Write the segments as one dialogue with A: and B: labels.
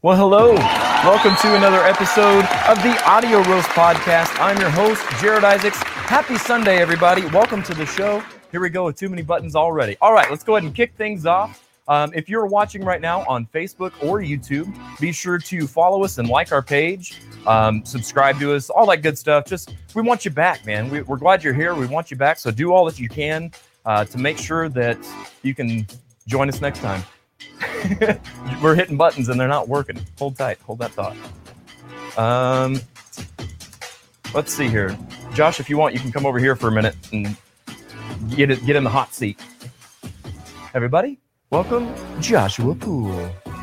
A: Well, hello. Welcome to another episode of the Audio Roast Podcast. I'm your host, Jared Isaacs. Happy Sunday, everybody. Welcome to the show. Here we go with too many buttons already. All right, let's go ahead and kick things off. Um, if you're watching right now on Facebook or YouTube, be sure to follow us and like our page, um, subscribe to us, all that good stuff. Just we want you back, man. We, we're glad you're here. We want you back. So do all that you can uh, to make sure that you can join us next time. We're hitting buttons and they're not working. Hold tight. Hold that thought. Um, let's see here, Josh. If you want, you can come over here for a minute and get it, get in the hot seat. Everybody, welcome Joshua Poole.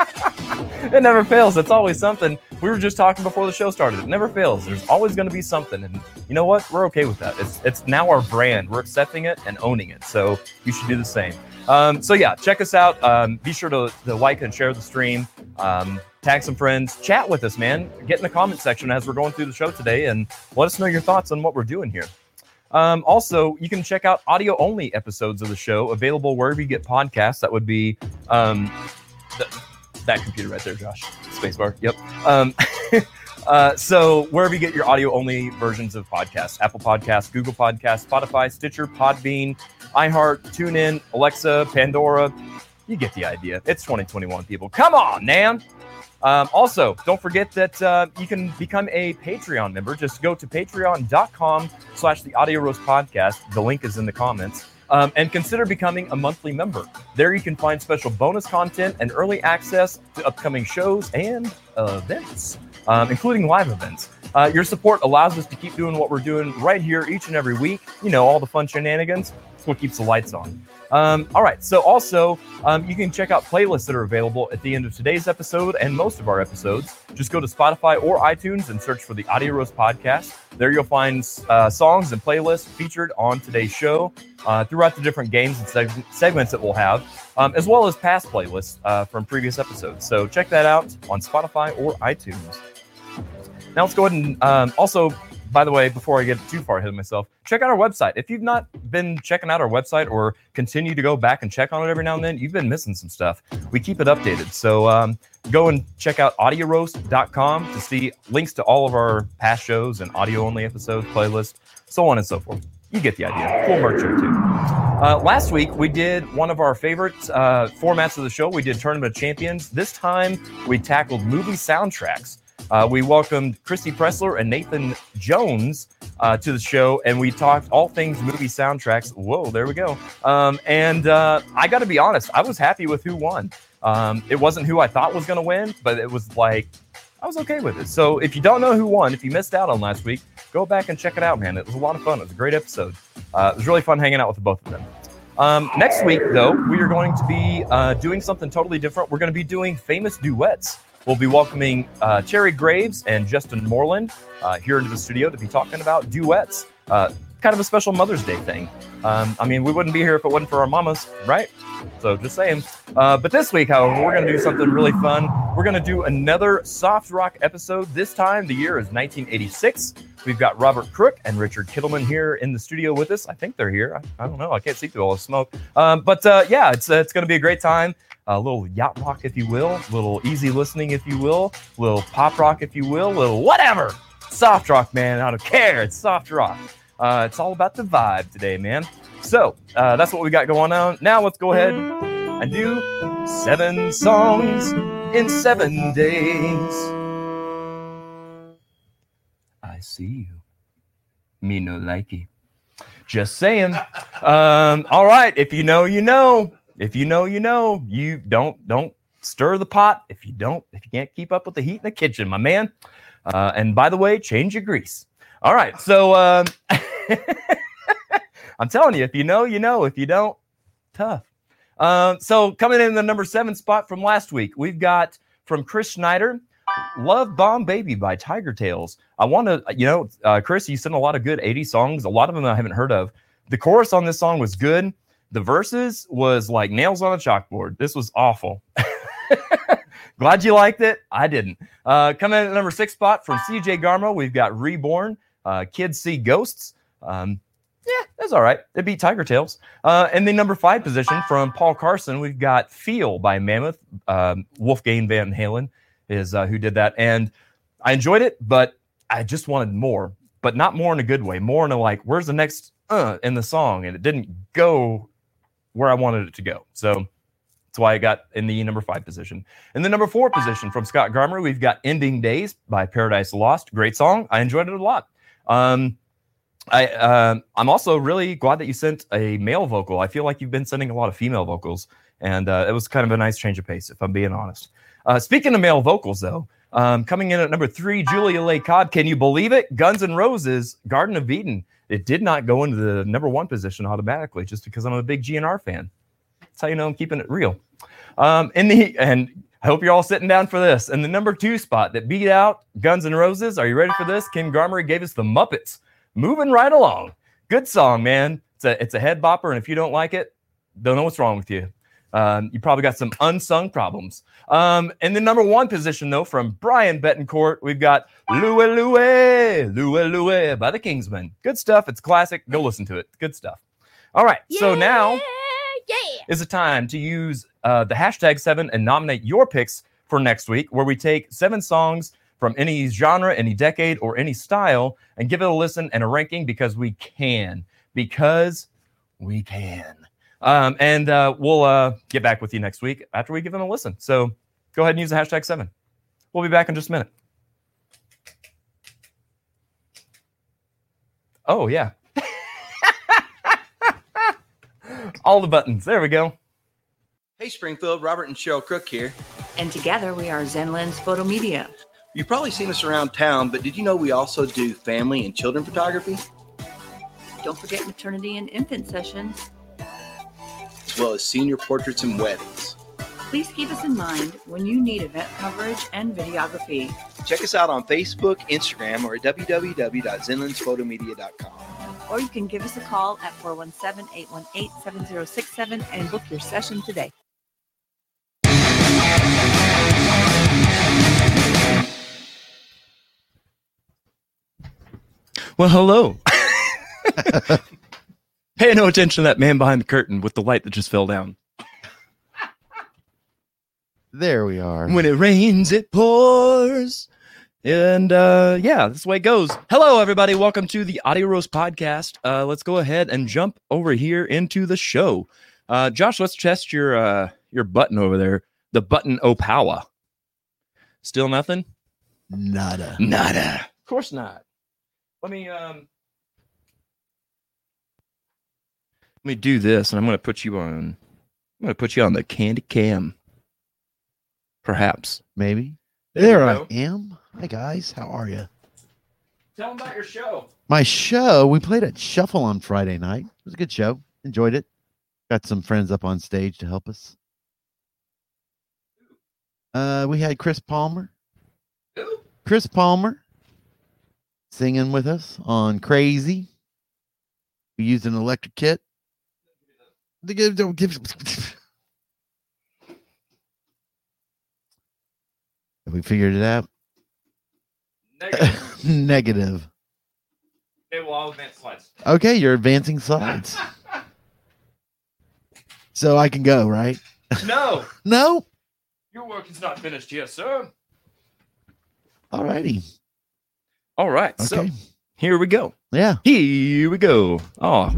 A: it never fails. It's always something. We were just talking before the show started. It never fails. There's always going to be something, and you know what? We're okay with that. It's it's now our brand. We're accepting it and owning it. So you should do the same. Um, so yeah, check us out. Um, be sure to, to like and share the stream. Um, tag some friends. Chat with us, man. Get in the comment section as we're going through the show today, and let us know your thoughts on what we're doing here. Um, also, you can check out audio only episodes of the show available wherever you get podcasts. That would be um, th- that computer right there, Josh. Spacebar. Yep. Um, uh, so wherever you get your audio only versions of podcasts, Apple Podcasts, Google Podcasts, Spotify, Stitcher, Podbean, iHeart, TuneIn, Alexa, Pandora. You get the idea. It's 2021, people. Come on, man. Um, also, don't forget that uh, you can become a Patreon member. Just go to patreon.com slash the audio roast podcast. The link is in the comments. Um, and consider becoming a monthly member. There you can find special bonus content and early access to upcoming shows and uh, events, um, including live events. Uh, your support allows us to keep doing what we're doing right here each and every week. You know, all the fun shenanigans. It's what keeps the lights on. Um, all right. So, also, um, you can check out playlists that are available at the end of today's episode and most of our episodes. Just go to Spotify or iTunes and search for the Audio Roast Podcast. There you'll find uh, songs and playlists featured on today's show uh, throughout the different games and seg- segments that we'll have, um, as well as past playlists uh, from previous episodes. So, check that out on Spotify or iTunes. Now let's go ahead and um, also, by the way, before I get too far ahead of myself, check out our website. If you've not been checking out our website or continue to go back and check on it every now and then, you've been missing some stuff. We keep it updated. So um, go and check out audioroast.com to see links to all of our past shows and audio only episodes, playlist, so on and so forth. You get the idea. Cool merch here too. Uh, last week we did one of our favorite uh, formats of the show. We did Tournament of Champions. This time we tackled movie soundtracks. Uh, we welcomed Christy Pressler and Nathan Jones uh, to the show, and we talked all things movie soundtracks. Whoa, there we go. Um, and uh, I got to be honest, I was happy with who won. Um, it wasn't who I thought was going to win, but it was like I was okay with it. So if you don't know who won, if you missed out on last week, go back and check it out, man. It was a lot of fun. It was a great episode. Uh, it was really fun hanging out with the both of them. Um, next week, though, we are going to be uh, doing something totally different. We're going to be doing famous duets. We'll be welcoming uh, Terry Graves and Justin Moreland uh, here into the studio to be talking about duets. Uh, kind of a special Mother's Day thing. Um, I mean, we wouldn't be here if it wasn't for our mamas, right? So just saying. Uh, but this week, however, we're going to do something really fun. We're going to do another soft rock episode. This time, the year is 1986. We've got Robert Crook and Richard Kittleman here in the studio with us. I think they're here. I, I don't know. I can't see through all the smoke. Um, but uh, yeah, it's uh, it's going to be a great time. A little yacht rock, if you will. Little easy listening, if you will. Little pop rock, if you will. Little whatever. Soft rock, man. I don't care. It's soft rock. Uh, it's all about the vibe today, man. So uh, that's what we got going on. Now let's go ahead and do seven songs in seven days. I see you. Me no likey. Just saying. Um, all right. If you know, you know. If you know, you know. You don't don't stir the pot. If you don't, if you can't keep up with the heat in the kitchen, my man. Uh, and by the way, change your grease. All right. So um, I'm telling you, if you know, you know. If you don't, tough. Um, so coming in the number seven spot from last week, we've got from Chris Schneider, "Love Bomb Baby" by Tiger Tails. I want to, you know, uh, Chris, you sent a lot of good '80s songs. A lot of them I haven't heard of. The chorus on this song was good. The verses was like nails on a chalkboard. This was awful. Glad you liked it. I didn't. Uh, coming in at number six spot from CJ Garmo, we've got Reborn. Uh, Kids See Ghosts. Um, yeah, that's all right. It beat Tiger Tails. Uh, and the number five position from Paul Carson, we've got Feel by Mammoth. Um, Wolfgang Van Halen is uh, who did that. And I enjoyed it, but I just wanted more, but not more in a good way. More in a like, where's the next uh in the song? And it didn't go where I wanted it to go. So that's why I got in the number five position. In the number four position from Scott Garmer, we've got Ending Days by Paradise Lost. Great song. I enjoyed it a lot. Um, I um I'm also really glad that you sent a male vocal. I feel like you've been sending a lot of female vocals, and uh, it was kind of a nice change of pace, if I'm being honest. Uh, speaking of male vocals, though, um, coming in at number three, Julia Leigh Cobb. Can you believe it? Guns N' Roses, Garden of Eden. It did not go into the number one position automatically, just because I'm a big GNR fan. That's how you know I'm keeping it real. Um, in the and I hope you're all sitting down for this. In the number two spot that beat out Guns N' Roses. Are you ready for this? Kim Garmery gave us the Muppets moving right along. Good song, man. It's a it's a head bopper, and if you don't like it, don't know what's wrong with you. Um, you probably got some unsung problems. Um, in the number one position, though, from Brian Betancourt, we've got Louie Louie, Louie Louie by the Kingsmen. Good stuff. It's classic. Go listen to it. Good stuff. All right. So now
B: Yeah.
A: is the time to use uh, the hashtag seven and nominate your picks for next week, where we take seven songs from any genre, any decade, or any style and give it a listen and a ranking because we can. Because we can. Um, and uh, we'll uh, get back with you next week after we give them a listen. So go ahead and use the hashtag seven. We'll be back in just a minute. Oh, yeah. All the buttons. There we go.
C: Hey Springfield, Robert and Cheryl Crook here.
D: And together we are Zenlands Photo Media.
C: You've probably seen us around town, but did you know we also do family and children photography,
D: Don't forget maternity and infant sessions.
C: as well as senior portraits and weddings?
D: Please keep us in mind when you need event coverage and videography.
C: Check us out on Facebook, Instagram, or at www.zenlandsphotomedia.com.
D: Or you can give us a call at 417 818 7067 and book your session today.
A: Well, hello. Pay no attention to that man behind the curtain with the light that just fell down.
E: There we are.
A: When it rains, it pours. And uh, yeah, that's the way it goes. Hello, everybody. Welcome to the Audio Roast Podcast. Uh, let's go ahead and jump over here into the show. Uh, Josh, let's test your uh, your button over there. The button Opawa. Still nothing?
E: Nada.
A: Nada. Of course not. Let me um Let me do this and I'm gonna put you on I'm gonna put you on the candy cam. Perhaps.
E: Maybe.
A: There
E: There,
A: you
E: I
A: go.
E: am. Hi guys, how are you?
A: Tell them about your show.
E: My show. We played at Shuffle on Friday night. It was a good show. Enjoyed it. Got some friends up on stage to help us. Uh, we had Chris Palmer.
A: Who?
E: Chris Palmer singing with us on Crazy. We used an electric kit. They give- don't give- Have we figured it out?
A: Negative.
E: Negative.
A: okay, well I'll advance slides.
E: Okay, you're advancing slides. so I can go, right?
A: No,
E: No?
A: your work is not finished yet, sir.
E: All righty.
A: All right,
E: Okay.
A: so here we go.
E: yeah.
A: Here we go. Oh,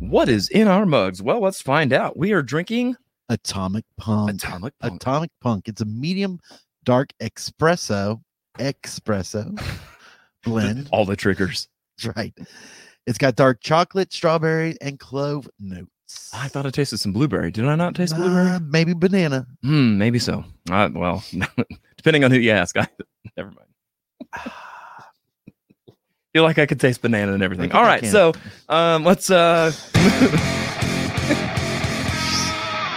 A: what is in our mugs? Well, let's find out. We are drinking
E: Atomic Punk.
A: Atomic Punk.
E: Atomic Punk. It's a medium dark espresso. Espresso blend.
A: All the triggers.
E: That's right. It's got dark chocolate, strawberry, and clove notes.
A: I thought I tasted some blueberry. Did I not taste
E: Uh,
A: blueberry?
E: maybe banana.
A: Hmm, maybe so. Uh, well, depending on who you ask. I, never mind. Feel like I could taste banana and everything.
E: think I
A: All right,
E: can.
A: so um, let's. uh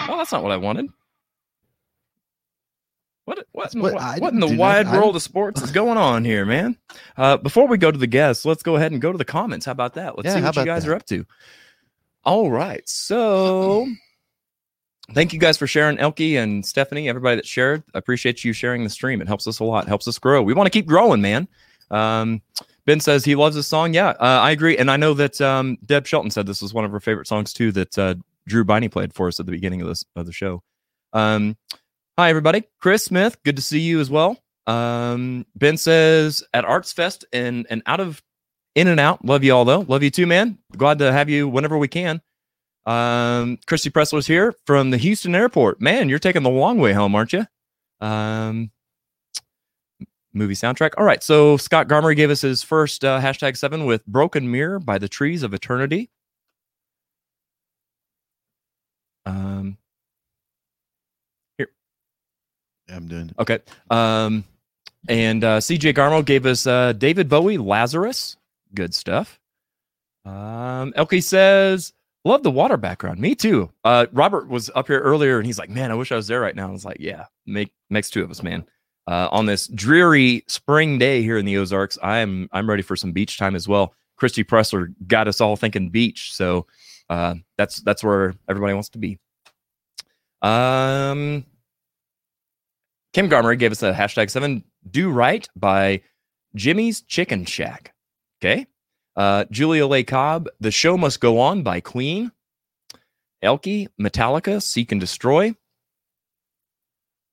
A: Oh, that's not what I wanted. What what,
E: That's
A: in the
E: what
A: wi-
E: I
A: what in the
E: do not-
A: wide
E: I
A: world
E: don't-
A: of sports is going on here, man? Uh, before we go to the guests, let's go ahead and go to the comments. How about that? Let's
E: Yeah,
A: see
E: how
A: what you
E: about
A: guys
E: that?
A: are up to. All right. So thank you guys for sharing, Elke and Stephanie, everybody that shared. I appreciate you sharing the stream. It helps us a lot, helps us grow. We want to keep growing, man. Um, ben says he loves this song. Yeah, uh, I agree, and I know that um, Deb Shelton said this was one of her favorite songs too. That uh, Drew Biney played for us at the beginning of this of the show. Um, hi everybody, Chris Smith, good to see you as well. Um, ben says at Arts Fest and and out of in and out. Love you all though. Love you too, man. Glad to have you whenever we can. Um, Christy Pressler's here from the Houston airport. Man, you're taking the long way home, aren't you? Um, movie soundtrack. All right. So Scott Garmory gave us his first uh, hashtag seven with Broken Mirror by the Trees of Eternity. Um,
E: I'm doing it.
A: okay. Um, and uh, CJ Garmo gave us uh, David Bowie, Lazarus. Good stuff. Um, Elke says, Love the water background. Me too. Uh, Robert was up here earlier and he's like, Man, I wish I was there right now. I was like, Yeah, make, makes two of us, man. Uh, on this dreary spring day here in the Ozarks, I'm I'm ready for some beach time as well. Christy Pressler got us all thinking beach, so uh, that's that's where everybody wants to be. Um, Kim Garmer gave us a hashtag seven do right by Jimmy's Chicken Shack. Okay. Uh, Julia Leigh Cobb, The Show Must Go On by Queen. Elkie, Metallica, Seek and Destroy.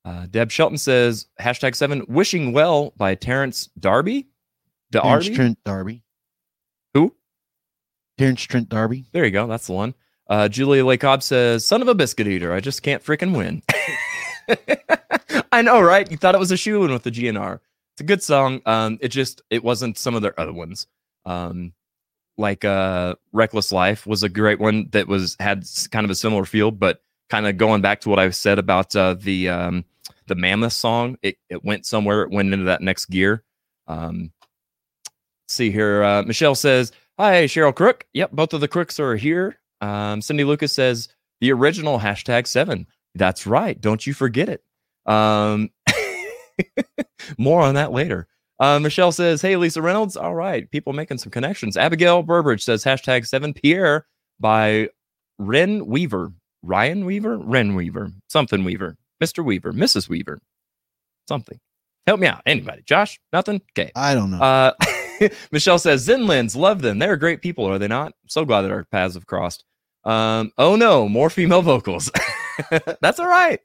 A: Uh, Deb Shelton says, hashtag seven, Wishing Well by Terrence Darby.
E: Terrence
A: Darby?
E: Trent Darby.
A: Who?
E: Terrence Trent Darby.
A: There you go. That's the one. Uh, Julia Lake Cobb says, "Son of a biscuit eater, I just can't freaking win." I know, right? You thought it was a shoe in with the GNR. It's a good song. Um, it just it wasn't some of their other ones. Um, like uh, "Reckless Life" was a great one that was had s- kind of a similar feel, but kind of going back to what I said about uh, the um, the Mammoth song, it it went somewhere. It went into that next gear. Um, see here, uh, Michelle says. Hi, Cheryl Crook. Yep, both of the crooks are here. Um, Cindy Lucas says the original hashtag seven. That's right. Don't you forget it. Um, more on that later. Uh, Michelle says, Hey, Lisa Reynolds. All right. People making some connections. Abigail Burbridge says hashtag seven Pierre by Ren Weaver. Ryan Weaver? Ren Weaver. Something Weaver. Mr. Weaver. Mrs. Weaver. Something. Help me out. Anybody. Josh? Nothing? Okay.
E: I don't know.
A: Uh, Michelle says, Zinlins, love them. They're great people, are they not? So glad that our paths have crossed. Um, oh no, more female vocals. That's all right.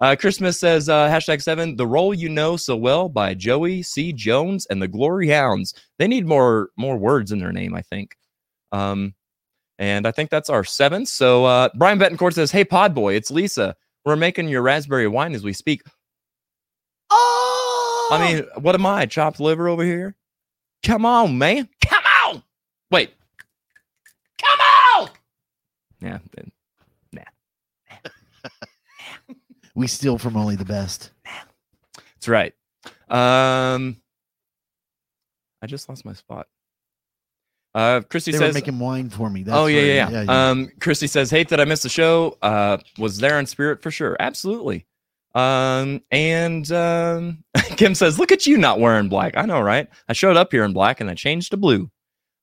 A: Uh, Christmas says, uh, hashtag seven, the role you know so well by Joey C. Jones and the Glory Hounds. They need more more words in their name, I think. Um, and I think that's our seven. So uh, Brian Betancourt says, "Hey, Pod Boy, it's Lisa. We're making your raspberry wine as we speak." Oh, I mean, what am I? Chopped liver over here? Come on, man. Come on. Wait. Come on. Yeah. then-
E: we steal from only the best.
A: That's right. Um, I just lost my spot. Uh, Christy
E: they were
A: says,
E: making wine for me. That's
A: "Oh yeah,
E: where-
A: yeah, yeah." Um, Christy says, "Hate that I missed the show. Uh, was there in spirit for sure. Absolutely." Um, and um, Kim says, "Look at you not wearing black. I know, right? I showed up here in black and I changed to blue.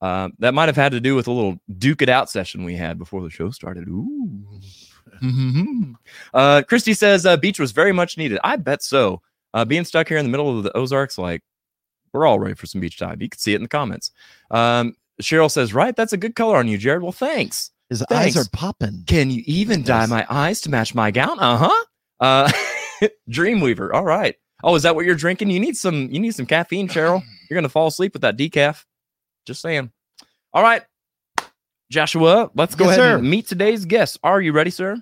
A: Um, that might have had to do with a little duke it out session we had before the show started. Ooh. Mhm. uh, Christy says uh, beach was very much needed. I bet so. Uh, being stuck here in the middle of the Ozarks, like we're all ready for some beach time. You can see it in the comments. Um, Cheryl says, right, that's a good color on you, Jared. Well, thanks.
E: his
A: Um, thanks.
E: eyes are popping.
A: Can you even dye my eyes to match my gown? Uh-huh. Uh Dreamweaver. All right. Oh, is that what you're drinking? You need some you need some caffeine, Cheryl. You're gonna fall asleep with that decaf. Just saying. All right. Joshua, let's go
E: Yes,
A: ahead
E: sir.
A: and meet today's guest. Are you ready, sir?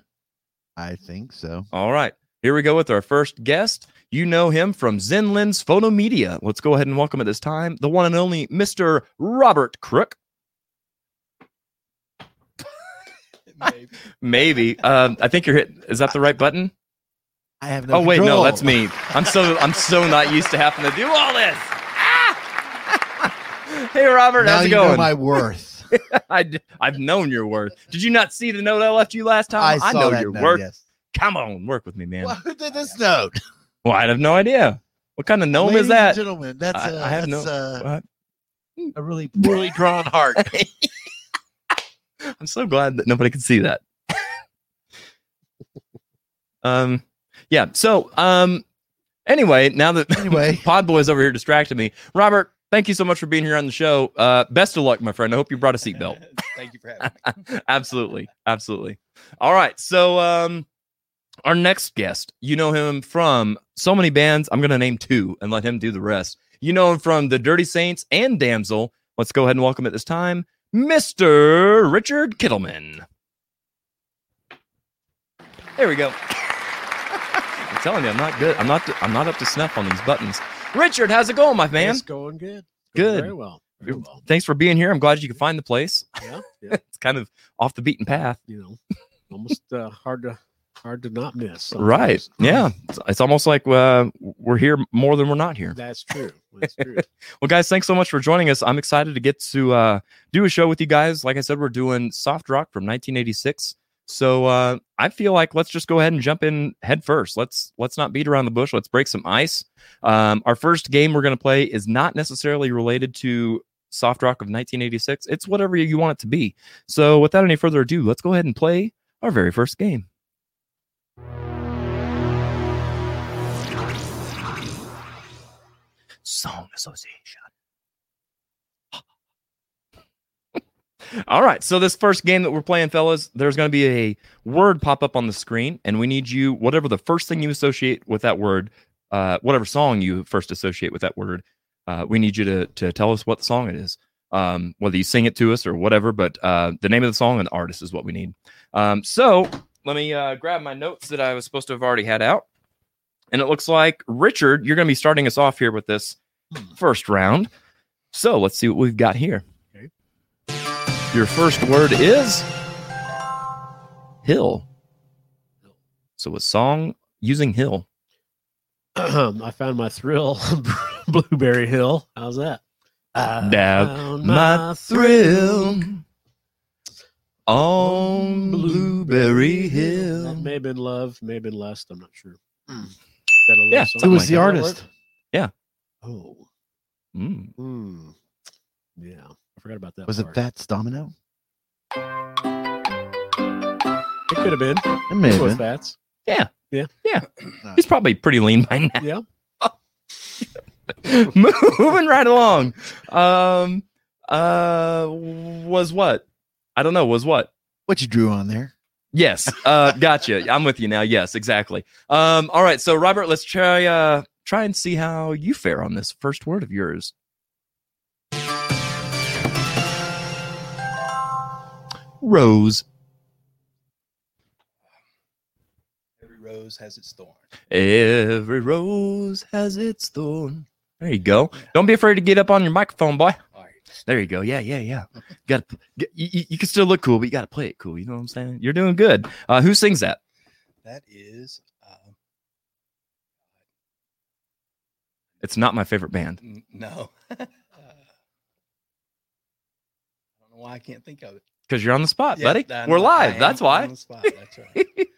E: I think so.
A: All right. Here we go with our first guest. You know him from Zenlin's Photo Media. Let's go ahead and welcome at this time the one and only Mr. Robert Crook. Maybe. Um, I think you're hit. Is that the right button?
E: I have no.
A: Oh wait, no,
E: control.
A: that's me. I'm so I'm so not used to having to do all this. Ah! hey Robert,
E: now
A: how's it
E: you
A: going?
E: know my worth.
A: I, d- I've known your worth. Did you not see the note I left you last time?
E: I, saw
A: know
E: that
A: your
E: now,
A: worth.
E: Yes.
A: Come on, work with me, man.
E: Well, who did this note?
A: Well, I have no idea. What kind of gnome
E: Ladies
A: is
E: and
A: that?
E: gentlemen, that's
A: I-
E: uh,
A: I have
E: that's,
A: no-
E: uh,
A: What?
E: a really poorly drawn heart.
A: I'm so glad that nobody could see that. um, yeah. So, um, anyway, now that
E: Anyway,
A: Pod Boy's over here distracted me, Robert, Thank you so much for being here on the show. Uh, best of luck, my friend. I hope you brought a seatbelt.
B: Thank you for having me.
A: absolutely, absolutely. All right, so um, our next guest, you know him from so many bands. I'm gonna name two and let him do the rest. You know him from the Dirty Saints and Damsel. Let's go ahead and welcome at this time, Mr. Richard Kittleman. There we go. I'm telling you, I'm not good. I'm not. I'm not up to snuff on these buttons. Richard, how's it going, my man?
B: it's going good. It's going
A: Good.
B: Very well. Very well.
A: Thanks for being here. I'm glad you could find the place.
B: Yeah. Yeah.
A: It's kind of off the beaten path.
B: You know, almost uh, hard to hard to not miss.
A: Right.
B: sometimes.
A: Yeah. It's, it's almost like uh, we're here more than we're not here.
B: That's true. That's true.
A: Well, guys, thanks so much for joining us. I'm excited to get to uh, do a show with you guys. Like I said, we're doing soft rock from 1986. So uh, I feel like let's just go ahead and jump in head first. Let's let's not beat around the bush. Let's break some ice. Um, our first game we're going to play is not necessarily related to soft rock of 1986. It's whatever you want it to be. So without any further ado, let's go ahead and play our very first game. Song Association. All right. So this first game that we're playing, fellas, there's going to be a word pop up on the screen, and we need you whatever the first thing you associate with that word, uh, whatever song you first associate with that word, uh, we need you to to tell us what song it is. Um, whether you sing it to us or whatever, but uh, the name of the song and the artist is what we need. Um, so let me uh, grab my notes that I was supposed to have already had out, and it looks like Richard, you're going to be starting us off here with this
B: Hmm.
A: first round. So let's see what we've got here.
B: Okay.
A: Your first word is hill. So a song using hill.
B: I found my thrill, Blueberry Hill. How's that? I
A: Dab
B: found
A: My thrill on Blueberry
B: That
A: Hill.
B: may have been love, may have been lust. I'm not sure. Is that a love
A: Yeah,
B: song?
E: Who
A: Something
E: was
A: like
E: the
A: that.
E: artist?
B: Oh,
A: Mm.
B: hmm. yeah. I forgot about that.
E: Was it
B: part.
E: Fats Domino?
B: It could have been.
E: It may
B: It
E: have
B: was
E: been.
B: Fats.
A: He's probably pretty lean by now.
B: Yeah.
A: Moving right along. Um uh was what? I don't know, was what?
E: What you drew on there?
A: Yes. Uh, gotcha. I'm with you now. Yes, exactly. Um, all right. So Robert, let's try uh, try and see how you fare on this first word of yours. Rose.
B: Every rose has its thorn.
A: Every rose has its thorn. There you go. Don't be afraid to get up on your microphone, boy.
B: All right.
A: There you go. Yeah, yeah, yeah. Got you, you you can still look cool, but you got to play it cool. You know what I'm saying? You're doing good. Uh, who sings that?
F: That is um,
A: It's not my favorite band.
F: n- no. uh, I don't know why I can't think of it.
A: Cuz you're on the spot,
F: Yeah,
A: buddy.
F: I
A: We're
F: know, I
A: live.
F: am
A: That's why.
F: on the spot, That's right.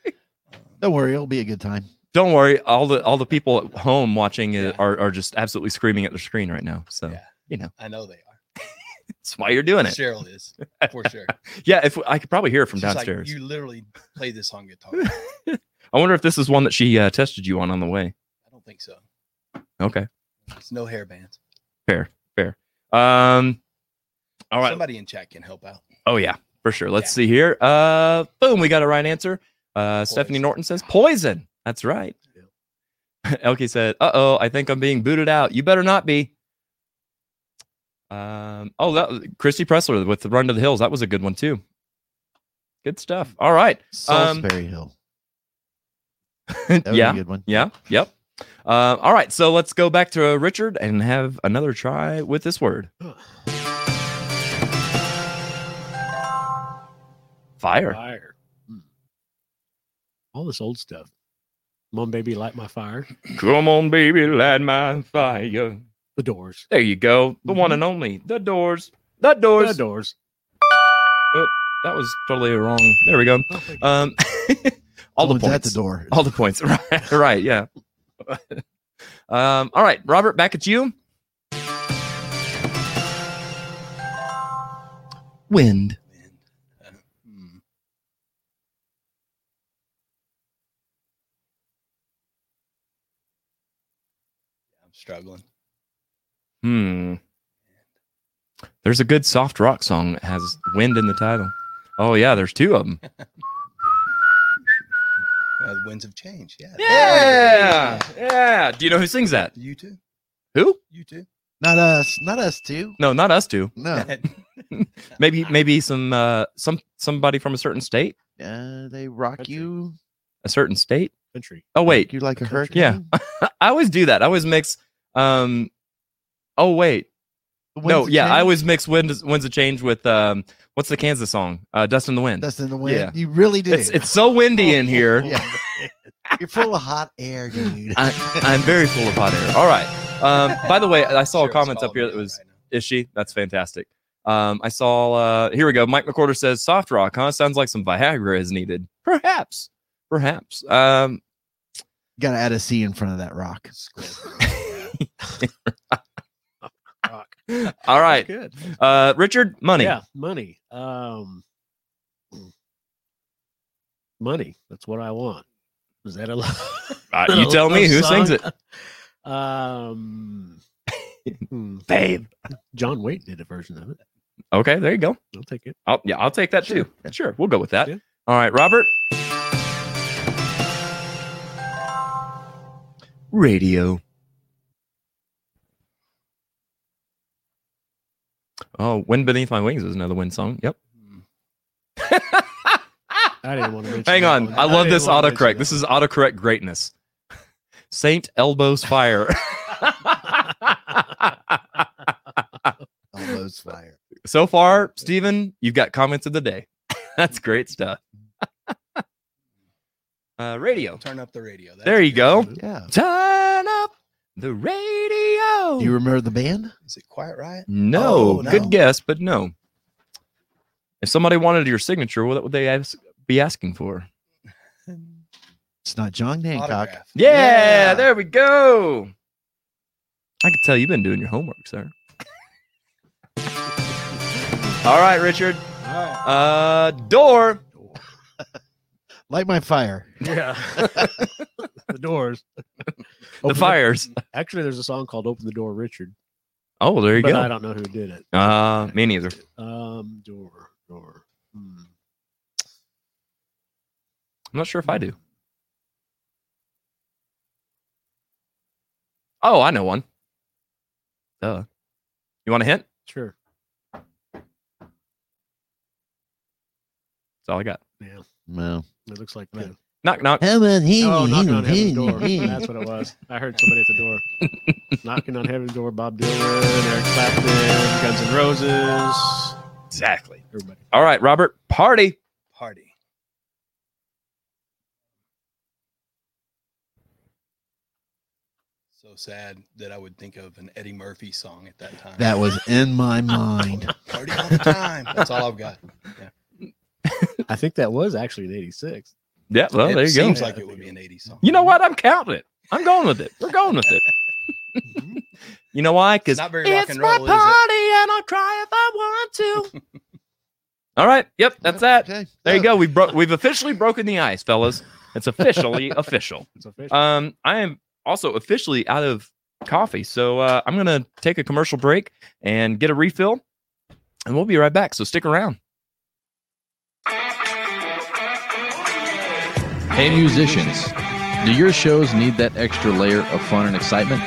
F: Um,
E: Don't worry, it'll be a good time.
A: Don't worry, all the all the people at home watching it
F: Yeah.
A: are, are just absolutely screaming at their screen right now. So
F: Yeah.
A: you know
F: I know they are.
A: that's why you're doing it.
F: Cheryl is for sure.
A: Yeah, if I could probably hear it from
F: She's like,
A: downstairs.
F: you literally play this on guitar.
A: I wonder if this is one that she uh, tested you on on the way.
F: I don't think so.
A: Okay,
F: It's no hair bands.
A: um, all right.
F: Somebody in chat can help out.
A: Oh yeah, for sure. Let's see here. Uh, boom, we got a right answer. Uh, Stephanie
F: Poison.
A: Norton says poison. That's right. Elke said, "Uh oh, I think I'm being booted out. You better not be." Um. Oh, that Christy Pressler with the Run to the Hills. That was a good one too. Good
E: Mm.
A: stuff. All right.
E: Salisbury Hill. That was
A: Um, yeah.
E: a good one.
A: Yeah. Yep. Uh, all right. So let's go back to uh, Richard and have another try with this word. Fire.
B: Fire. Hmm. All this old stuff. Come on, baby, light my fire.
A: Come on, baby, light my fire.
B: The doors.
A: There you go. The one and only. The doors. The doors.
B: The doors.
A: That was totally wrong. There we go. Um, all the
E: Someone's
A: points.
E: at the door.
A: All the points. Right. Right. Yeah. um. All right, Robert. Back at you. Wind.
F: And, uh, hmm. I'm struggling.
A: Hmm. There's a good soft rock song that has wind in the title. Oh yeah, there's two of them.
F: Uh, winds of change. Yeah.
A: Yeah, yeah. Do you know who sings that?
F: You too.
A: Who?
F: You too.
E: Not us. Not us too.
A: No, not us two.
E: No.
F: Yeah.
A: Maybe maybe some uh some somebody from a certain state,
E: Uh, they rock
B: Country.
E: you.
A: a certain state.
B: Country.
A: Oh wait,
E: You like a
B: Country.
E: hurricane.
A: Yeah. I always do that. I always mix. Um, oh wait,
E: The
A: no,
E: winds of
A: yeah, I
E: change?
A: always mix winds, winds of change with um, what's the Kansas song? Uh, Dust in the Wind.
E: That's in the wind.
A: Yeah.
E: You really do.
A: it's it's so windy in here.
E: yeah. You're full of hot air, dude.
A: I, I'm very full of hot air. All right. Um, by the way, I saw
F: Sure,
A: a
F: it's
A: comment up
F: following
A: here
F: me
A: that was
F: right now.
A: is she? That's fantastic. Um, I saw. Uh, here we go. Mike McCorder says soft rock. Huh? Sounds like some Viagra is needed. Perhaps. Perhaps. Um,
E: Gotta add a C in front of that rock.
F: Scroll through.
B: Rock.
A: all right.
B: Good.
A: Uh, Richard, money.
B: Yeah, money. Um, money. That's what I want. Is that a lo-
A: Uh,
B: that a
A: you tell me
B: love
A: who sings it.
B: song? Um, hmm,
A: Babe.
B: John Wayne did a version of it.
A: Okay. There you go.
B: I'll take it.
A: I'll, yeah, I'll take that
B: Sure.
A: too. Sure, we'll go with that.
B: Yeah.
A: All right, Robert. Radio. Oh, "Wind Beneath My Wings" was another wind song. Yep.
F: Mm.
B: I didn't want to. mention
A: Hang
B: that
A: on,
B: one.
A: I love
B: didn't
A: this
B: wanna mention
A: autocorrect.
B: that
A: This is autocorrect greatness. Saint Elbows Fire.
E: Elbows fire.
A: so far, Stephen, you've got comments of the day. That's great stuff. uh, radio.
F: Turn up the radio. That's
A: There you
F: good.
A: go.
E: Yeah.
A: Turn up the radio.
E: Do you remember the band?
F: Is it Quiet Riot?
A: no,
F: Oh, no.
A: good guess, but no. If somebody wanted your signature, what would they ask, be asking for?
E: It's not John Hancock.
F: Autograph.
A: Yeah,
E: Yeah.
A: there we go. I can tell you've been doing your homework, sir. All right, Richard.
F: All right.
A: Uh, door.
E: Light my fire.
B: Yeah. the doors.
A: The fires.
B: Actually, there's a song called "Open the Door, Richard,"
A: Oh, there you
B: but I
A: go.
B: don't know who did it.
A: Uh, me neither.
B: Um, door, door. Hmm.
A: I'm not sure if I do. Oh, I know one. Duh. You want a hint?
B: Sure.
A: That's all I got.
E: No.
B: It looks like that.
A: Knock, knock.
B: Oh, knocking on heaven's door. That's what it was. I heard somebody at the door. knocking on heaven's door. Bob Dylan, Eric Clapton, Guns N' Roses.
A: Exactly.
B: Everybody.
A: All right, Robert. Party.
F: Party. So sad that I would think of an Eddie Murphy song at that time.
E: That was in my mind.
F: party all the time. That's all I've got.
B: I think that was actually in '86.
A: Yeah, well,
F: it
A: there you
F: seems
A: go.
F: like it would be an 80s song.
A: You know what? I'm counting it. I'm going with it. We're going with it. you know why? Because
F: Mm-hmm. It's not very rock and roll, is it?
A: and I'll cry if I want to. All right. Yep, that's that.
E: Okay.
A: There you go. We broke. We've officially broken the ice, fellas. It's officially official.
B: It's official.
A: Um, I am also officially out of coffee, so uh, I'm gonna take a commercial break and get a refill, and we'll be right back. So stick around.
G: Hey, musicians, do your shows need that extra layer of fun and excitement?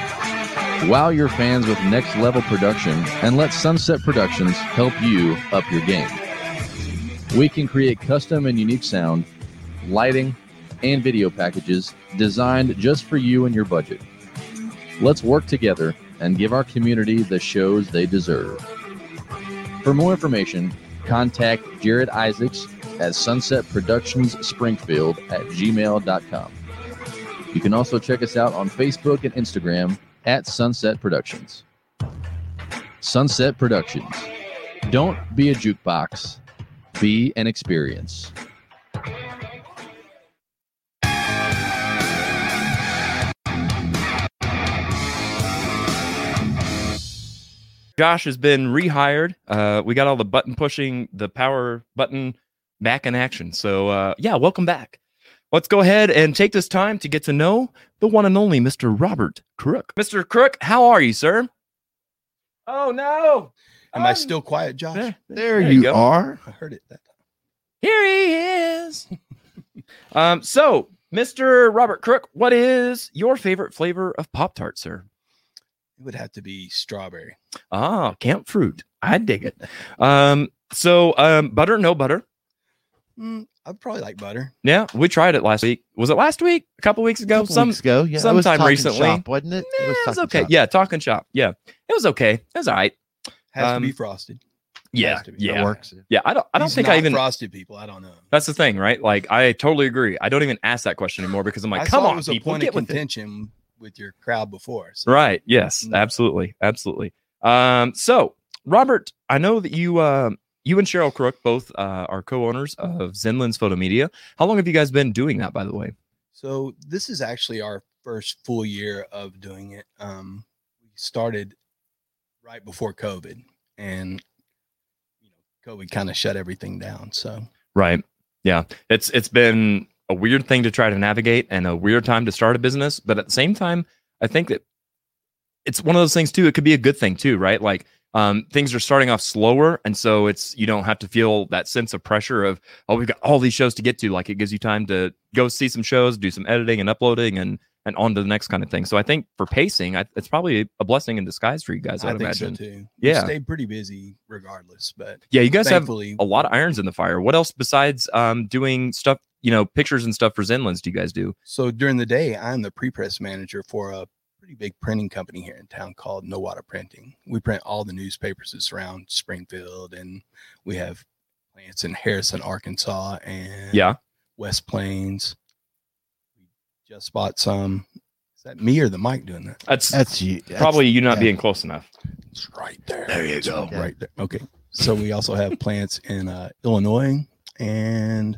G: Wow your fans with next level production and let Sunset Productions help you up your game. We can create custom and unique sound, lighting, and video packages designed just for you and your budget. Let's work together and give our community the shows they deserve. For more information, contact Jared Isaacs at Sunset Productions Springfield at gmail.com. You can also check us out on Facebook and Instagram at Sunset Productions. Sunset Productions. Don't be a jukebox, be an experience.
A: Josh has been rehired. Uh, we got all the button pushing, the power button back in action. So uh, yeah, welcome back. Let's go ahead and take this time to get to know the one and only Mr. Robert Crook. Mr. Crook, how are you, sir? Oh no!
F: Am I still quiet, Josh?
A: Yeah.
E: There,
A: There you
E: you,
A: go.
E: are.
F: I heard it that time.
A: Here he is. um, so, Mr. Robert Crook, what is your favorite flavor of Pop Tart, sir?
F: It would have to be strawberry.
A: Ah, camp fruit. I dig it. Um, so um, butter, no butter.
F: Mm, I'd probably like butter.
A: Yeah, we tried it last week. Was it last week? A couple weeks ago?
E: Couple
A: Some
E: weeks ago, yeah, it was
A: sometime
E: Talking
A: recently.
E: Shop, wasn't it?
A: Nah, it was
E: Talking
A: okay.
E: Shop.
A: Yeah, talking shop. Yeah, it was okay. It was all right.
F: Has
A: Um,
F: to be frosted.
A: Yeah,
F: Has to be.
E: That
A: yeah,
E: works.
A: yeah. I don't. I don't
F: These
A: think I
F: not
A: even.
F: frosted people. I don't know.
A: That's the thing, right? Like, I totally agree. I don't even ask that question anymore because I'm like,
F: I
A: come
F: saw
A: on,
F: it was a
A: people,
F: point
A: get
F: of
A: with it.
F: contention with your crowd before. So
A: Right. Yes.
F: Mm.
A: Absolutely. Absolutely. Um, so, Robert, I know that you, um, you and Cheryl Crook both uh, are co-owners of Zenlands Photo Media. How long have you guys been doing that, by the way?
F: So this is actually our first full year of doing it. Um, we started right before COVID, and you know, COVID kind of shut everything down. So
A: Right. Yeah. It's it's been a weird thing to try to navigate and a weird time to start a business, but at the same time, I think that it's one of those things too. It could be a good thing too, right? Like um, things are starting off slower, and so it's you don't have to feel that sense of pressure of oh we've got all these shows to get to. Like it gives you time to go see some shows, do some editing and uploading, and and on to the next kind of thing. So I think for pacing, I, it's probably a blessing in disguise for you guys.
F: I,
A: I, would
F: think
A: imagine.
F: so too.
A: Yeah.
F: we stayed pretty busy regardless, but
A: yeah, you guys have
F: thankfully
A: a lot of irons in the fire. What else besides um, doing stuff, you know, pictures and stuff for Zenlands do you guys do?
F: So during the day, I'm the pre-press manager for a pretty big printing company here in town called No Water Printing. We print all the newspapers that surround Springfield, and we have plants in Harrison, Arkansas, and
A: Yeah.
F: West Plains. We just bought some. Is that me or the mic doing that?
A: That's,
E: That's you. that's-
A: probably you not
E: yeah.
A: being close enough.
F: It's right there.
E: There you
F: It's
E: go.
F: Right there. Okay. So we also have plants in uh, Illinois and.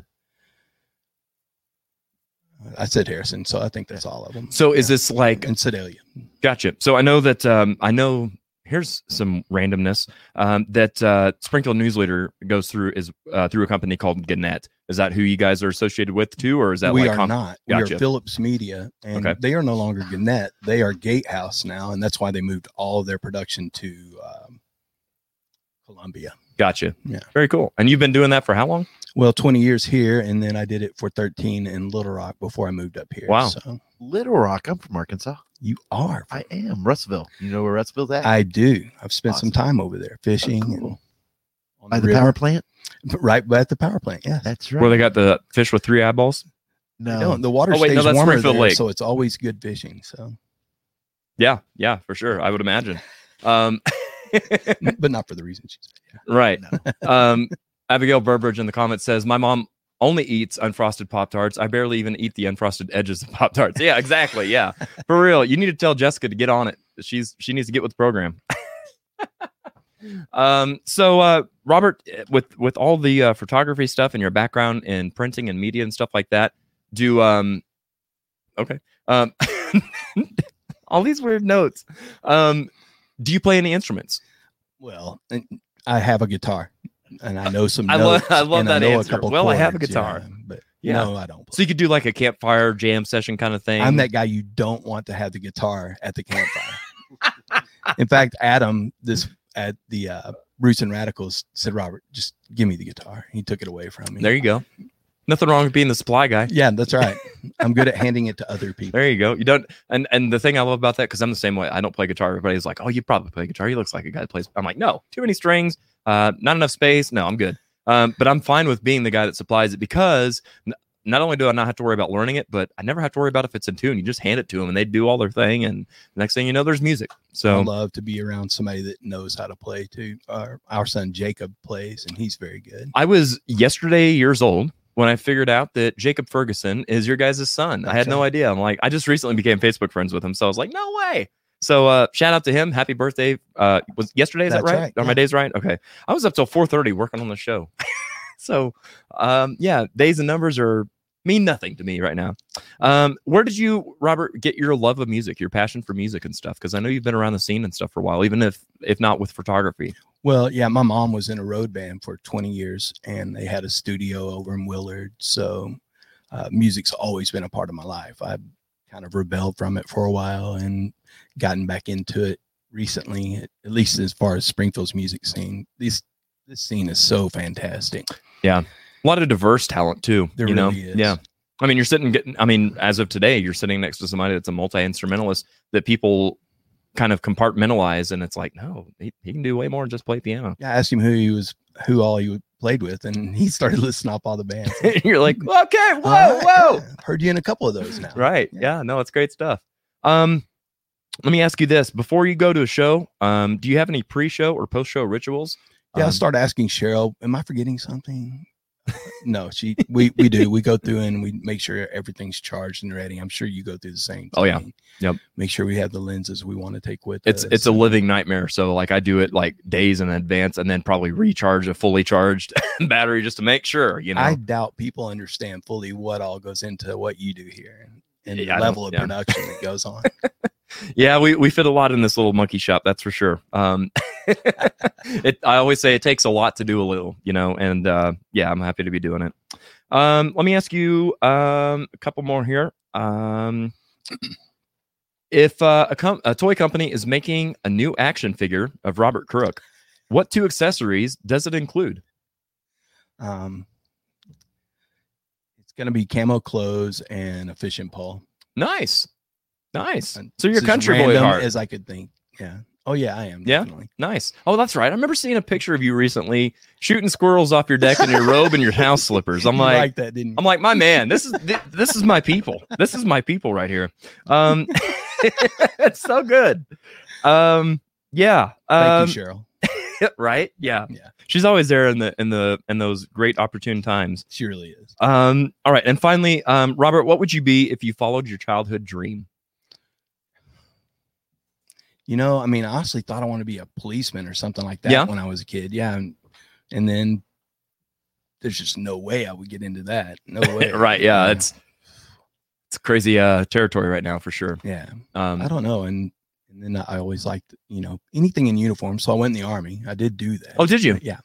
F: uh, I said Harrison, so I think that's all of them.
A: So is
F: Yeah.
A: this like,
F: and Sedalia?
A: gotcha. So I know that, um, I know here's some randomness um, that uh, Springfield Newsleader goes through is uh, through a company called Gannett. Is that who you guys are associated with too? Or is that
F: we
A: like,
F: are
A: com-
F: not. We
A: Gotcha.
F: are Phillips Media, and
A: Okay.
F: they are no longer Gannett. They are Gatehouse now, and that's why they moved all of their production to um, Columbia.
A: gotcha.
F: Yeah.
A: Very cool. And you've been doing that for how long?
F: Well, 20 years here, and then I did it for 13 in Little Rock before I moved up here.
A: Wow.
F: So
E: Little Rock. I'm from Arkansas.
F: you are.
E: I am Russellville. You know where Russellville's at?
F: I do. I've spent
E: Awesome.
F: some time over there fishing
A: Oh,
F: and
E: cool.
F: on
E: By the
F: river-
E: power plant.
F: right at the power plant. Yeah.
E: That's
A: Where
E: right.
A: they got the fish with three eyeballs?
E: no,
F: No, the water
A: Oh, wait, no,
F: stays
A: that's
F: warmer
A: Springfield
F: there,
A: Lake.
F: so it's always good fishing. So,
A: Yeah. Yeah, for sure. I would imagine. Um,
F: but not for the reason she's.
A: right.
E: no.
A: um, Abigail Burbridge in the comments says, "My mom only eats unfrosted Pop Tarts. I barely even eat the unfrosted edges of Pop Tarts." Yeah, exactly. Yeah, for real. You need to tell Jessica to get on it. She's she needs to get with the program. um. So, uh, Robert, eh, with with all the uh, photography stuff and your background in printing and media and stuff like that, do um, okay, um, all these weird notes. Um, do you play any instruments?
F: Well, and I have a guitar, and I know some.
A: I lo-
F: notes,
A: I love
F: and
A: that
F: know a
A: answer.
F: couple
A: Well, I have a
F: chords,
A: guitar.
F: yeah, but
A: Yeah.
F: no, I don't.
A: So you could do like a campfire jam session kind of thing.
F: I'm that guy you don't want to have the guitar at the campfire. In fact, Adam, this at the uh, Roots and Radicals said, "Robert, just give me the guitar." He took it away from me.
A: There you go. Nothing wrong with being the supply guy.
F: yeah, that's right. I'm good at handing it to other people.
A: There you go. You don't and and the thing I love about that because I'm the same way. I don't play guitar. Everybody's like, "Oh, you probably play guitar. He looks like a guy that plays." I'm like, "No, too many strings. Uh, not enough space. No, I'm good." Um, but I'm fine with being the guy that supplies it because n- not only do I not have to worry about learning it, but I never have to worry about if it's in tune. You just hand it to them and they do all their thing, and next thing you know, there's music.
F: I
A: So
F: love to be around somebody that knows how to play too. Our, our son Jacob plays, and he's very good.
A: I was yesterday years old when I figured out that Jacob Ferguson is your guys' son. I had no
F: Gotcha.
A: idea. I'm like, I just recently became Facebook friends with him, so I was like, no way. So uh, shout out to him. Happy birthday! Uh, was yesterday? Is that
F: That's
A: right?
F: right,
A: Are my
F: yeah.
A: days right? Okay. I was up till 4:30 working on the show. so, um, yeah, days and numbers are mean nothing to me right now. Um, where did you, Robert, get your love of music, your passion for music and stuff? Because I know you've been around the scene and stuff for a while, even if if not with photography.
F: Well, yeah, my mom was in a road band for 20 years and they had a studio over in Willard. So uh, music's always been a part of my life. I've kind of rebelled from it for a while and gotten back into it recently, at least as far as Springfield's music scene. This this scene is so fantastic.
A: A lot of diverse talent too.
F: There
A: you know,
F: really is.
A: yeah. I mean, you're sitting. Getting, I mean, as of today, you're sitting next to somebody that's a multi instrumentalist that people kind of compartmentalize, and it's like, no, he, he can do way more than just play piano.
F: Yeah, I asked him who he was, who all he played with, and he started listing off all the bands.
A: you're like, okay, whoa,
F: All right,
A: whoa,
F: yeah, Heard you in a couple of those now.
A: right
F: Yeah.
A: yeah no it's great stuff um let me ask you this before you go to a show um do you have any pre-show or post-show rituals
F: Yeah, I
A: Um,
F: start asking Cheryl, am I forgetting something? no, she we we do. We go through and we make sure everything's charged and ready. I'm sure you go through the same.
A: Oh, yeah.
F: thing.
A: Yep.
F: Make sure we have the lenses we want to take with
A: it's
F: us.
A: it's a living nightmare so like i do it like days in advance and then probably recharge a fully charged battery just to make sure you know
F: I doubt people understand fully what all goes into what you do here and
A: Yeah, I
F: the
A: don't-
F: level of
A: yeah.
F: production that goes on.
A: yeah we, we fit a lot in this little monkey shop that's for sure um it i always say it takes a lot to do a little you know and uh yeah i'm happy to be doing it um let me ask you um a couple more here um if uh, a, com- a toy company is making a new action figure of robert crook what two accessories does it include
F: Um, it's gonna be camo clothes and a fishing pole.
A: nice nice
F: And
A: so you're
F: it's
A: a
F: as
A: country boy at
F: random
A: heart
F: as I could think. Yeah. Oh yeah, I am.
A: Yeah?
F: Definitely.
A: Nice. Oh, that's right. I remember seeing a picture of you recently shooting squirrels off your deck in your robe and your house slippers. I'm
F: You
A: like,
F: that, didn't you?
A: I'm like, my man, this is thi- this is my people. This is my people right here. Um, it's so good. Um, yeah. Um,
F: Thank you, Cheryl.
A: right. Yeah.
F: Yeah.
A: She's always there in the in the in those great opportune times.
F: She really is.
A: Um, all right. And finally, um, Robert, what would you be if you followed your childhood dream?
F: You know, I mean, I honestly thought I want to be a policeman or something like that
A: Yeah.
F: when I was a kid. Yeah. And, and then there's just no way I would get into that. No way.
A: Right. Yeah. It's it's crazy uh territory right now for sure.
F: yeah.
A: Um,
F: I don't know. And and then I always liked, you know, anything in uniform. So I went in the army. I did do that.
A: Oh, did you?
F: Yeah.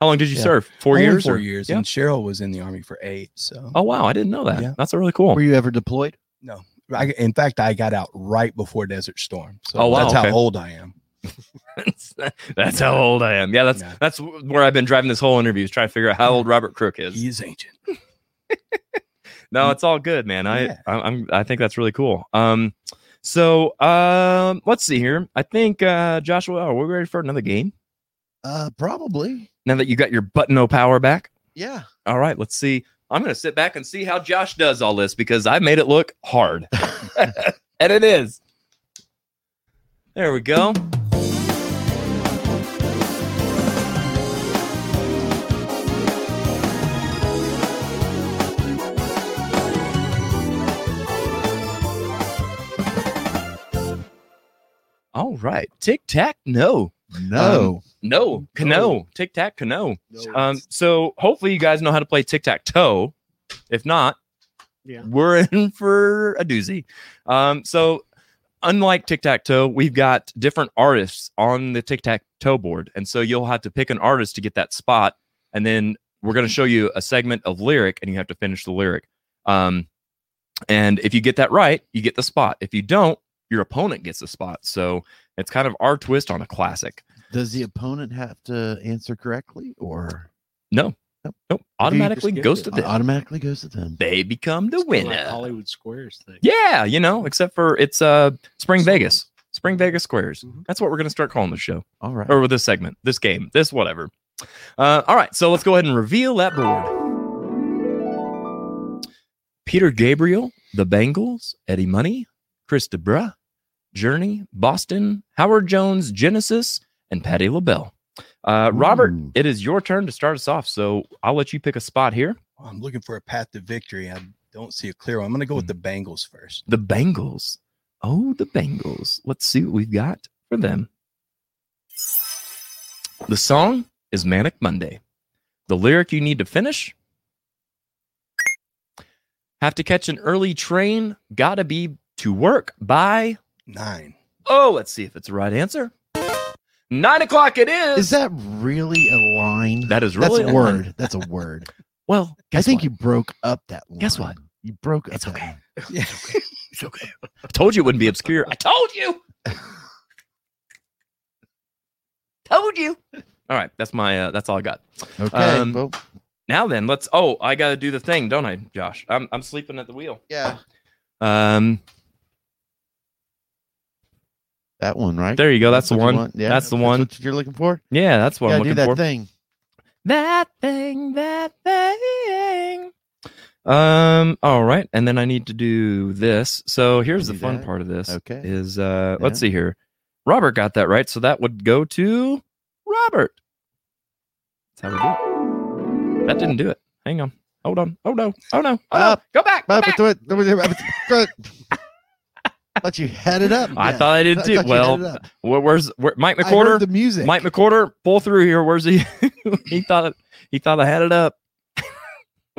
A: How long did you
F: Yeah.
A: serve? Four
F: Only
A: years.
F: Four
A: or-
F: years.
A: Yeah.
F: And Cheryl was in the army for eight. So
A: Oh wow, I didn't know that.
F: Yeah.
A: That's really cool.
E: Were you ever deployed?
F: I, in fact, I got out right before Desert Storm. So
A: Oh, wow,
F: that's
A: okay.
F: how old I am.
A: that's how old I am. Yeah, that's
F: Yeah.
A: that's where I've been driving this whole interview is trying to figure out how old Robert Crook is.
F: He's ancient.
A: No, it's all good, man. I,
F: Yeah.
A: I I'm I think that's really cool. Um, so um, let's see here. I think uh, Joshua, are we ready for another game?
E: Uh, probably.
A: Now that you got your button o power back.
E: Yeah.
A: All right, let's see. I'm gonna sit back and see how Josh does all this because I made it look hard, and it is. There we go. All right, tic tac, no,
E: No.
A: no, cano, tic tac, cano. Um, so hopefully you guys know how to play tic tac toe. If not,
B: Yeah.
A: we're in for a doozy. Um, so unlike tic tac toe, we've got different artists on the tic tac toe board, and so you'll have to pick an artist to get that spot, and then we're going to show you a segment of lyric, and you have to finish the lyric. Um, and if you get that right, you get the spot. If you don't, your opponent gets the spot. So it's kind of our twist on a classic.
E: Does the opponent have to answer correctly or
A: No,
E: Nope.
A: nope,
B: you just
A: automatically
B: get
A: goes
B: it?
A: to
E: it
A: them.
E: automatically goes to them?
A: they become the
B: Kinda
A: winner.
B: like Hollywood Squares thing.
A: yeah, you know, except for it's uh Spring
B: Squares.
A: Vegas. Spring Vegas Squares.
B: Mhm.
A: That's what we're gonna start calling the show.
E: All right.
A: Or with this segment, this game, this whatever. Uh, all right, so let's go ahead and reveal that board. Peter Gabriel, the Bengals, Eddie Money, Chris DeBra, Journey, Boston, Howard Jones, Genesis, and Patty LaBelle. Uh, Robert,
E: Ooh.
A: it is your turn to start us off, so I'll let you pick a spot here.
F: Well, I'm looking for a path to victory. I don't see a clear one. I'm going to go
A: Hmm.
F: with the Bengals first.
A: The Bengals. Oh, the Bengals. Let's see what we've got for them. The song is Manic Monday. The lyric you need to finish have to catch an early train, gotta be to work by.
F: Nine.
A: Oh, let's see if it's the right answer. Nine o'clock it is.
E: Is that really a line?
A: that is really
E: That's a word. That's a word.
A: Well,
E: I
A: guess
E: think
A: what?
E: you broke up that line.
A: Guess what?
E: You broke up
A: It's
E: that
A: okay.
E: line.
F: Yeah.
A: I told you it wouldn't be obscure. I told you.
D: Told you.
A: All right, that's my uh, that's all I got.
E: Okay.
A: Um,
E: well,
A: Now then, let's. Oh, I got to do the thing, don't I, Josh? I'm I'm sleeping at the wheel.
E: yeah.
A: Um,
E: That one, right?
A: there you go. That's the
E: what you
A: one.
E: want? Yeah,
A: That's the one.
E: what you're looking for.
A: Yeah, that's what
E: yeah,
A: I'm
E: do
A: looking
E: that
A: for.
E: thing.
A: That thing, that thing. Um. All right, and then I need to do this. So here's the
E: Do
A: fun
E: that.
A: part of this.
E: Okay.
A: Is uh.
E: Yeah.
A: Let's see here. Robert got that right, so that would go to Robert. That's how we do it. That didn't do it. Hang on. Hold on. Oh no. Oh no. Oh, no.
E: Up,
A: Go back. Go
E: Up
A: back.
E: into it. Up into it. Up into it. Thought you had it up.
A: I
E: Yeah.
A: thought I did
E: I
A: too.
E: thought you had
A: Well,
E: it up.
A: where, where's where, Mike
E: I heard
A: McCorder?
E: the music.
A: Mike McCorder, pull through here. Where's he? he thought he thought I had it up.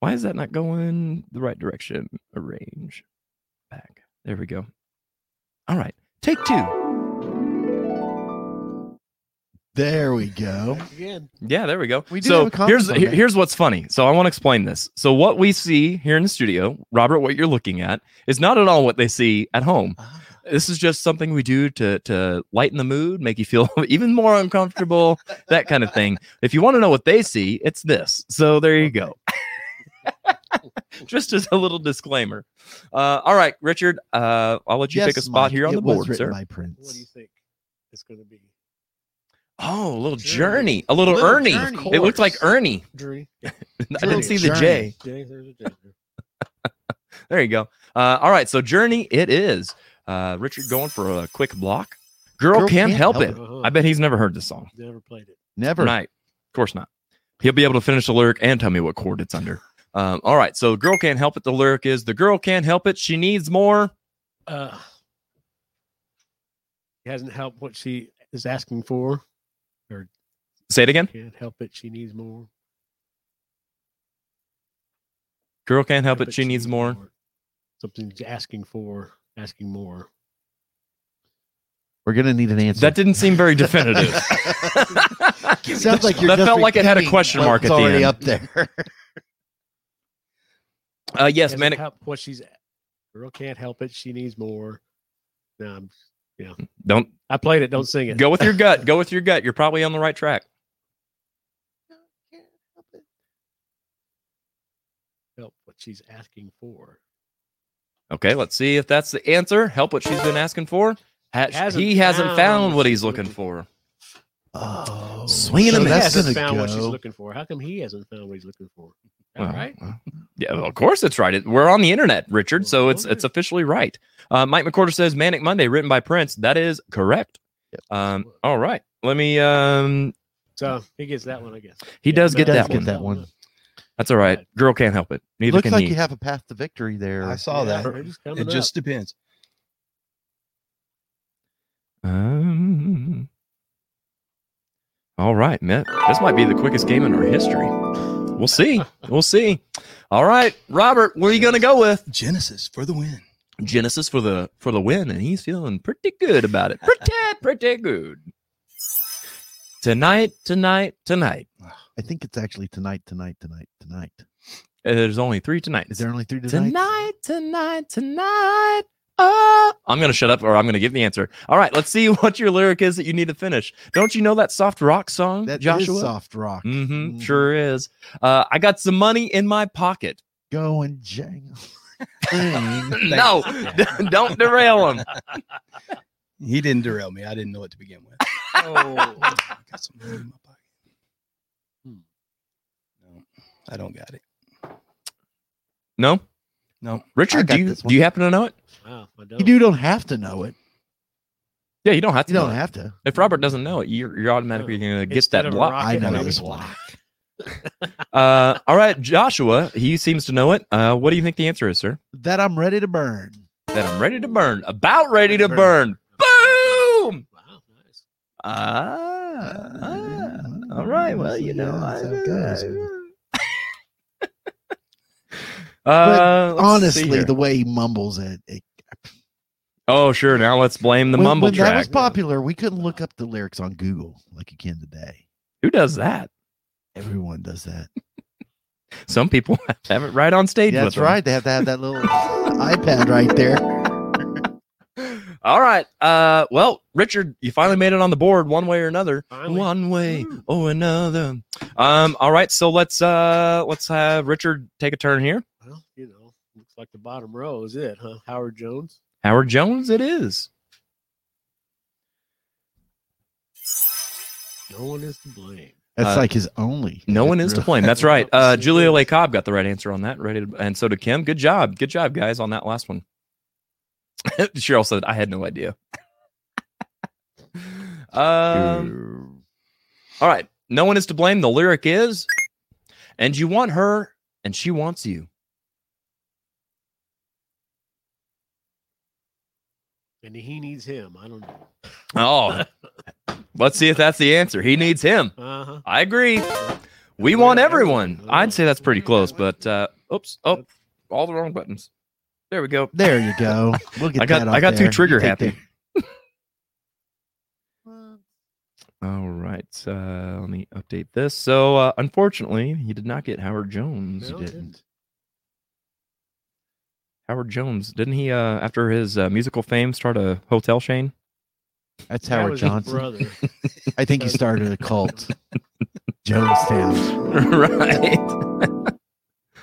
A: Why is that not going the right direction? Arrange back. There we go. All right, take two.
E: There we go.
B: Again.
A: Yeah, there we go.
E: We do
A: so
E: have a
A: here's
E: comment on
A: here-
E: that.
A: here's what's funny. So I want to explain this. So what we see here in the studio, Robert, what you're looking at is not at all what they see at home.
E: Ah.
A: this is just something we do to to lighten the mood, make you feel even more uncomfortable, that kind of thing. If you want to know what they see, it's this. So there you go. just as a little disclaimer. Uh, all right, Richard, uh, I'll let you
E: Yes,
A: pick a spot
E: Mike,
A: here on
E: it
A: the
E: was
A: board,
E: written
A: sir.
E: by
B: What do you
E: Prince.
B: think it's going to be?
A: Oh, a little
B: Journey.
A: journey, a little,
E: Little
A: Ernie.
E: Journey.
A: It looked like
E: Course.
A: Ernie.
B: Journey.
A: I didn't
B: Journey.
A: see the J.
E: Journey.
B: J, there's a J.
A: There you go. Uh, all right, so journey it is. Uh, Richard going for a quick block. Girl, can't, help, it.
B: Uh-huh.
A: I bet he's never heard this song.
B: Never played it.
E: Never.
A: Right. Of course not. He'll be able to finish the lyric and tell me what chord it's under. Um, all right. So, girl can't help it. The lyric is the girl can't help it. She needs more.
B: Uh, it hasn't helped what she is asking for.
A: Say it again.
B: Can't help it. She needs more.
A: Girl can't help it. She needs more.
B: Something's asking for, asking more.
E: We're gonna need an answer.
A: That didn't seem very definitive.
E: Sounds like you're
A: that
E: just
A: felt like it had a
E: repeating
A: question
E: what's
A: mark at the
E: already
A: end.
E: up there.
A: Uh, yes,
B: Hasn't
A: manic.
B: helped what she's. Girl can't help it. She needs more. No, I'm,
A: Don't
B: I played it. Don't sing it.
A: go with your gut. Go with your gut. You're probably on the right track.
B: help what she's asking for.
A: Okay. Let's see if that's the answer. Help what she's been asking for. Ha-
B: Hasn't
A: he hasn't found
B: found
A: what he's looking for.
E: Oh,
A: Swing and a
E: so
B: She
E: that's
B: hasn't
E: gonna
B: found
E: go.
B: what she's looking for. How come he hasn't found what he's looking for? Is that
A: Well,
B: right?
A: well, Yeah, well, of course it's right. It- We're on the internet, Richard, so it's it's officially right. Uh, Mike McCorder says "Manic Monday," written by Prince. That is correct. Um, all right, let me. Um,
B: So he gets that one, I guess.
A: he does get
E: does
A: that
E: get
A: one.
E: that one.
A: That's all right. Girl can't help it. Neither
E: Looks
A: can
E: like
A: he.
E: you have a path to victory there.
F: I saw
B: Yeah,
F: that.
B: they're just coming
F: It
B: up.
F: just depends.
A: um, all right, man. This might be the quickest game in our history. We'll see. We'll see. All right, Robert, where are you gonna go with
F: Genesis for the win.
A: Genesis for the for the win? And he's feeling pretty good about it. Pretty pretty good. Tonight, tonight, tonight.
E: I think it's actually tonight, tonight, tonight, tonight.
A: Uh, There's only three tonight.
E: Is there only three tonight?
A: tonight, tonight, tonight? Oh, I'm gonna shut up, or I'm gonna give the answer. All right, let's see what your lyric is that you need to finish. Don't you know that soft rock song,
E: That is
A: Joshua?
E: soft rock.
A: Mm-hmm,
E: Mhm.
A: sure is. Uh, I got some money in my pocket.
E: Going jangle. Dang.
A: no, don't derail him.
F: He didn't derail me. I didn't know it to begin with.
B: Oh,
F: I got some money in my pocket.
B: Hmm.
F: No, I don't got it.
A: No,
F: No,
A: Richard,
E: got
A: do you
E: this one.
A: do you happen to know it?
B: wow. I don't.
E: you do don't have to know it.
A: Yeah, you don't have to.
E: You don't
A: know it.
E: have to.
A: If Robert doesn't know it, you're, you're automatically gonna get
B: Instead
A: that
B: of
A: block.
B: rock
E: I
B: it
E: know
B: is.
E: it's black.
A: Uh, all right, Joshua, he seems to know it. Uh, what do you think the answer is, sir?
E: That I'm ready to burn.
A: That I'm ready to burn. About ready to burn.
B: Burn.
A: Boom!
B: Wow, nice.
A: Ah, ah,
E: Mm-hmm.
A: all right. Well, you know,
E: Yeah,
A: I,
E: that's how it goes.
A: uh, let's see
E: Honestly,
A: here.
E: the way he mumbles it, it
A: oh sure. Now let's blame the
E: when,
A: mumble
E: when that
A: track.
E: was popular, we couldn't look up the lyrics on Google like you can today.
A: Who does that?
E: Everyone does that.
A: Some people have it right on stage.
E: Yeah,
A: with
E: that's right. They have to have that little iPad right there.
A: them. All right. Uh, well, Richard, you finally made it on the board one way or another.
B: Finally.
A: One way
B: Mm.
A: or another. Um, all right. So let's uh, let's have Richard take a turn here.
B: Well, you know, looks like the bottom row is it, huh? Howard Jones.
A: Howard Jones, it is.
B: No one is to blame.
E: That's
A: Uh,
E: like his only.
A: No one is to blame. That's right. Uh, Julia Lay Cobb got the right answer on that. Ready to, and so did Kim. Good job. Good job, guys, on that last one. Cheryl said, I had no idea. um, all right. No one is to blame. The lyric is, and you want her, and she wants you.
B: And he needs him. I don't know.
A: Oh, let's see if that's the answer. He needs him.
B: Uh huh.
A: I agree. We want everyone. I'd say that's pretty close, but uh, oops. Oh, all the wrong buttons. There we go.
E: There you go. We'll get
A: I got-
E: that
A: I
E: out
A: got too
E: there.
A: trigger
E: Take
A: happy.
E: that.
A: All right. Uh, let me update this. So, uh, unfortunately, he did not get Howard Jones.
B: No,
E: didn't.
A: Howard Jones, didn't he, uh, after his uh, musical fame, start a hotel chain?
E: That's
B: that
E: Howard
B: was his
E: Johnson.
B: brother.
E: I think he started a cult. Jonestown.
A: right.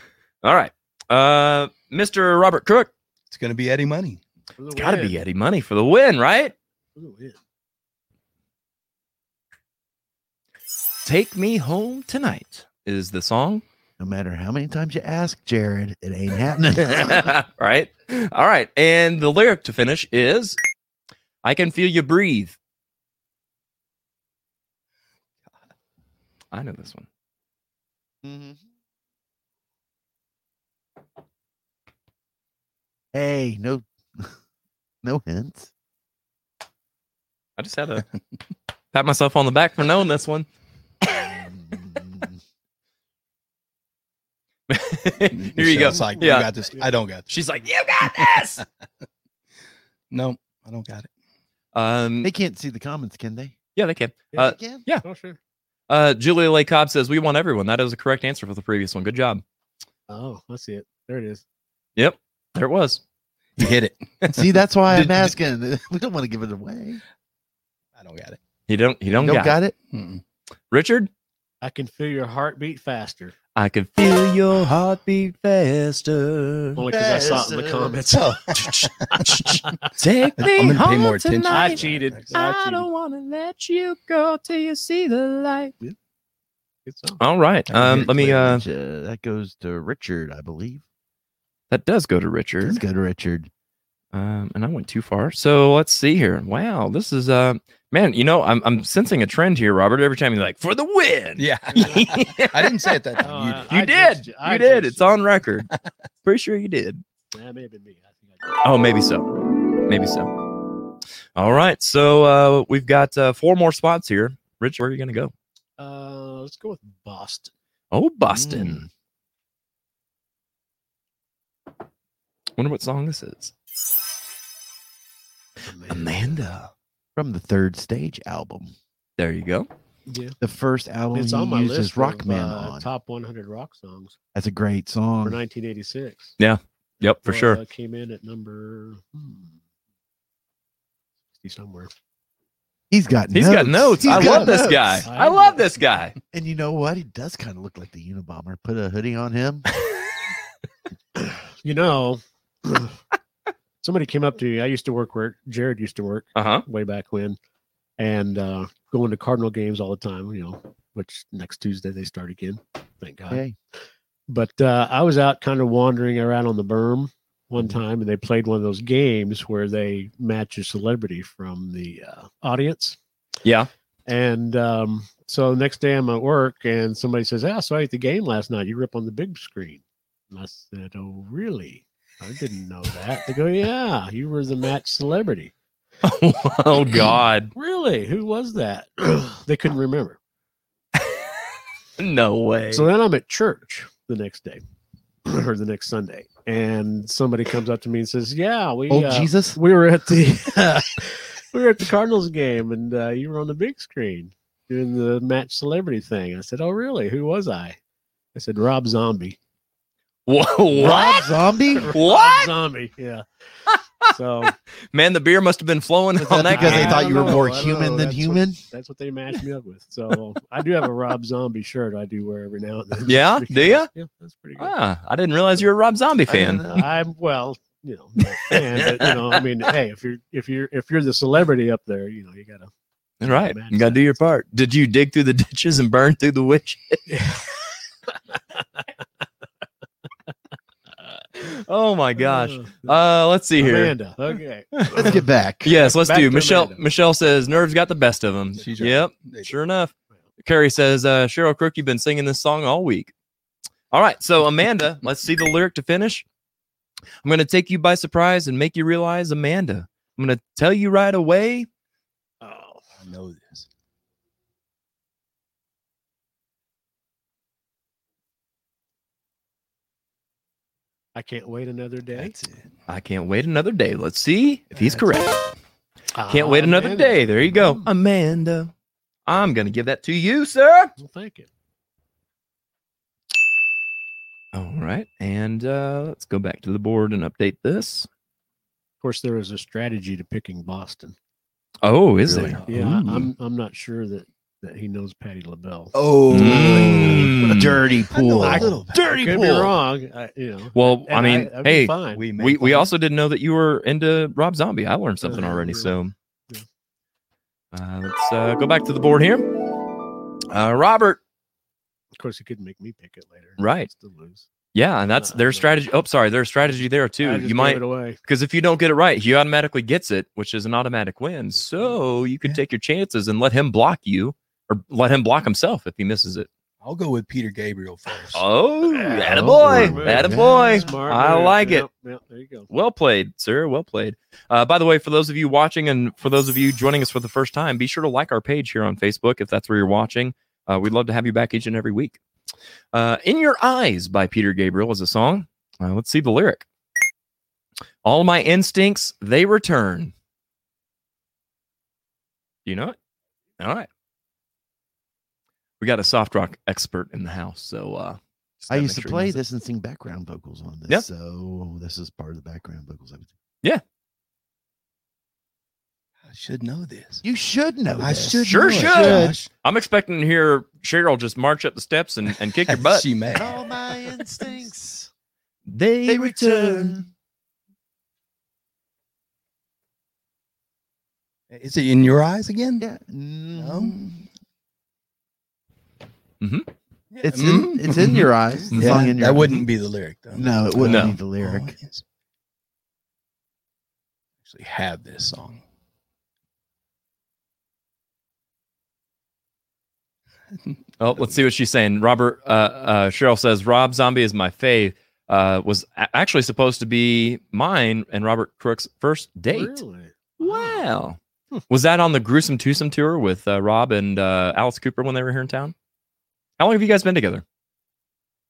A: All right. Uh, Mr. Robert Crook.
F: It's going to be Eddie Money.
B: For the
A: It's got to
B: win.
A: be Eddie Money for the win, right?
B: For the win.
A: Take Me Home Tonight is the song.
E: No matter how many times you ask, Jared, it ain't happening.
A: right. All right. And the lyric to finish is I can feel you breathe. I know this one.
B: Mm-hmm.
E: Hey, no, no hints.
A: I just had to pat myself on the back for knowing this one.
E: Mm,
A: Here you go.
F: Michelle's Like,
A: Yeah.
F: You got this. I don't got this.
A: She's like, You got this.
F: No, I don't got it.
A: um,
E: they can't see the comments, can they?
A: yeah, they can.
B: Yeah.
A: Uh,
E: They can.
B: Oh, sure.
A: uh, Julia Lay Cobb says, We want everyone. That is the correct answer for the previous one. Good job.
B: Oh, I see it. There it is.
A: Yep. There it was.
F: You hit it.
E: See, that's why
F: Did-
E: I'm
F: did-
E: asking. We don't want to give it away.
F: I don't got it.
A: He don't he don't
E: No,
A: got, it.
E: got it.
F: Mm-mm.
A: Richard?
B: I can feel your heartbeat faster.
A: I can feel your heartbeat faster.
B: Only because I saw it in the
E: Faster.
B: comments.
F: So
A: Take
F: I'm gonna pay more attention.
B: I cheated. I cheated.
A: want to let you go till you see the light.
B: Good song.
A: All right. Um, let me. Uh,
E: Uh, that goes to Richard, I believe.
A: that does go to
E: Let's
A: Richard.
E: go to Richard.
A: Um, and I went too far. So let's see here. Wow, this is uh, man. You know, I'm I'm sensing a trend here, Robert. Every time you're like for the win.
F: yeah, I didn't say it that time. You
B: Oh,
F: did.
A: you
B: I
A: did.
B: jinxed
A: You,
B: I
A: did.
B: jinxed
A: It's
B: you.
A: on record. Pretty sure you did.
B: That may have been me. I think I did.
A: Oh, maybe so. Maybe so. All right. So uh, we've got uh, four more spots here. Rich, where are you gonna go?
B: Uh, let's go with Boston.
A: Oh, Boston. Wonder what song this is. Amanda.
E: Mm. From the third stage album,
A: There you go.
B: Yeah.
E: the first album
B: It's
E: he
B: on my
E: used
B: list.
E: is Rockman
B: of, uh,
E: on.
B: top 100 rock songs
E: That's a great
B: for
E: song.
B: 1986.
A: Yep, for
B: Uh,
A: sure.
B: Came in at number hmm, 60 somewhere.
E: He's got
A: He's
E: notes.
A: got notes.
E: He's
A: I
E: got
A: love this
E: notes.
A: guy.
B: I
A: I love
B: know.
A: this guy.
E: And you know what? He does kind of look like the Unabomber. Put a hoodie on him.
B: You know, somebody came up to me. I used to work where Jared used to work.
A: Uh huh.
B: way back when, and uh, going to Cardinal games all the time. You know, which next Tuesday they start again. Thank God.
E: Hey,
B: But uh, I was out kind of wandering around on the berm one time, and they played one of those games where they match a celebrity from the uh, audience.
A: Yeah.
B: And um, so the next day I'm at work, and somebody says, "Ah, so I at the game last night. You were up on the big screen." And I said, "Oh, really?" I didn't know that. They go, "Yeah, you were the match celebrity."
A: oh God.
B: Really? Who was that? they couldn't remember.
A: No way.
B: So then I'm at church the next day or the next Sunday, and somebody comes up to me and says, "Yeah, we
E: old
B: uh,
E: Oh, Jesus.
B: we were at the we were at the Cardinals game, and uh, you were on the big screen doing the match celebrity thing." I said, "Oh, really? Who was I?" I said, "Rob Zombie."
A: Whoa, what?
E: Rob Zombie.
B: Rob
A: What?
B: Zombie? Yeah. So
A: Man, the beer must have been flowing
E: Was
A: on
E: that
A: that
E: because
A: game.
E: they thought you were
B: I don't
E: more
B: know. I don't
E: human than
B: know. That's what-
E: human?
B: that's what they matched me up with. So I do have a Rob Zombie shirt I do wear every now and then.
A: Yeah? Do ya?
B: Yeah, that's pretty good.
A: Ah, I didn't realize you were a Rob Zombie
E: I didn't
A: fan.
E: know.
B: I'm well, you know, not a fan, but, you know, I mean, hey, if you're if you're if you're the celebrity up there, you know, you gotta.
A: Oh Right.
B: Match
A: You got to do your part. Did you dig through the ditches and burn through the witch? oh my gosh. Uh, let's see here.
B: Amanda. Okay.
E: Let's get back.
A: Yes, let's
B: Oh, Back
A: do.
B: to
A: Michelle
B: Amanda.
A: Michelle says nerves got the best of him.
F: She's right.
A: yep,
F: They-
A: sure enough. Carrie says uh, Cheryl Crook, you've been singing this song all week. All right, so Amanda, let's see the lyric to finish. I'm going to take you by surprise and make you realize, Amanda. I'm going to tell you right away.
B: Oh,
F: I know this.
B: I can't wait another day.
F: That's it.
A: I can't wait another day. Let's see if he's correct. Can't wait
B: Ah,
A: another
B: Amanda.
A: day. There you go,
B: Mm.
A: Amanda. I'm going to give that to you, sir.
B: Well, thank you.
A: All right, and uh, let's go back to the board and update this.
B: Of course, there is a strategy to picking Boston.
A: Oh, is
F: Really?
A: there?
B: Yeah,
A: Ooh.
B: I- I'm I'm not sure that that he knows Patty LaBelle.
F: Oh,
A: Mm.
E: Dirty pool.
B: I-
E: Dirty
B: could be wrong. I, you know,
A: Well, I
B: and
A: mean,
B: that'd be
A: hey,
B: fine.
F: we
A: we,
F: made
A: we
F: fun.
A: also didn't know that you were into Rob Zombie. I learned something
B: Uh-huh,
A: already.
B: really.
A: So
B: Yeah.
A: uh, let's uh, go back to the board here. Uh, Robert,
B: of course, he could make me pick it later.
A: Right.
B: Still lose.
A: yeah, and that's
B: Uh,
A: their
B: uh,
A: strategy. Oh, sorry, their strategy there
B: I
A: too.
B: just
A: You
B: gave
A: might
B: it away.
A: because if you don't get it right, he automatically gets it, which is an automatic win. So you could take your chances and let him block you, or let him block himself if he misses it.
F: I'll go with Peter Gabriel first.
A: Oh,
B: Yeah.
A: attaboy,
B: Smart move.
A: attaboy.
B: Smart
A: I
B: move.
A: like it.
B: Yep, yep, there you go.
A: Well played, sir. Well played. Uh, by the way, for those of you watching and for those of you joining us for the first time, be sure to like our page here on Facebook if that's where you're watching. Uh, we'd love to have you back each and every week. Uh, In Your Eyes by Peter Gabriel is a song. Uh, let's see the lyric. All my instincts, they return. Do you know it? All right. We got a soft rock expert in the house. So uh, just
E: I
A: gotta
E: used
A: make
E: to
A: sure he
E: play
A: knows it.
E: this and sing background vocals on this.
A: Yep.
E: So this is part of the background vocals. I would-
F: I should know this.
E: You should know.
F: I
E: this.
F: should
A: Sure
F: know it,
A: should.
F: Josh.
A: I'm expecting to hear Cheryl just march up the steps and, and kick your butt.
F: she may.
E: All my instincts,
A: they,
E: they return.
F: Is it in your eyes again?
E: Yeah.
A: Mm-hmm.
E: Mm.
A: Mhm.
E: It's in, it's in your eyes. The
F: Yeah,
E: song in your
F: that
E: eyes.
F: wouldn't be the lyric though.
E: No, it wouldn't
A: Mm-hmm. No.
E: be the lyric.
F: Oh, yes. Actually, have this song.
A: Oh, let's see what she's saying. Robert uh, uh, Cheryl says Rob Zombie is my fave. Uh, was a- actually supposed to be mine and Robert Crook's first date.
B: Really?
A: Wow.
B: Hmm.
A: Was that on the gruesome twosome tour with uh, Rob and uh, Alice Cooper when they were here in town? How long have you guys been together?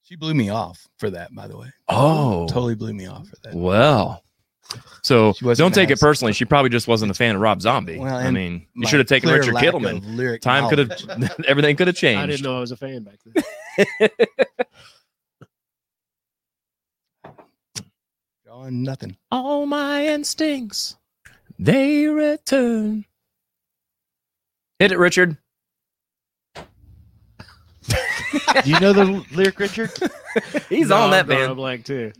F: She blew me off for that, by the way.
A: Oh,
F: Totally blew me off for that.
A: well. So
F: She wasn't
A: don't take
F: gonna
A: it
F: have-
A: personally. She probably just wasn't a fan of Rob Zombie.
F: Well,
A: I
F: and
A: mean, you
F: My
A: should have taken
F: clear
A: Richard
F: lack
A: Kittleman.
F: of lyric
A: Time could
F: knowledge.
A: have, everything could have changed.
B: I didn't know I was a fan back then.
F: Drawing nothing.
A: All my instincts, they return. Hit it, Richard.
E: Do you know the lyric, Richard?
A: He's
B: No,
A: on
B: I'm
A: that
B: drawing a
A: man.
B: blank too.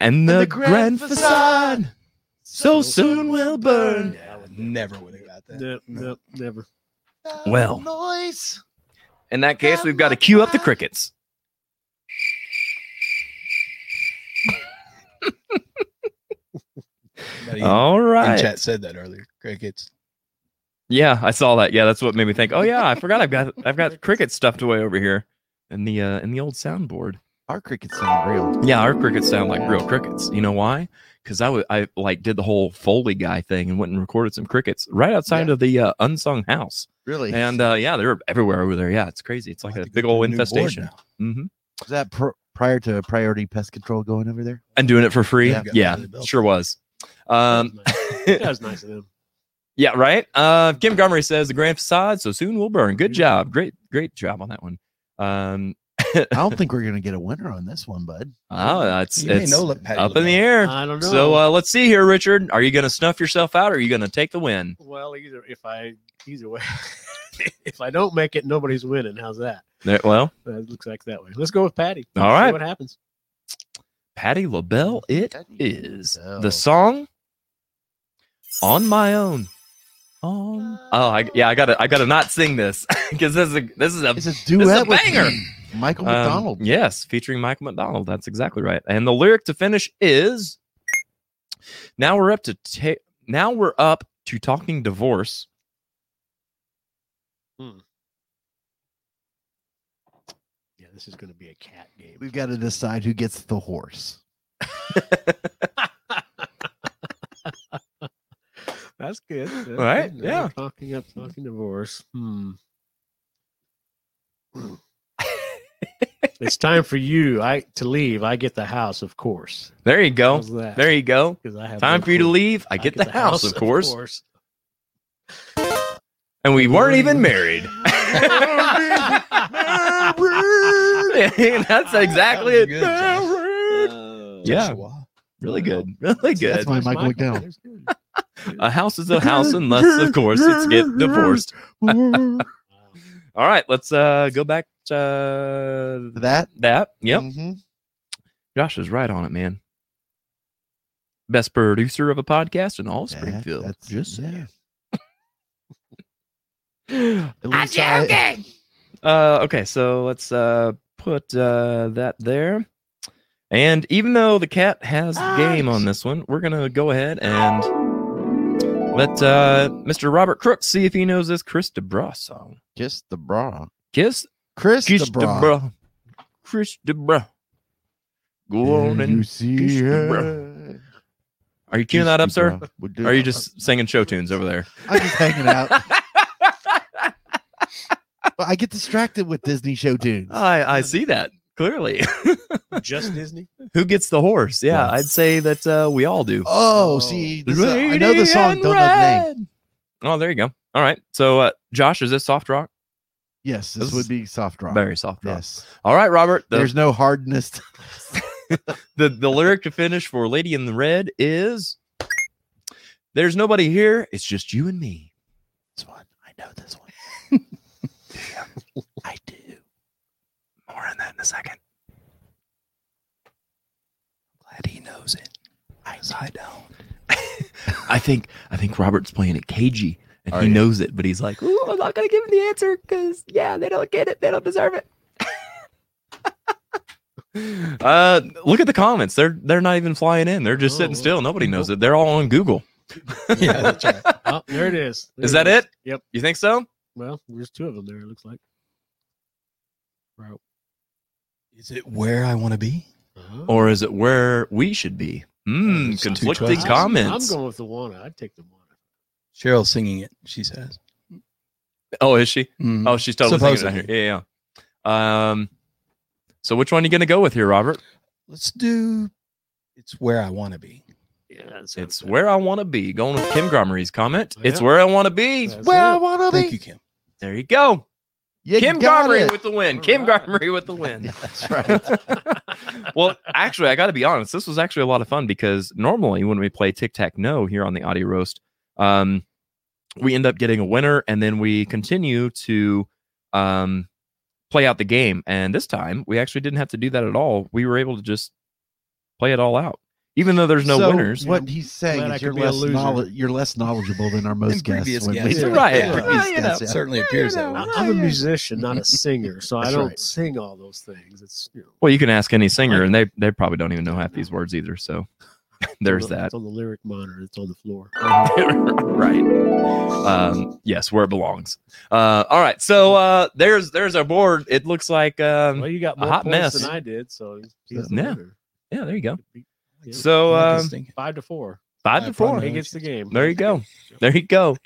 A: And the,
E: the
A: grand
E: grand
A: facade so soon will burn.
F: Yeah, I would never would have got that.
B: Nope, nope, never.
A: Well.
E: noise.
A: In that case, we've got to cue up the crickets.
F: Not even-
A: All
F: in
A: right.
F: chat said that earlier. Crickets.
A: Yeah, I saw that. Yeah, that's what made me think. Oh yeah, I forgot I've got I've got crickets stuffed away over here in the uh, in the old soundboard.
E: Our crickets sound real.
A: Yeah, our crickets sound like real crickets. You know why? Because I wa- I, like did the whole Foley guy thing and went and recorded some crickets right outside of the uh, unsung house.
E: Really.
A: And uh, yeah, they're everywhere over there. Yeah, it's crazy. It's
F: I'll
A: like
F: have
A: a
F: to go
A: big
F: to
A: old
F: a new board
A: infestation.
F: now.
A: Mm-hmm.
E: Was that pr- prior to priority pest control going over there?
A: And doing it for free.
E: Yeah.
A: Yeah,
F: Got rid of the bill.
A: sure was. Um,
B: that, was nice. that was nice of them.
A: yeah, right. Uh, Kim Montgomery says the grand facade so soon will burn. Good job. Great, great job on that one. Um,
E: I don't think we're gonna get a winner on this one, bud.
A: Oh, it's
F: You may
A: it's
F: know Le- Patty
A: up in the
F: LaBelle.
A: air.
B: I don't know.
A: So uh, let's see here, Richard. Are you going to snuff yourself out, or are you going to take the win?
B: well, either if I either way, if I don't make it, nobody's winning. How's that?
A: There- well,
B: Uh, it looks like that way. Let's go with Patty.
A: All
B: See
A: right.
B: what happens?
A: Patty LaBelle, it
E: Patty
A: is
E: LaBelle.
A: the song "On My Own." On oh, I, yeah, I gotta, I gotta not sing this because this is a, this is a
E: It's a duet with
A: banger.
E: Michael
A: Um,
E: McDonald.
A: Yes, featuring Michael McDonald. That's exactly right. And the lyric to finish is Now we're up to ta- now we're up to talking divorce.
B: Yeah, this is going to be a cat game.
E: We've got to decide who gets the horse.
B: That's good. That's good.
A: right,
B: Now
A: yeah.
B: we're Talking up, talking divorce. Hmm. it's time for you I to leave. I get the house, of course.
A: There you go.
B: How's that?
A: There you go.
B: Because I have
A: Time
B: no
A: for you to
B: clue.
A: leave. I get the house, of course. And we weren't even married. That's exactly
F: was
A: it.
F: good, Josh.
A: Married. Yeah.
F: Chihuahua.
A: Really good. Really
E: See,
A: good.
E: that's my Michael McDowell.
B: There's good.
A: A house is a house unless of course it's get divorced.
B: Wow.
A: All right, let's uh go back to uh,
E: that.
A: that. Yep.
E: Mhm.
A: Josh is right on it, man. Best producer of a podcast in all of
E: That-
A: Springfield.
E: that's-
A: just
E: yeah.
A: saying.
E: At least I-
A: Uh, okay, so let's uh, put uh, that there. And even though the cat has the game on this one, we're gonna go ahead and let uh, Mr. Robert Crooks see if he knows this Chris DeBra song.
E: Just the bra.
A: Kiss,
E: Chris
A: Kiss
E: the bra.
A: DeBra, Chris DeBra. Go on
E: Did
A: and
E: you see
A: kiss the
E: her?
A: bra. Are you queuing that up, sir? Or are you just singing show tunes over there?
E: I'm just hanging out. Well, I get distracted with Disney show tunes.
A: I I see that clearly.
B: Just Disney.
A: Who gets the horse? Yeah,
E: Yeah.
A: I'd say that uh, we all do.
E: Oh,
B: Oh.
E: see, this is- I know the song. Don't know the name.
A: Oh, there you go. All right. So, uh, Josh, is this soft rock?
E: Yes, this
A: This is
E: would be soft rock.
A: Very soft rock.
E: Yes,
A: All right, Robert. The,
E: there's no hardness. to this.
A: the the lyric to finish for Lady in the Red is There's nobody here. It's just you and me.
E: This one, I know this one. I do.
A: More on that in a second.
F: Glad he knows it. I, I don't.
A: I think I think Robert's playing it cagey and
E: Are
A: he
E: you?
A: knows it, but he's like, Ooh, I'm not gonna give him the answer because yeah, they don't get it, they don't deserve it. uh look at the comments. They're they're not even flying in. They're just
B: Oh,
A: sitting
B: well.
A: still. Nobody knows it. They're all on Google.
F: Yeah, that's right.
B: Oh, there it is. There
A: Is that it?
B: Yep.
A: You think so?
B: Well, there's two of them there. It looks like. Right.
F: Is it where I want to be?
B: Uh-huh.
A: Or is it where we should be? Hmm,
F: Oh, There's two
A: conflicting
F: choices.
A: comments.
B: I'm going with the Wana. I'd take the Wana.
F: Cheryl's singing it. She says.
A: oh, is she?
F: Mm.
A: Oh, she's totally thinking about
F: Supposedly.
A: here. Yeah, yeah. Um so which one are you gonna go with here, Robert?
F: Let's do. It's where I want to be.
B: Yeah, that sounds
A: It's
B: better.
A: where I want to be. Going with Kim Gromery's comment. It's
B: Yeah.
A: where I want to be.
B: That's
E: Where I
B: it.
E: want to
F: Thank
E: be.
F: you, Kim.
A: There you go.
E: You
A: Kim
E: got
A: Gomery
E: it.
A: with the win.
B: All
A: Kim
B: right.
A: Gomery with the win.
E: Yeah, that's right.
A: well, actually, I got to be honest. This was actually a lot of fun because normally when we play Tic Tac No here on the Audio Roast, um, we end up getting a winner and then we continue to um, play out the game. And this time we actually didn't have to do that at all. We were able to just play it all out, even though there's no
E: So
A: winners.
E: What he's saying
B: Glad I
E: is
B: could
E: you're
B: be a
E: less,
B: loser.
E: knowledge, you're less knowledgeable than our most guests.
F: previous
E: when we
F: guests.
E: do
A: Right.
E: it.
A: Yeah,
E: Previous
A: you know.
E: guests, yeah.
F: Certainly appears that
B: I-
F: way.
B: I'm a musician, not a singer, so I
E: That's
B: don't
E: right.
B: sing all those things. It's you know,
A: Well, you can ask any singer, and they they probably don't even know half these words either. So there's
B: it's on
A: that.
B: the-
A: Uh-huh.
B: It's on the lyric monitor. It's on the floor.
A: right. Um, yes, where it belongs. Uh, all right. So uh, there's there's our board. It looks like um,
B: Well, you got
A: a
B: more
A: hot
B: points
A: mess.
B: than I did, so he's the
A: Yeah.
B: winner.
A: yeah. There you go.
B: Yeah,
A: So
F: Not
A: um,
F: distinct.
B: five to four.
A: five
F: I
A: to four.
B: He
F: Yeah,
B: gets the game.
A: There you go. There you go.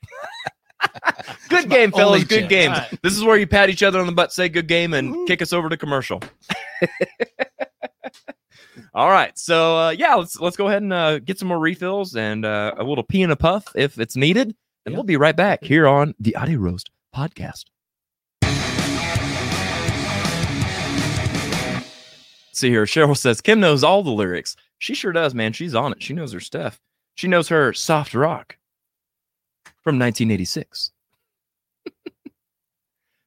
A: good game, fellas.
F: only
A: Good
F: chance.
A: game.
B: All right.
A: This is where you pat each other on the butt, say good game, and kick us over to commercial. All right. So uh, yeah, let's let's go ahead and uh, get some more refills and uh, a little pee and a puff if it's needed, and we'll be right back here on the Audio Roast podcast. see here. Cheryl says Kim knows all the lyrics. She sure does, man. She's on it. She knows her stuff. She knows her soft rock from 1986.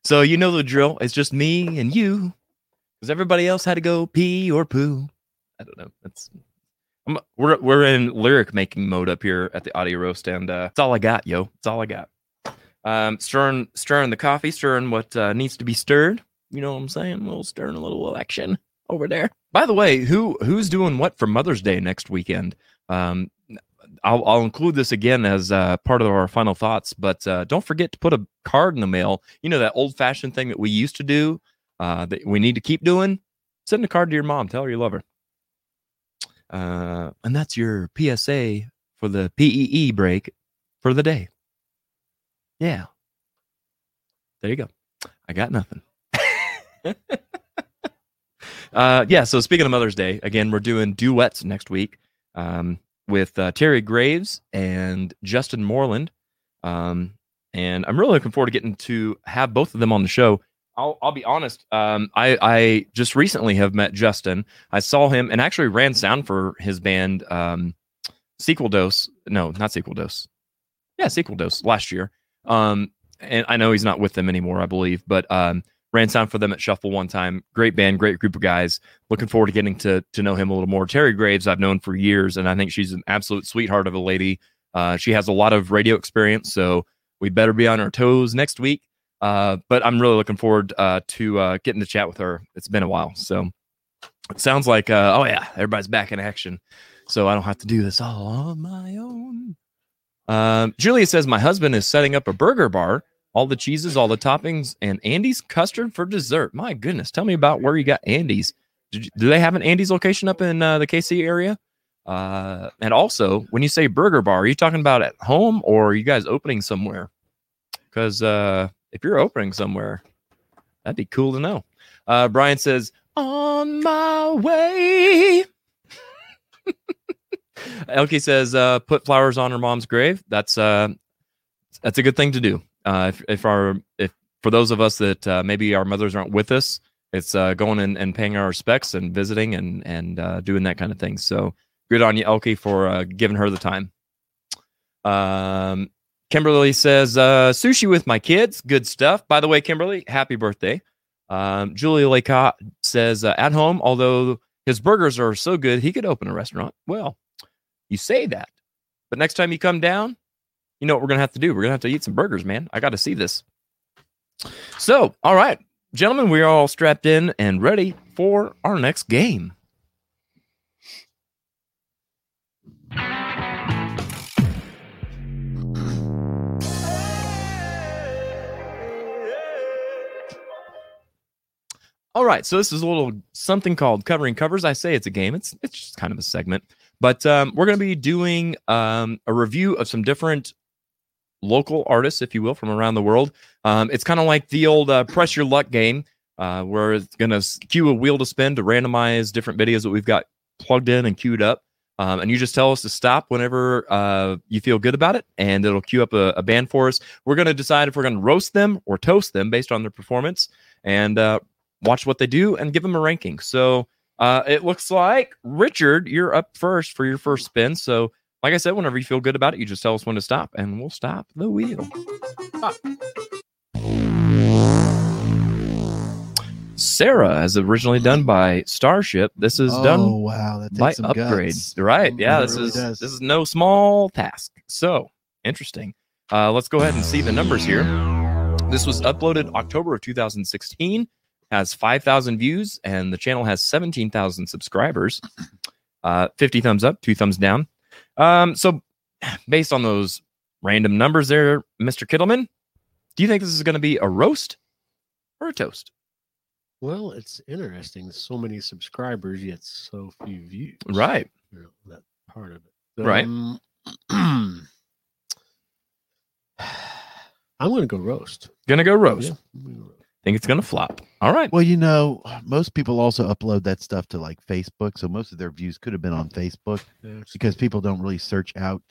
A: so you know the drill. It's just me and you, because everybody else had to go pee or poo. I don't know. That's I'm, we're we're in lyric making mode up here at the audio roast, and uh, it's all I got, yo. It's all I got. Um, stirring stirring the coffee, stirring what uh, needs to be stirred. You know what I'm saying? A little stirring, a little action over there. By the way, who who's doing what for Mother's Day next weekend? Um, I'll, I'll include this again as uh, part of our final thoughts, but uh, don't forget to put a card in the mail. You know that old fashioned thing that we used to do uh, that we need to keep doing. Send a card to your mom. Tell her you love her. Uh, and that's your PSA for the PEE break for the day. Yeah. There you go. I got nothing. uh, yeah. So speaking of Mother's Day, again, we're doing duets next week. Um, with uh, Terry Graves and Justin Moreland. Um, and I'm really looking forward to getting to have both of them on the show. I'll, I'll be honest. Um, I, I just recently have met Justin. I saw him and actually ran sound for his band, um, Sequel Dose. No, not Sequel Dose. Yeah, Sequel Dose last year. Um, and I know he's not with them anymore, I believe, but um, ran sound for them at Shuffle one time. Great band, great group of guys looking forward to getting to to know him a little more. Terry Graves, I've known for years, and I think she's an absolute sweetheart of a lady. Uh, she has a lot of radio experience, so we better be on our toes next week. Uh, but I'm really looking forward uh, to uh, getting to chat with her. It's been a while, so it sounds like uh, oh yeah, everybody's back in action, so I don't have to do this all on my own. Um, Julia says my husband is setting up a burger bar. All the cheeses, all the toppings, and Andy's custard for dessert. My goodness, tell me about where you got Andy's. Did you, do they have an Andy's location up in uh, the KC area? Uh, and also, when you say burger bar, are you talking about at home or are you guys opening somewhere? Because uh, if you're opening somewhere, that'd be cool to know. Uh, Brian says, "On my way." Elkie says, uh, "Put flowers on her mom's grave." That's uh, that's a good thing to do. Uh, if, if our if for those of us that uh, maybe our mothers aren't with us, it's uh, going and, and paying our respects and visiting and and uh, doing that kind of thing. So good on you, Elke, for uh, giving her the time. Um, Kimberly says uh, sushi with my kids, good stuff. By the way, Kimberly, happy birthday. Um, Julia Laycott says uh, at home, although his burgers are so good, he could open a restaurant. Well, you say that, but next time you come down, you know what we're gonna have to do. We're gonna have to eat some burgers, man. I got to see this. So, all right, gentlemen, we are all strapped in and ready for our next game. All right, so this is a little something called covering covers. I say it's a game. It's it's just kind of a segment, but um, we're going to be doing um, a review of some different local artists, if you will, from around the world. Um, it's kind of like the old uh, press your luck game, uh, where it's going to cue a wheel to spin to randomize different videos that we've got plugged in and queued up. Um, and you just tell us to stop whenever uh, you feel good about it, and it'll queue up a, a band for us. We're going to decide if we're going to roast them or toast them based on their performance and uh, watch what they do and give them a ranking. So uh, it looks like, Richard, you're up first for your first spin. So, like I said, whenever you feel good about it, you just tell us when to stop, and we'll stop the wheel. Sarah, as originally done by Starship, this is done
E: Oh, wow, that
A: by
E: takes some
A: upgrade.
E: guts. Oh, Mm,
A: Right? Yeah.
E: It
A: This
E: really
A: is
E: does.
A: this is no small task. So interesting. Uh, let's go ahead and see the numbers here. This was uploaded October of 2016. Has 5,000 views and the channel has 17,000 subscribers. Uh, 50 thumbs up, two thumbs down. Um, so, based on those random numbers there, Mr. Kittleman, do you think this is going to be a roast or a toast?
B: Well, it's interesting. So many subscribers, yet so few views.
A: Right.
B: You know, that part of it.
A: Right.
B: Um, I'm going to go roast.
A: Gonna go roast.
B: Yeah, I'm gonna roast.
A: Think it's gonna flop. All right.
E: Well, you know, most people also upload that stuff to like Facebook, so most of their views could have been on Facebook
B: Yeah, it's-
E: because people don't really search out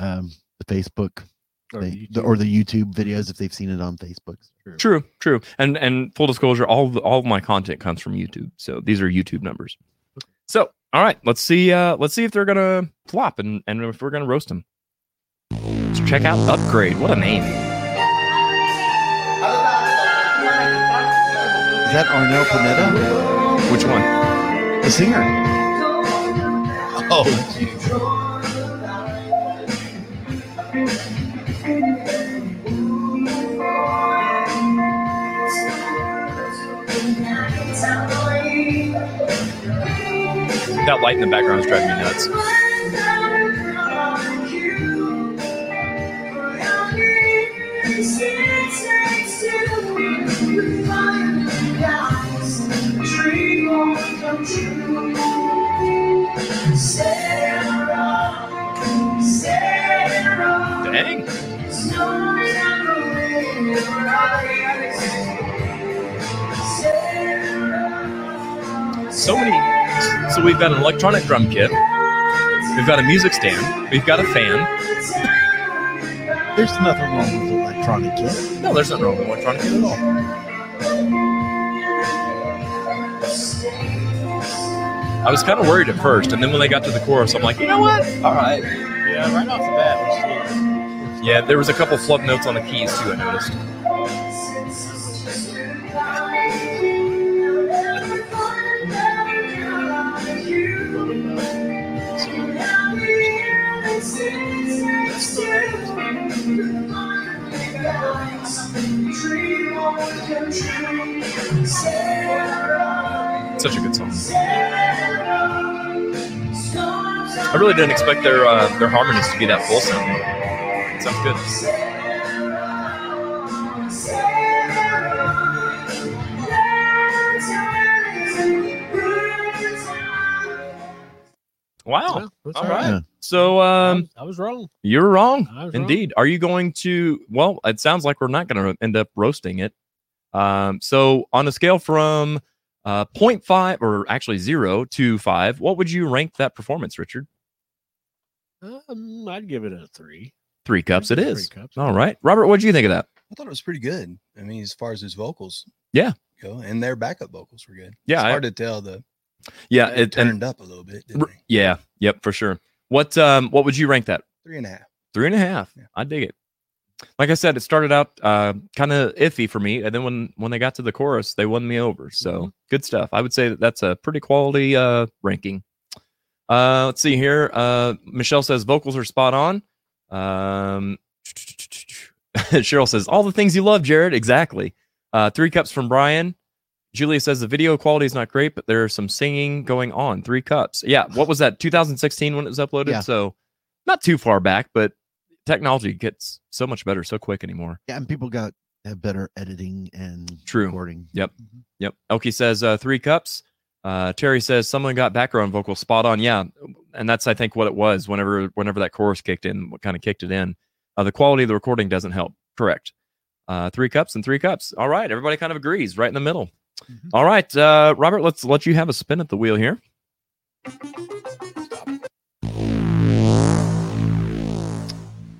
E: um, the Facebook
B: Or
E: They,
B: YouTube.
E: the, or the YouTube videos if they've seen it on Facebook.
A: True, true. And and full disclosure, all of- all of my content comes from YouTube. So these are YouTube numbers. So all right, let's see. Uh, let's see if they're gonna flop and and if we're gonna roast them. Let's check out upgrade. What a name!
E: Is that Arnell Panetta,
A: Which one?
E: the singer?
F: Oh,
A: That light in the background is driving me nuts. Dang. So many. So we've got an electronic drum kit. We've got a music stand. We've got a fan.
E: There's nothing wrong with electronic kit.
A: No, there's nothing wrong with electronic kit at all. I was kind of worried at first, and then when they got to the chorus, I'm like, you know what? All right.
B: Yeah, right off the bat. let's see.
A: Yeah, there was a couple flub notes on the keys too. I noticed. Such a good song. I really didn't expect their uh, their harmonies to be that full sounding. Sounds good. Wow.
B: Well, that's
A: All
B: all
A: right.
B: right.
A: So um,
B: I was wrong.
A: you're wrong,
B: I was wrong.
A: indeed. Are you going to? Well, it sounds like we're not going to end up roasting it. Um, so on a scale from uh, 0.5 or actually zero to five, what would you rank that performance, Richard?
B: Um, I'd give it a three.
A: Three cups. It
B: Three
A: is.
B: cups.
A: All right, Robert. What do you think of that?
F: I thought it was pretty good. I mean, as far as his vocals,
A: Yeah.
F: go and their backup vocals were good.
A: Yeah,
F: it's
A: I-
F: hard to tell. The
A: Yeah.
F: it
A: It, and
F: turned up a little bit. Didn't
A: R-
F: they?
A: yeah. Yep. For sure. What um what would you rank that?
F: Three and a half.
A: Three and a half.
F: Yeah.
A: I dig it. Like I said, it started out uh, kind of iffy for me, and then when when they got to the chorus, they won me over. So good stuff. I would say that that's a pretty quality uh, ranking. Uh, let's see here. Uh, Michelle says vocals are spot on. Um, Cheryl says all the things you love, Jared. Exactly. Uh, three cups from Brian. Julia says the video quality is not great, but there's some singing going on. Three cups. Yeah. What was that? 2016 when it was uploaded.
E: Yeah.
A: So not too far back, but technology gets so much better so quick anymore.
E: Yeah, and people got have better editing and
A: True.
E: recording.
A: Yep. Yep. Elkie says uh, three cups. Uh, Terry says someone got background vocal spot on. Yeah, and that's I think what it was. Whenever whenever that chorus kicked in, what kind of kicked it in? Uh, the quality of the recording doesn't help. Correct. Uh, three cups and three cups. All right, everybody kind of agrees, right in the middle.
B: Mhm.
A: All right, uh, Robert, let's let you have a spin at the wheel here.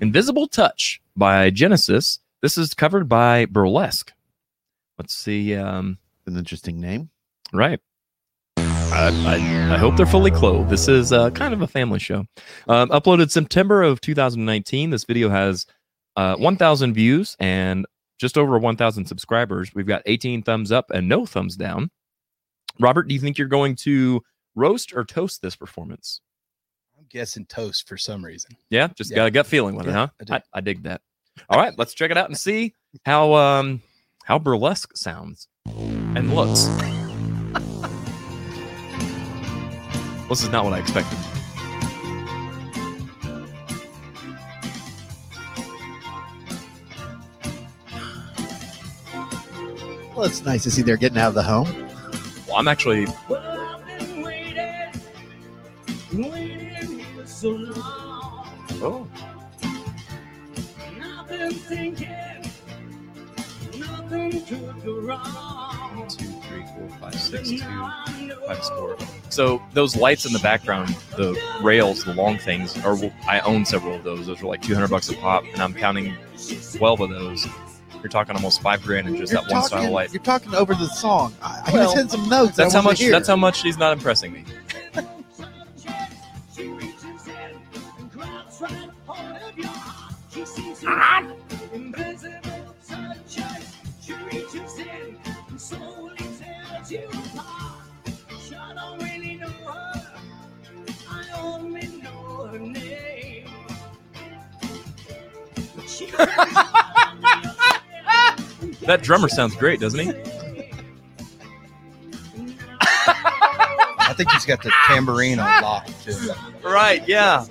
A: Invisible Touch by Genesis. This is covered by Burlesque. Let's see. Um,
E: An interesting name.
A: Right. I, I, I hope they're fully clothed. This is uh, kind of a family show. Um, uploaded September of 2019. This video has uh, 1,000 views and just over 1,000 subscribers. We've got 18 thumbs up and no thumbs down. Robert, do you think you're going to roast or toast this performance?
F: I'm guessing toast for some reason.
A: Yeah, just
F: Yeah.
A: got a gut feeling with it,
F: Yeah,
A: huh?
F: I do.
A: I, I dig that. All right, let's check it out and see how um how burlesque sounds and looks. this is not what I expected.
E: Well, it's nice to see they're getting out of the home.
A: Well, I'm actually oh two, three, four, five, six, two, five, four. So those lights in the background, the rails, the long things, are I own several of those. Those are like 200 bucks a pop, and I'm counting 12 of those. You're talking almost five grand in just that one style light.
E: You're talking over the song. I, I
A: Well,
E: just had some notes.
A: That's
E: I
A: how
E: wanted
A: much.
E: to hear.
A: That's how much she's not impressing me. That drummer sounds great, doesn't he?
F: I think he's got the tambourine on lock too.
A: Right, yeah.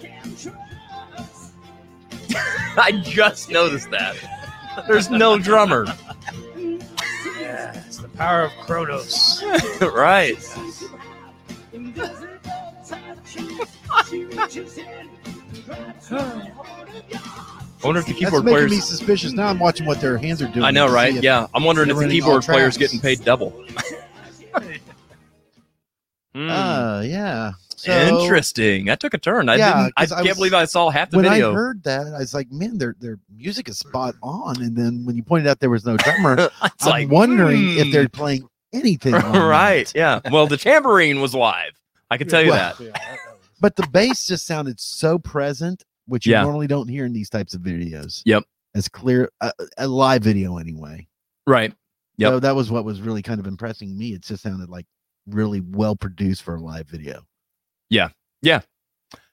A: I just noticed that. There's no drummer.
B: It's the power of Kronos.
A: right. I wonder if the
E: That's
A: keyboard
E: making me
A: players.
E: suspicious. Now I'm watching what their hands are doing.
A: I know,
E: to see
A: right?
E: if-
A: Yeah, I'm wondering if
E: they're
A: the
E: running all
A: keyboard player's
E: tracks.
A: getting paid double. Hmm,
F: Ah.
E: Uh, yeah. So
A: Interesting. That took a turn. I
E: Yeah,
A: didn't. I
E: 'cause I
A: can't
E: was-
A: believe I saw half the
E: when
A: video.
E: I heard that, I was like, man, their their music is spot on. And then when you pointed out there was no drummer,
A: it's
E: I'm
A: like
E: wondering if
A: hmm.
E: they're playing anything. on that.
A: right. Yeah. Well, the tambourine was live. I can tell you that.
E: But the bass just sounded so present, which you
A: Yeah.
E: normally don't hear in these types of videos.
A: Yep.
E: As clear a, a live video anyway.
A: Right. Yep.
E: So that was what was really kind of impressing me. It just sounded like really well produced for a live video.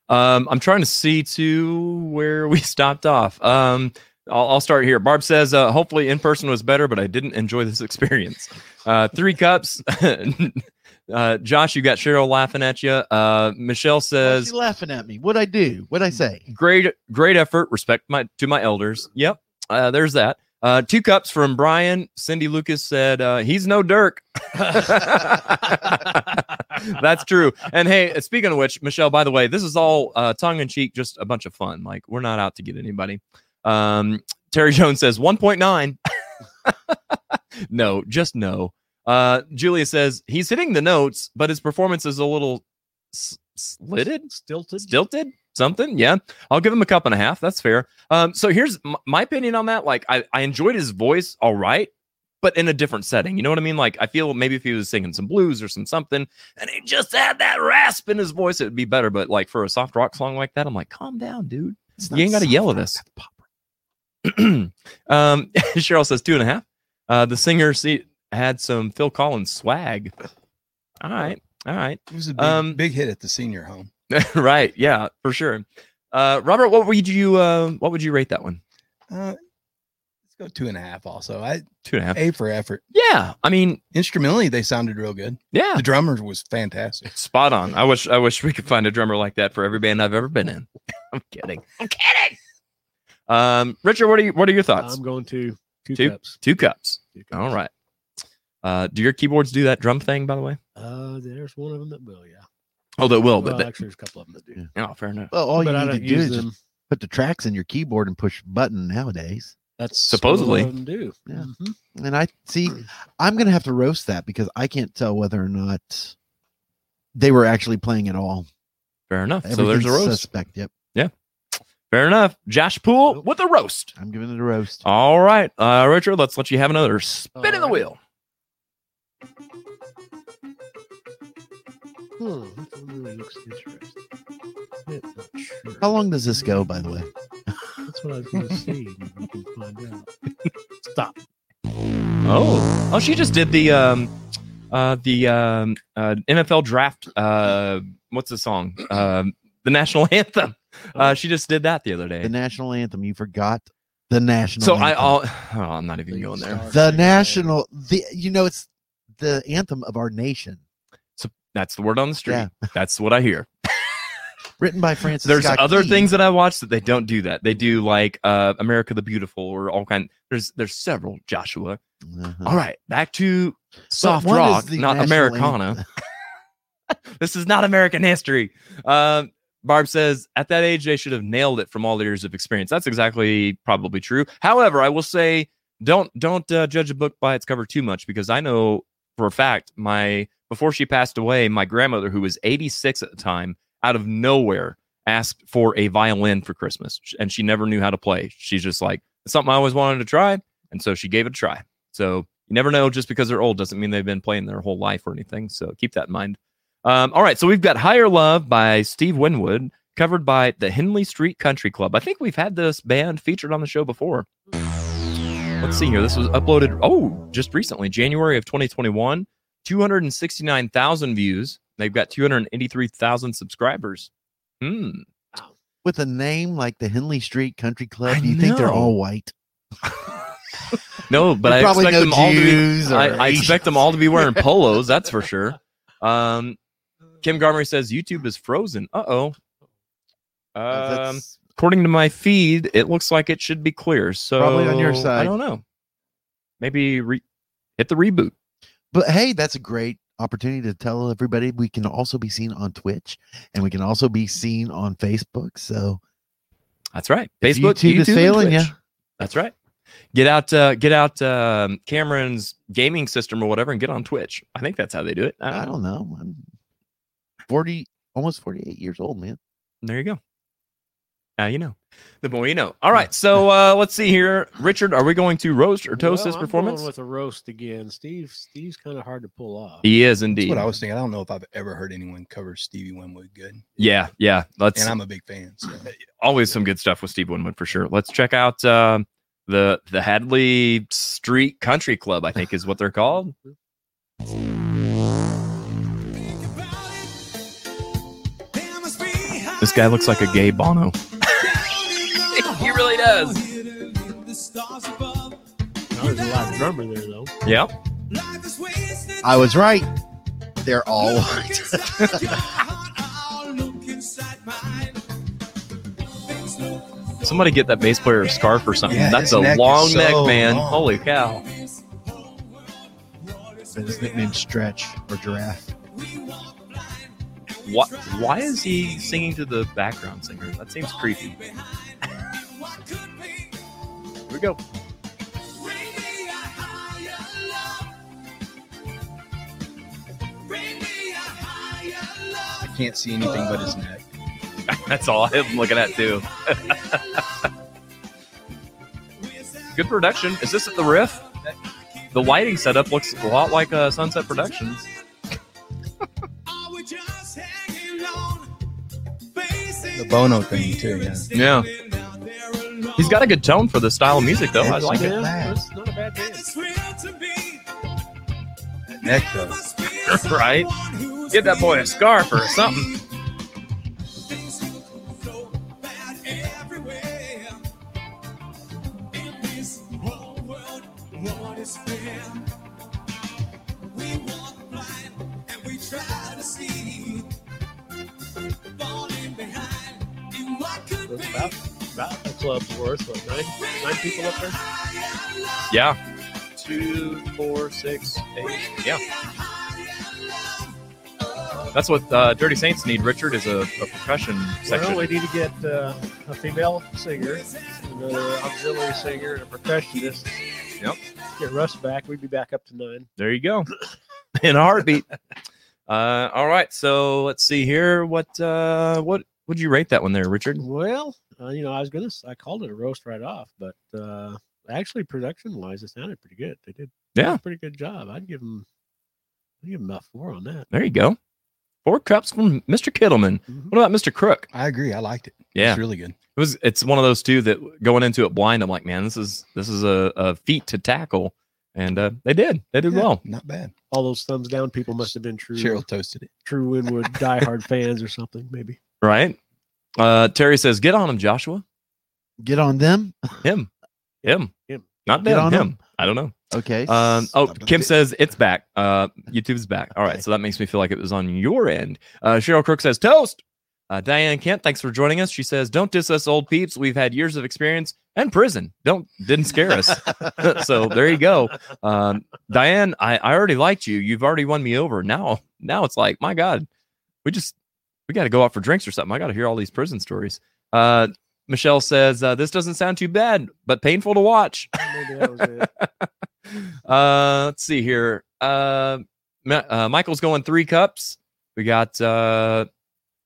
A: Um, I'm trying to see to where we stopped off. Um, I'll, I'll start here. Barb says, uh, hopefully in person was better, but I didn't enjoy this experience. Uh, three cups. uh, Josh, you got Cheryl laughing at you. Uh, Michelle
E: Why is
A: says,
E: she laughing at me? What I do? What I say?
A: great, great effort. Respect my to my elders. Yep. Uh, there's that. Uh, two cups from Brian. Cindy Lucas said, uh, he's no Dirk. That's true. And hey, uh, speaking of which, Michelle, by the way, this is all uh, tongue in cheek, just a bunch of fun. Like we're not out to get anybody. Um, Terry Jones says 1.9. no, just no. Uh, Julia says he's hitting the notes, but his performance is a little s- slitted,
B: Stilted.
A: stilted, something. Yeah, I'll give him a cup and a half. That's fair. Um, so here's m- my opinion on that. Like I, I enjoyed his voice, all right, but in a different setting. You know what I mean? Like I feel maybe if he was singing some blues or some something, and he just had that rasp in his voice, it would be better. But like for a soft rock song like that, I'm like, calm down, dude.
E: It's
A: You
E: not
A: ain't gotta
E: soft
A: yell at
E: rock,
A: us.
E: that's pop rock.
A: um, Cheryl says two and a half. Uh, the singer see, had some Phil Collins swag. All right, all right,
F: It was a big,
A: Um,
F: big hit at the senior home.
A: right, yeah, for sure. Uh, Robert, what would you uh, what would you rate that one?
F: Uh, let's go two and a half. Also, I
A: Two and a half.
F: a for effort.
A: Yeah, I mean,
F: Instrumentally, they sounded real good.
A: yeah,
F: The drummer was fantastic.
A: spot on. I wish I wish we could find a drummer like that for every band I've ever been in. I'm kidding. I'm kidding. Um, Richard, what are you, what are your thoughts?
B: I'm going to two,
A: Two?
B: cups.
A: Two cups.
B: Two cups.
A: All right. Uh, do your keyboards do that drum thing? By the way,
B: Uh, there's one of them that will. Yeah.
A: oh, they will,
B: well,
A: but
B: actually, there's a couple of them that do.
A: oh, fair enough.
E: Well, all
B: but I
E: you
B: don't
E: need to do
B: use
E: is just
B: them.
E: put the tracks in your keyboard and push button nowadays.
B: That's
A: Supposedly.
B: what a lot of them do. Mm-hmm.
E: Yeah. And I see,
B: Hmm.
E: I'm gonna have to roast that because I can't tell whether or not they were actually playing at all.
A: Fair enough. So there's a
E: Everything's
A: roast.
E: Suspect. Yep.
A: Fair enough. Josh Poole
E: Nope.
A: with a roast.
E: I'm giving it a roast.
A: All right, uh, Richard, let's let you have another spin in the
B: Alright.
A: wheel.
B: Hmm, that one really looks interesting. Bit not sure.
E: How long does this go, by the way?
B: That's what I was going to see. if I can find out. Stop.
A: Oh, oh, she just did the um, uh, the um, uh, NFL draft. Uh, what's the song? Um, the national anthem. Uh, she just did that the other
E: The
A: day.
E: national anthem. You forgot the national.
A: So I,
E: anthem.
A: I'll, oh, I'm not even going there.
E: the national. The you know it's the anthem of our nation,
A: That's the word on the street.
E: Yeah.
A: That's what I hear.
E: written by Francis.
A: There's
E: Scott
A: other
E: Key.
A: things that I watch that they don't do that. They do like uh, America the Beautiful or all kind. There's there's several Joshua.
E: Uh-huh.
A: All right, back to soft
E: one is
A: rock,
E: the
A: not
E: national
A: Americana. this is not American history. Um, Barb says, at that age, they should have nailed it from all their years of experience. That's exactly probably true. However, I will say don't don't uh, judge a book by its cover too much because I know for a fact my before she passed away, my grandmother who was 86 at the time, out of nowhere asked for a violin for Christmas Sh- and she never knew how to play. She's just like it's something I always wanted to try and so she gave it a try. So you never know just because they're old doesn't mean they've been playing their whole life or anything. So keep that in mind. Um, all right, so we've got Higher Love by Steve Winwood, covered by the Henley Street Country Club. I think we've had this band featured on the show before. Let's see here. This was uploaded, oh, just recently, January of 2021. 269,000 views. They've got 283,000 subscribers. Hmm.
E: With a name like the Henley Street Country Club,
A: I
E: do you think they're
A: know.
E: all white?
A: No, but
E: They
A: I
E: probably
A: expect
E: no
A: them all to be
E: Jews
A: I,
E: or
A: I expect them all to be wearing polos, that's for sure. Um, Kim Garmory says YouTube is frozen. Uh oh. Um,
E: Uh, That's-
A: according to my feed, it looks like it should be clear. So
E: Probably on your
A: I
E: side.
A: don't know. Maybe re- hit the reboot.
E: But hey, that's a great opportunity to tell everybody we can also be seen on Twitch and we can also be seen on Facebook. So
A: That's right.
E: if
A: Facebook,
E: YouTube, is
A: and
E: failing you.
A: Twitch. That's right. Get out, uh, get out um, Cameron's gaming system or whatever, and get on Twitch. I think that's how they do it. I
E: I
A: don't know.
E: don't know. I'm 40, almost 48 years old, man.
A: There you go. Now you know. The more you know. All right. So uh, let's see here, Richard. Are we going to roast or toast this
B: Well, I'm going
A: performance?
B: with a roast again. Steve, Steve's kind of hard to pull off.
A: He is
F: That's
A: indeed.
F: what I was thinking. I don't know if I've ever heard anyone cover Stevie Winwood good,
A: yeah, yeah. Let's
F: and I'm a big fan. So
A: always some good stuff with Steve Winwood for sure. Let's check out um the the Hadley Street Country Club. I think is what they're called. This guy looks like a gay Bono. he really does.
B: Now, There's a live drummer there though.
A: Yeah.
E: I was right. They're all white.
A: Somebody get that bass player a scarf or something.
F: Yeah,
A: That's
F: his
A: a
F: neck is
A: long
F: so
A: neck, man.
F: long.
A: Holy cow.
H: His nickname's Stretch or Giraffe.
A: What, why is he singing to the background singer? That seems creepy. Here we go.
F: I can't see anything but his neck.
A: That's all I'm looking at, too. Good production. Is this at the riff? The lighting setup looks a lot like uh, Sunset Productions.
F: The Bono thing too. Yeah.
A: Yeah. He's got a good tone for the style of music, though. I like it.
B: Yeah, it's not a bad band.
F: That neck though.
A: right? Get that boy a scarf or something.
B: It's about, about the club's worth, what, nine, nine people up there?
A: Yeah. Two, four, six, eight. Yeah. That's what uh, Dirty Saints need, Richard, is a, a percussion section.
B: Well, we need to get uh, a female singer, another auxiliary singer, and a percussionist.
A: Yep.
B: Get Russ back. We'd be back up to nine.
A: there you go. In a heartbeat. uh, all right. So let's see here. What uh, what would you rate that one there, Richard?
B: Well, uh, you know, I was gonna, s- I called it a roast right off, but uh, actually, production-wise, it sounded pretty good. They did, they did
A: Yeah.
B: a pretty good job. I'd give them, I'd give them about four on that.
A: There you go. Four cups from Mr. Kittleman. What about Mr. Crook?
F: I agree. I liked it.
A: Yeah.
F: It's really good.
A: It was it's one of those two that going into it blind, I'm like, man, this is this is a, a feat to tackle. And uh, they did. They did
F: Yeah,
A: well.
F: Not bad.
B: All those thumbs down people must have been true,
F: Cheryl toasted it.
B: true Winwood diehard fans or something, maybe.
A: right? Uh, Terry says, "Get on him, Joshua.
E: Get on them.
A: Him, him,
B: Him.
A: Not
E: Get
A: them.
E: on
A: Him.
E: 'em.
A: I don't know.
E: Okay.
A: Um, oh,
E: stop
A: Kim
E: it.
A: says it's back. Uh, YouTube's back. All right, so that makes me feel like it was on your end. Uh, Cheryl Crook says toast. Uh, Diane Kent, thanks for joining us. She says, "Don't diss us, old peeps. We've had years of experience and prison. Don't didn't scare us." so there you go. Um, Diane, I, I already liked you. You've already won me over. Now, now it's like, my God, we just we got to go out for drinks or something. I got to hear all these prison stories. Uh, Michelle says, uh, This doesn't sound too bad, but painful to watch.
B: Maybe that was it.
A: uh, let's see here. Uh, Ma- uh, Michael's going three cups. We got uh,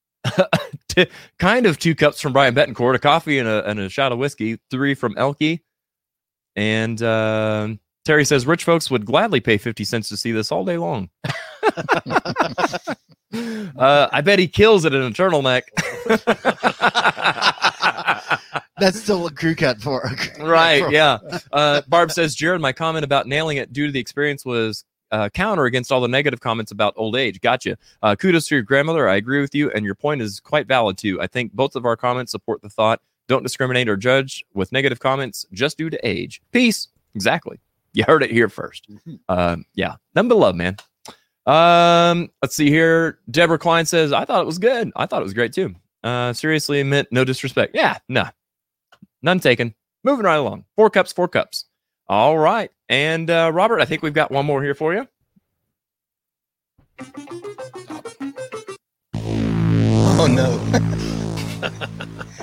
A: t- kind of two cups from Brian Betancourt, a coffee and a, and a shot of whiskey, three from Elkie. And uh, Terry says, Rich folks would gladly pay 50 cents to see this all day long. uh, I bet he kills it in a turtleneck.
E: That's still a crew cut for a crew cut
A: Right.
E: for-
A: Yeah. Uh, Barb says, Jared, my comment about nailing it due to the experience was uh, counter against all the negative comments about old age. Gotcha. Uh, kudos to your grandmother. I agree with you, and your point is quite valid too. I think both of our comments support the thought: don't discriminate or judge with negative comments just due to age. Peace. Exactly. You heard it here first. Um, yeah. Nothing but love, man. Um, let's see here. Deborah Klein says, I thought it was good. I thought it was great too. Uh, seriously, meant no disrespect. Yeah, no. None taken. Moving right along. Four cups, four cups. All right. And uh, Robert, I think we've got one more here for you.
F: Oh no.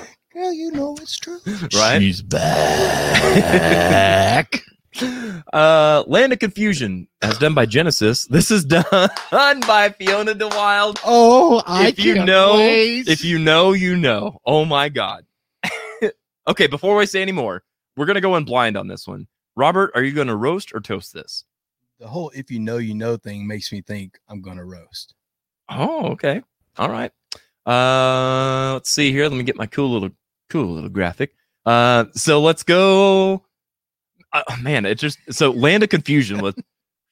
F: Girl, you know it's true.
A: Right.
E: She's back.
A: Uh, Land of Confusion, as done by Genesis. This is done by Fiona DeWild.
E: oh, I
A: If you
E: can't
A: know-
E: wait.
A: If you know, you know. Oh my God. okay. Before I say any more, we're going to go in blind on this one. Robert, are you going to roast or toast this?
F: The whole if you know you know thing makes me think I'm gonna roast.
A: Oh, okay. All right. Uh, let's see here. Let me get my cool little cool little graphic. Uh, so let's go. Uh, man, it just so Land of Confusion with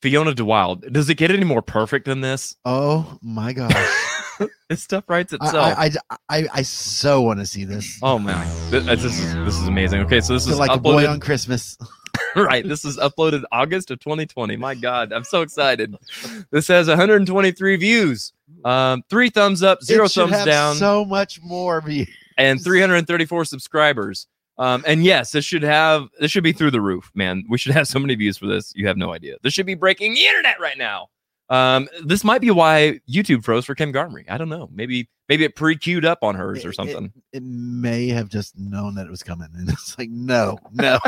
A: Fiona DeWild. Does it get any more perfect than this?
E: oh my gosh,
A: This stuff writes
E: I,
A: itself.
E: I, I, I, I so want to see this.
A: oh man, this, this is this is amazing. Okay, so this
E: Feel
A: is
E: like a boy
A: uploaded.
E: on Christmas.
A: right, this is uploaded August of 2020. My God, I'm so excited. This has 123 views, um, three thumbs up, zero
E: It should
A: thumbs
E: have
A: down.
E: So much more. Be
A: and 334 subscribers. Um, and yes, this should have this should be through the roof, man. We should have so many views for this. You have no idea. This should be breaking the internet right now. Um, this might be why YouTube froze for Kim Garmory. I don't know. Maybe maybe it pre queued up on hers
E: It-
A: or
E: it-
A: something.
E: It may have just known that it was coming, and it's like, no, no.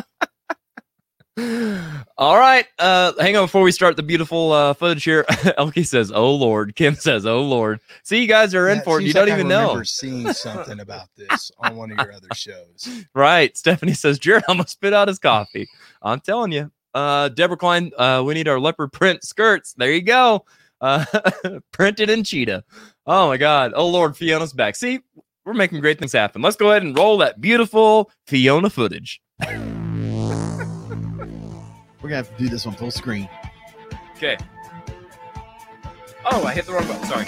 A: All right. Uh, hang on before we start the beautiful uh, footage here. Elkie says, "Oh Lord." Kim says, "Oh Lord." See, you guys are in
F: Yeah,
A: for it. You
F: seems
A: don't
F: like I
A: even know.
F: remember seeing something about this on one of your other shows.
A: Right. Stephanie says Jared almost spit out his coffee. I'm telling you. Uh, Deborah Klein, uh, we need our leopard print skirts. There you go. Uh, printed in cheetah. Oh my God. Oh Lord, Fiona's back. See, we're making great things happen. Let's go ahead and roll that beautiful Fiona footage.
E: We're gonna have to do this on full screen.
A: Okay. Oh, I hit the wrong button. Sorry.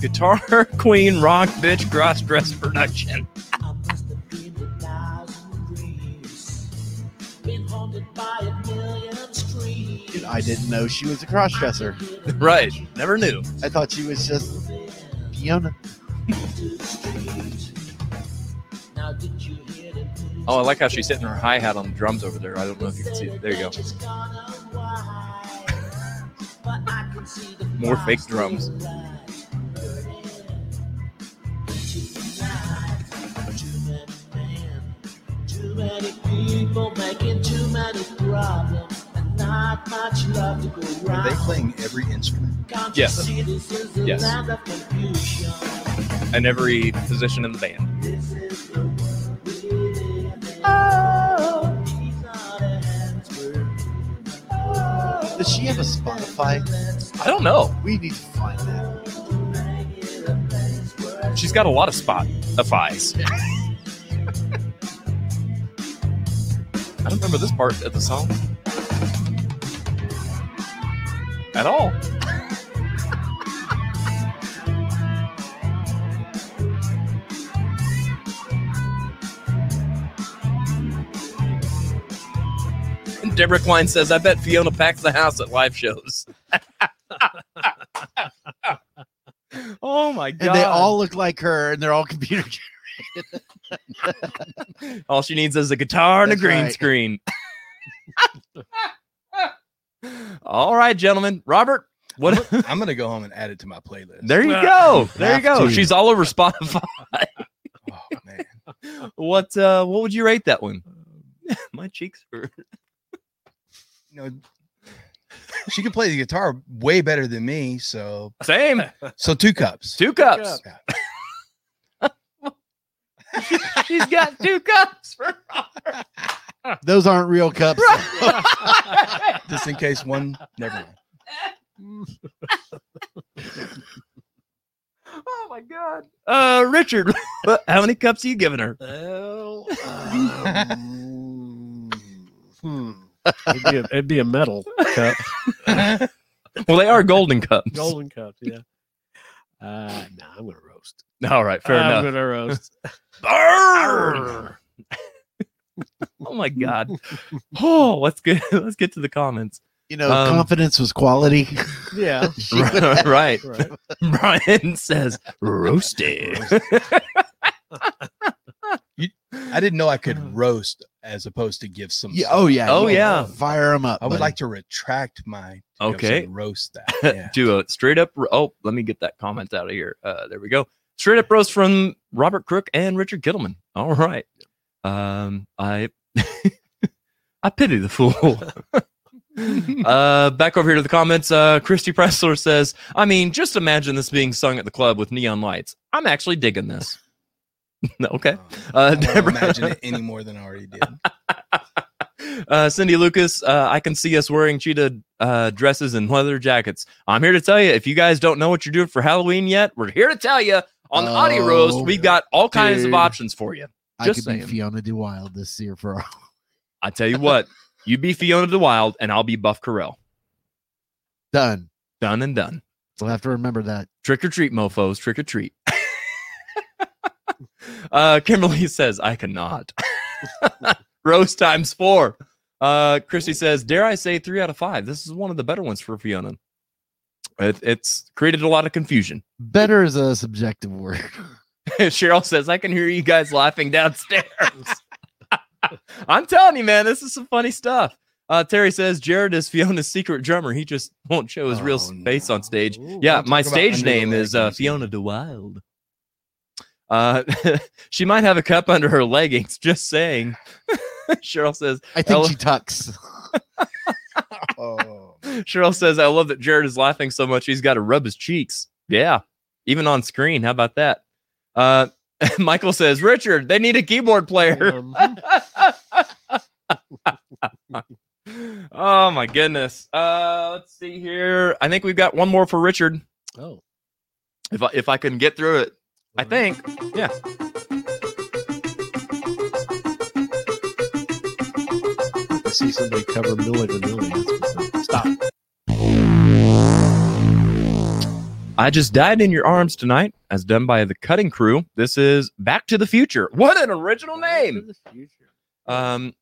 A: Guitar Queen Rock Bitch Cross Dress Production.
E: Dude, I didn't know she was a crossdresser.
A: Right. Never knew.
E: I thought she was just Fiona.
A: Oh, I like how she's hitting her hi hat on the drums over there. I don't know if you can see it. There you go. More fake drums.
F: Are they playing every instrument?
A: Yes. Yes. And every position in the band.
E: Does she have a Spotify?
A: I don't know.
E: We need to find that.
A: She's got a lot of spot of eyes. I don't remember this part of the song at all. And Deborah Klein says, I bet Fiona packs the house at live shows. oh my
E: And
A: god.
E: they all look like her, and they're all computer.
A: All she needs is a guitar and a
E: That's
A: green
E: right.
A: screen. All right, gentlemen. Robert, What?
F: I'm gonna go home and add it to my playlist.
A: There you go. There you
H: Have
A: go.
H: to.
A: She's all over Spotify.
F: Oh man,
A: What? uh What would you rate that one? My cheeks hurt.
F: you know, she can play the guitar way better than me. So,
A: Same.
F: so two cups.
A: Two cups. She's got two cups. For-
E: Those aren't real cups.
F: Just in case one. Never mind.
A: oh my god. Uh, Richard, how many cups are you giving her?
B: Well, um, hmm. it'd, be a, it'd be a metal cup,
A: Well, they are golden cups.
B: golden cup. Yeah. Uh, nah, I'm gonna roast.
A: All right, fair
B: I'm
A: enough.
B: gonna roast.
A: Burn! oh my god. Oh, let's get let's get to the comments.
E: You know,
A: Um,
E: confidence was quality.
B: yeah.
A: right.
B: Right.
A: Brian says roasted.
F: I didn't know I could roast as opposed to give some.
E: Yeah,
F: stuff.
E: oh yeah.
A: Oh,
E: you
A: Uh-huh. yeah.
E: Fire them up.
F: I would
E: buddy.
F: like to retract my. to give
A: Okay.
F: some Roast that. Yeah.
A: Do a straight up ro- oh, let me get that comment out of here. Uh there we go. Straight up roast from Robert Crook and Richard Kittleman. All right. Um I I pity the fool. uh, back over here to the comments. Uh, Christy Pressler says, I mean, just imagine this being sung at the club with neon lights. I'm actually digging this. okay. Uh,
F: Um, I don't
A: Deborah-
F: imagine it any more than I already did.
A: uh, Cindy Lucas, uh, I can see us wearing cheetah uh, dresses and leather jackets. I'm here to tell you, if you guys don't know what you're doing for Halloween yet, we're here to tell you. On the audio
E: Oh,
A: roast, we've got all kinds of
E: dude.
A: options for you.
E: I
A: just
E: could
A: saying.
E: be Fiona De Wild this year for all.
A: I tell you what, you be Fiona the Wild, and I'll be Buff Corell.
E: Done.
A: Done and done.
E: We'll have to remember that.
A: Trick or treat, mofos. Trick or treat. uh, Kimberly says, I cannot. Rose times four. Uh, Christy says, dare I say three out of five? This is one of the better ones for Fiona. It, it's created a lot of confusion.
E: Better is a subjective word.
A: Cheryl says, I can hear you guys laughing downstairs. I'm telling you, man, this is some funny stuff. Uh, Terry says, Jared is Fiona's secret drummer. He just won't show his real
F: Oh,
A: face on stage.
F: no.
A: Yeah,
F: Don't
A: my
F: talk about
A: stage
F: under the
A: name
F: leg
A: is uh,
F: music.
A: Fiona DeWild. Uh, she might have a cup under her leggings. Just saying. Cheryl says.
E: I think
A: Ella-
E: she tucks.
F: Oh,
A: Cheryl says, I love that Jared is laughing so much he's got to rub his cheeks. Yeah, even on screen. How about that? Uh, Michael says, Richard, they need a keyboard player.
B: Um,
A: oh my goodness. Uh, let's see here. I think we've got one more for Richard.
B: oh,
A: If I, if I can get through it, I think. Yeah.
B: I see somebody cover Millie Vanilli. That's what the- Stop.
A: I just died in your arms tonight, as done by the cutting crew. This is Back to the Future. What an original name! Um,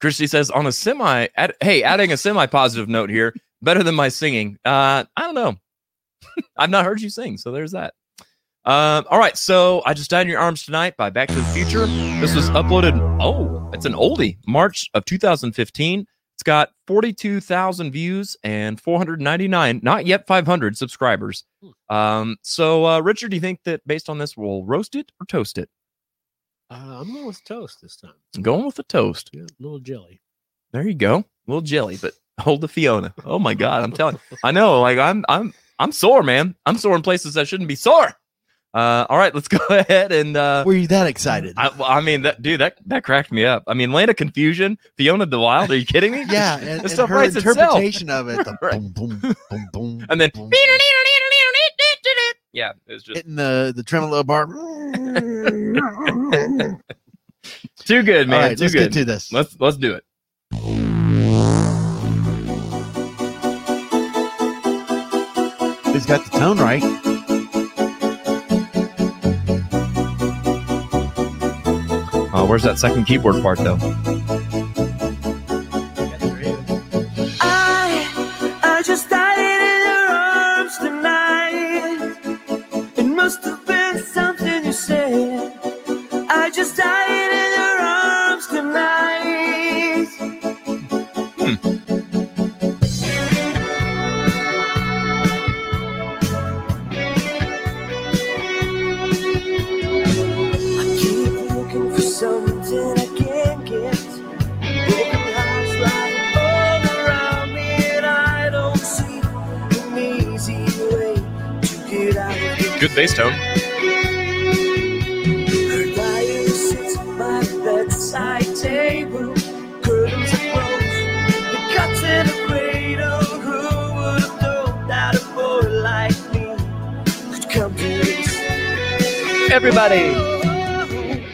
A: Christy says on a semi. Ad, hey, adding a semi-positive note here, better than my singing. Uh, I don't know. I've not heard you sing, so there's that. Um, all right, so I just died in your arms tonight by Back to the Future. This was uploaded. Oh, it's an oldie, March of 2015. It's got 42,000 views and 499, not yet 500 subscribers. Um, so uh, Richard, do you think that based on this, we'll roast it or toast it?
B: Uh, I'm going with toast this time.
A: I'm going with a toast.
B: Yeah, a little jelly.
A: There you go. A little jelly, but hold the Fiona. Oh my God. I'm telling you. I know. Like I'm I'm I'm sore, man. I'm sore in places I shouldn't be sore. Uh, all right, let's go ahead and uh
E: Were you that excited?
A: I, well, I mean that dude that that cracked me up. I mean Lana Confusion, Fiona the Wild, are you kidding me?
E: yeah, and,
A: This
E: and
A: stuff
E: her
A: writes itself.
E: interpretation of it. The
A: Right.
E: boom, boom, boom, boom,
A: And then
E: boom,
A: Yeah, it's just
E: hitting the the tremolo bar.
A: too good,
E: All
A: man.
E: right,
A: too good.
E: let's get to this.
A: let's let's do it.
E: He's got the tone right.
A: Oh, where's that second keyboard part though?
I: I, I just died in your arms tonight. It must have been something you said. I just died in your arms Hmm. tonight.
A: Good bass tone.
I: Her dying sits at my bedside table. Curtains are broke. The cuts in a cradle. Who would have known that a boy like me could come to this?
A: Everybody.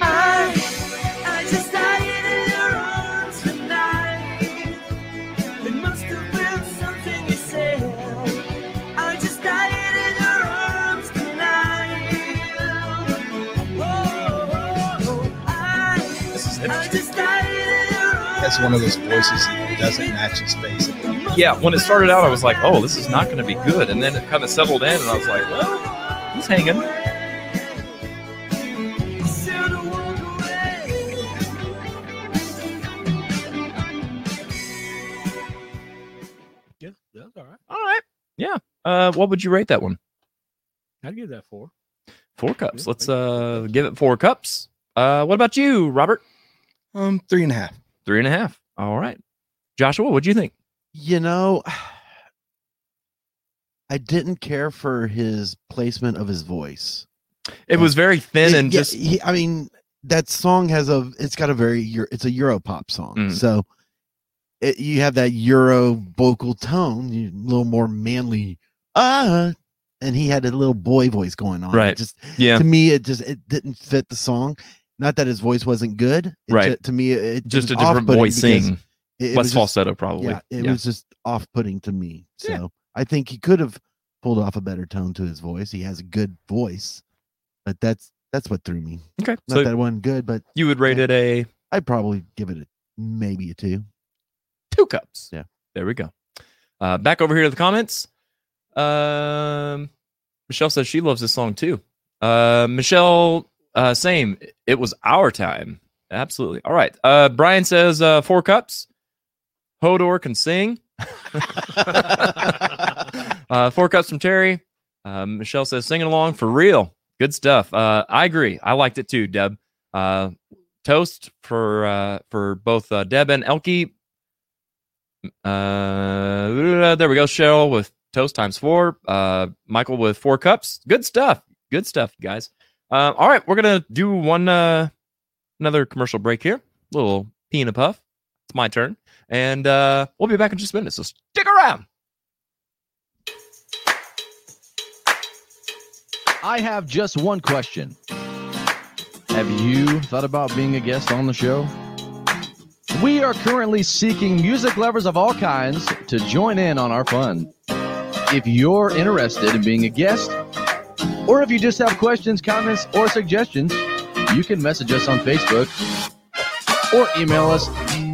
I: I, I just died in your arms tonight. It must have been something you said. I just died in your arms tonight. Oh, I,
A: This is
I: I
A: interesting.
I: just died in your arms.
J: That's one of those voices that doesn't match his face.
A: Yeah, when it started out, I was like, oh, this is not going to be good. And then it kind of settled in, and I was like, well, he's hanging.
B: Yeah, that's all right.
A: All right. Yeah. Uh, what would you rate that one?
B: I'd give that four.
A: Four cups.
B: Yeah,
A: Let's uh, give it four cups. Uh, what about you, Robert?
J: Um, three and a half.
A: Three and a half. All right. Joshua, what'd you think?
E: You know, I didn't care for his placement of his voice.
A: It was very thin
E: It-
A: and
E: yeah,
A: just
E: he, I mean that song has a it's got a very Euro- it's a Euro pop song.
A: Mm.
E: So it, you have that Euro vocal tone, you, a little more manly ah and he had a little boy voice going on. It
A: Right.
E: just
A: yeah,
E: to me it just it didn't fit the song. Not that his voice wasn't good. It
A: Right.
E: ju- to me it, it
A: just
E: was
A: a different
E: off-putting
A: voice
E: because
A: singing,
E: It, it
A: less
E: was just-
A: falsetto probably.
E: Yeah, it was just off-putting to me. So
A: Yeah.
E: I think he could have pulled off a better tone to his voice. He has a good voice, but that's that's what threw me.
A: okay.
E: Not
A: So
E: that one good, but
A: you would rate it a
E: I'd probably give it a maybe a two.
A: two cups.
E: Yeah.
A: There we go. Uh, back over here to the comments. Um, Michelle says she loves this song too. Uh, Michelle, uh, same. It was our time. Absolutely. All right. Uh, Brian says uh, four cups. Hodor can sing. uh, four cups from Terry. Uh, Michelle says singing along for real. Good stuff. Uh, I agree. I liked it too, Deb. Uh, toast for uh, for both uh, Deb and Elkie. Uh, there we go. Cheryl with toast times four. Uh, Michael with four cups. Good stuff. Good stuff, you guys. Uh, all right, we're gonna do one uh, another commercial break here. Little pee and a puff. It's my turn, and uh, we'll be back in just a minute. So stick around.
K: I have just one question. Have you thought about being a guest on the show? We are currently seeking music lovers of all kinds to join in on our fun. If you're interested in being a guest, or if you just have questions, comments, or suggestions, you can message us on Facebook or email us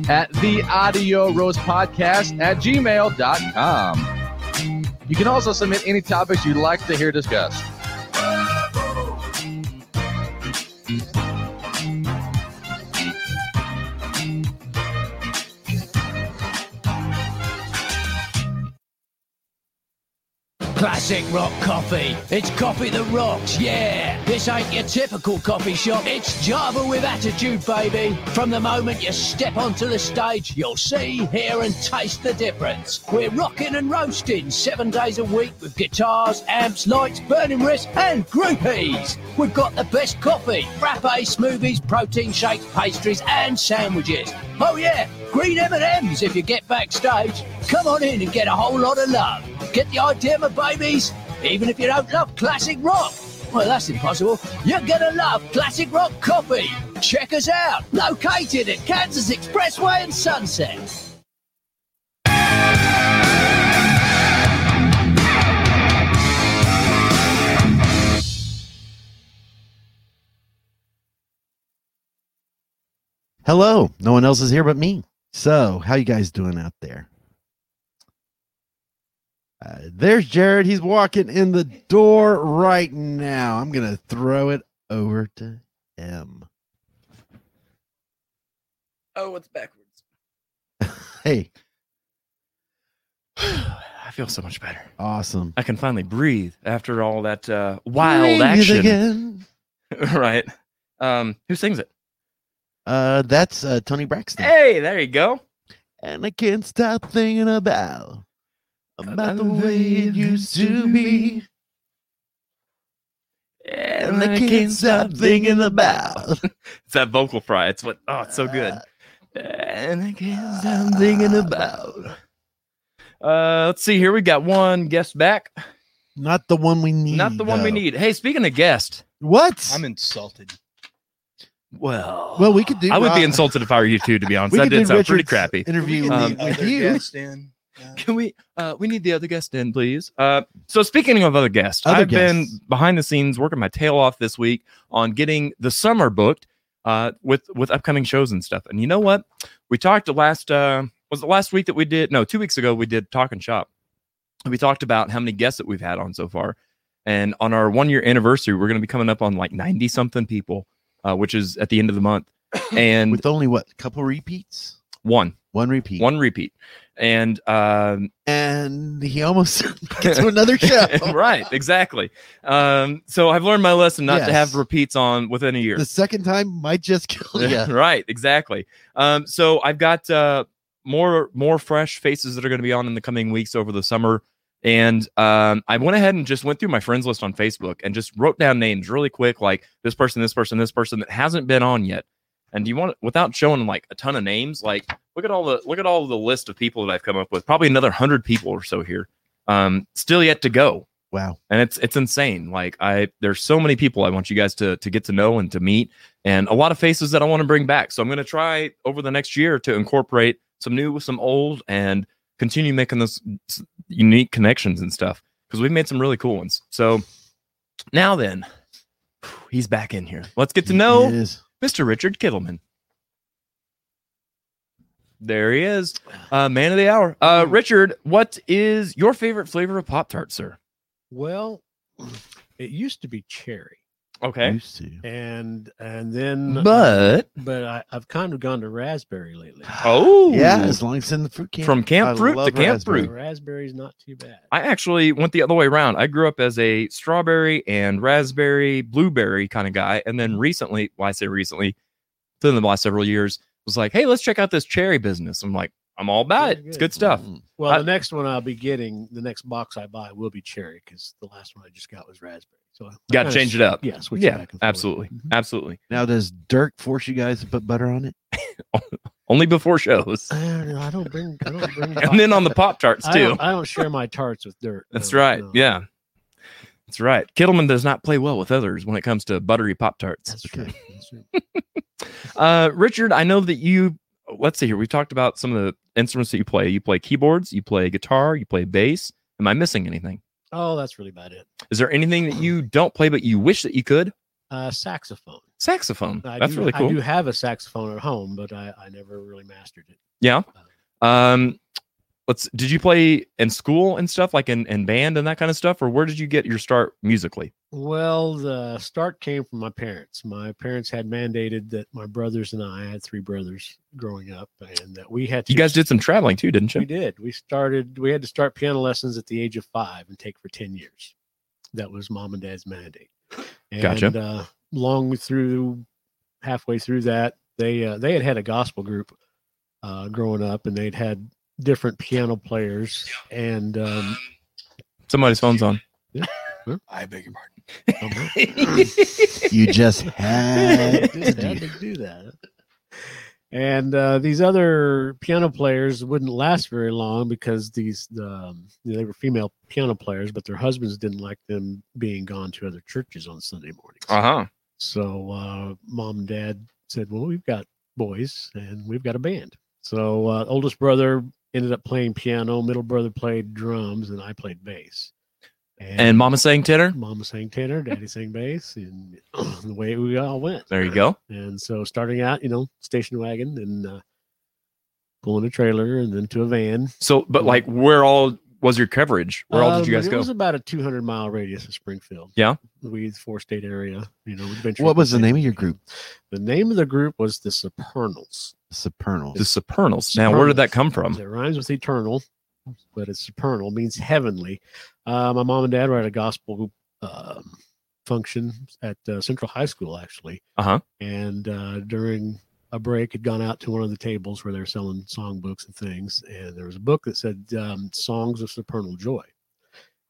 K: at the audio rose podcast at gmail.com. You can also submit any topics you'd like to hear discussed.
F: Classic rock coffee. It's coffee that rocks, yeah. This ain't your typical coffee shop. It's Java with attitude, baby. From the moment you step onto the stage, you'll see, hear, and taste the difference. We're rocking and roasting seven days a week with guitars, amps, lights, burning wrists, and groupies. We've got the best coffee, frappe, smoothies, protein shakes, pastries, and sandwiches. Oh yeah, green M&Ms if you get backstage. Come on in and get a whole lot of love. Get the idea, my babies? Even if you don't love classic rock. Well, that's impossible. You're gonna love classic rock coffee. Check us out. Located at Kansas Expressway and Sunset.
E: Hello, no one else is here but me. So how you guys doing out there? Uh, there's Jared. He's walking in the door right now. I'm gonna throw it over to him.
L: Oh, it's backwards.
E: Hey,
A: I feel so much better.
E: awesome.
A: I can finally breathe after all that uh, wild
E: Breathe
A: action.
E: again.
A: right. Um, who sings it?
E: Uh, that's uh, Tony Braxton.
A: Hey, there you go.
E: And I can't stop thinking about about
A: the
E: the way
A: way
E: it used to be. And I can't stop thinking about.
A: It's that vocal fry. It's what. Oh, it's so good.
E: Uh,
A: And I can't
E: stop thinking about.
A: Uh, let's see here. We got one guest back.
E: Not the one we need.
A: Not the one we
E: though.
A: need. Hey, speaking of guest,
E: What?
F: I'm insulted.
A: well,
E: well, we could do.
A: I would be
E: Rob-
A: insulted if I were you too. To be honest,
E: We
A: that
E: could
A: did
E: do
A: sound pretty
E: Richard's
A: crappy.
E: Interview
A: Um,
E: with- with you.
F: Dan.
A: Can we? Uh, we need the other guest in, please. Uh, so speaking of other guests,
E: Other
A: I've
E: guests.
A: been behind the scenes working my tail off this week on getting the summer booked uh, with with upcoming shows and stuff. And you know what? We talked last uh, was it last week that we did? No, two weeks ago we did Talk and Shop. We talked about how many guests that we've had on so far, and on our one year anniversary, we're going to be coming up on like ninety something people, uh, which is at the end of the month, and
E: with only what? Couple repeats.
A: one
E: One repeat.
A: one repeat. And um,
E: And he almost gets to another show.
A: right, exactly. Um, so I've learned my lesson not to
E: Yes. oh,
A: have repeats on within a year.
E: The second time might just kill you.
A: right, exactly. Um, so I've got uh, more more fresh faces that are going to be on in the coming weeks over the summer. And um, I went ahead and just went through my friends list on Facebook and just wrote down names really quick, like this person, this person, this person that hasn't been on yet. And do you want without showing like a ton of names? Like look at all the look at all the list of people that I've come up with. Probably another hundred people or so here. Um, still yet to go
E: Wow.
A: and it's it's insane like i there's so many people i want you guys to to get to know and to meet and a lot of faces that i want to bring back so i'm going to try over the next year to incorporate some new with some old and continue making those s- unique connections and stuff because we've made some really cool ones so now then he's back in here let's get to know
E: It is.
A: mr richard kittleman there he is uh man of the hour uh richard what is your favorite flavor of pop tart sir
B: Well, it used to be cherry,
A: okay
E: Used to.
B: and and then uh,
A: but
B: but I, I've kind of gone to raspberry lately.
A: oh
E: Yeah, as long as it's in the fruit can.
A: from camp
E: I
A: fruit to
E: love
A: camp
E: raspberry.
A: fruit
B: Raspberry's not too bad.
A: i actually went the other way around i grew up as a strawberry and raspberry blueberry kind of guy and then recently why i say recently within the last several years was like hey let's check out this cherry business i'm like i'm all about it it's good stuff
E: Mm.
B: Well,
A: I-
B: the next one I'll be getting, the next box I buy will be cherry because the last one I just got was raspberry. So I
A: Gotta
B: kinda
A: change
B: s-
A: it up.
B: Yeah, switch it
A: yeah
B: back and forth.
A: absolutely
B: Mhm.
A: absolutely
E: Now, does Dirk force you guys to put butter on it?
A: only before shows
B: I don't, know, I don't bring. I don't bring.
A: and then on the pop charts
B: I Oh.
A: too
B: don't, I don't share my tarts with dirt.
A: that's
B: No,
A: right
B: no.
A: yeah that's right kittleman does not play well with others when it comes to buttery pop tarts
B: That's true. That's true.
A: Uh, Richard, I know that you. Let's see here. We've talked about some of the instruments that you play. You play keyboards. You play guitar. You play bass. Am I missing anything?
B: Oh, that's really about it.
A: Is there anything that you don't play but you wish that you could?
B: Uh, saxophone.
A: Saxophone.
B: I
A: That's
B: do,
A: really
B: I do
A: cool.
B: have a saxophone at home, but I, I never really mastered it.
A: Yeah. Um, let's. Did you play in school and stuff like in in band and that kind of stuff, or where did you get your start musically?
B: Well, the start came from my parents. My parents had mandated that my brothers and I I had three brothers growing up, and that we had to.
A: You guys did some traveling too, didn't
B: We
A: you?
B: did. We started. We had to start piano lessons at the age of five and take for ten years. That was mom and dad's mandate. And,
A: Gotcha.
B: Uh, long through, halfway through that, they uh, they had had a gospel group uh, growing up, and they'd had different piano players. And um,
A: Somebody's phone's on.
F: I beg your pardon.
B: Uh-huh.
E: You just had to
B: had
E: do
B: to do that. And uh, these other piano players wouldn't last very long because these um, you know, they were female piano players, but their husbands didn't like them being gone to other churches on Sunday mornings.
A: Uh huh.
B: So uh, mom and dad said, "Well, we've got boys and we've got a band." So uh, oldest brother ended up playing piano, middle brother played drums, and I played bass.
A: And Mama sang tenor.
B: mama sang tenor, daddy sang bass, and the way we all went.
A: There you go.
B: And so starting out, you know, station wagon and uh, pulling a trailer and then to a van.
A: So, but like, where all was your coverage? Where all did you
B: Um,
A: guys
B: It
A: go?
B: was about a 200 mile radius of Springfield.
A: Yeah.
B: We, the four state area, you know, adventure.
E: What was the name of your group?
B: The name of the group was the Supernals.
E: Supernal.
A: The Supernals. Now, where did that
B: Supernals.
A: come from?
B: It rhymes with eternal, but it's supernal, means heavenly. Uh, my mom and dad were at a gospel um, function at uh, Central High School, actually.
A: Uh-huh.
B: And uh, during a break, had gone out to one of the tables where they were selling songbooks and things, and there was a book that said um, "Songs of Supernal Joy."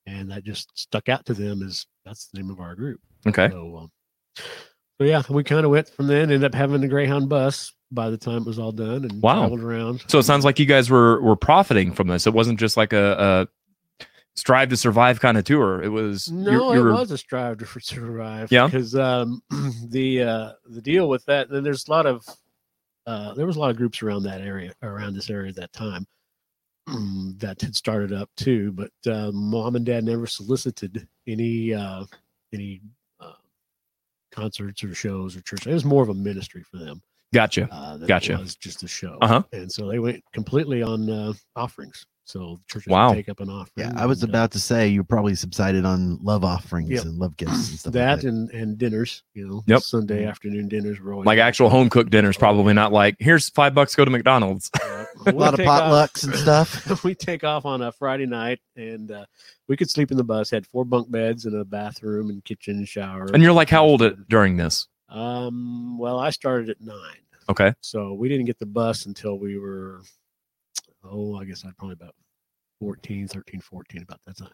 B: and that just stuck out to them as that's the name of our group.
A: Okay.
B: So, um, so yeah, we kind of went from then. Ended up having the Greyhound bus by the time it was all done, and
A: Wow.
B: traveled around.
A: So it sounds like you guys were were profiting from this. It wasn't just like a, a strive to survive kind of tour. It was you-
B: No,
A: you
B: it
A: were-
B: was a strive to survive.
A: Yeah?
B: because um, the uh, the deal with that, then there's a lot of uh, there was a lot of groups around that area, around this area at that time mm, that had started up too. But uh, mom and dad never solicited any uh, any uh, concerts or shows or church. It was more of a ministry for them.
A: Gotcha.
B: Uh, than it
A: Gotcha.
B: was just a show.
A: Uh-huh.
B: And so they went completely on uh, offerings. So churches would
E: Wow.
B: take up an offering.
E: Yeah, I was
B: and, uh,
E: about to say you probably subsided on love offerings
B: Yep.
E: and love gifts and stuff.
B: that and and dinners you know
A: Yep.
B: sunday afternoon dinners were always
A: like actual home cooked dinners, probably not like here's five bucks, go to McDonald's.
B: a
E: lot of potlucks and stuff.
B: we take off on a friday night and uh, we could sleep in the bus had four bunk beds and a bathroom and kitchen and shower
A: and you're like, how old it, during this?
B: um well i started at nine
A: Okay.
B: so we didn't get the bus until we were oh i guess i'd probably about 14 13 14 about that time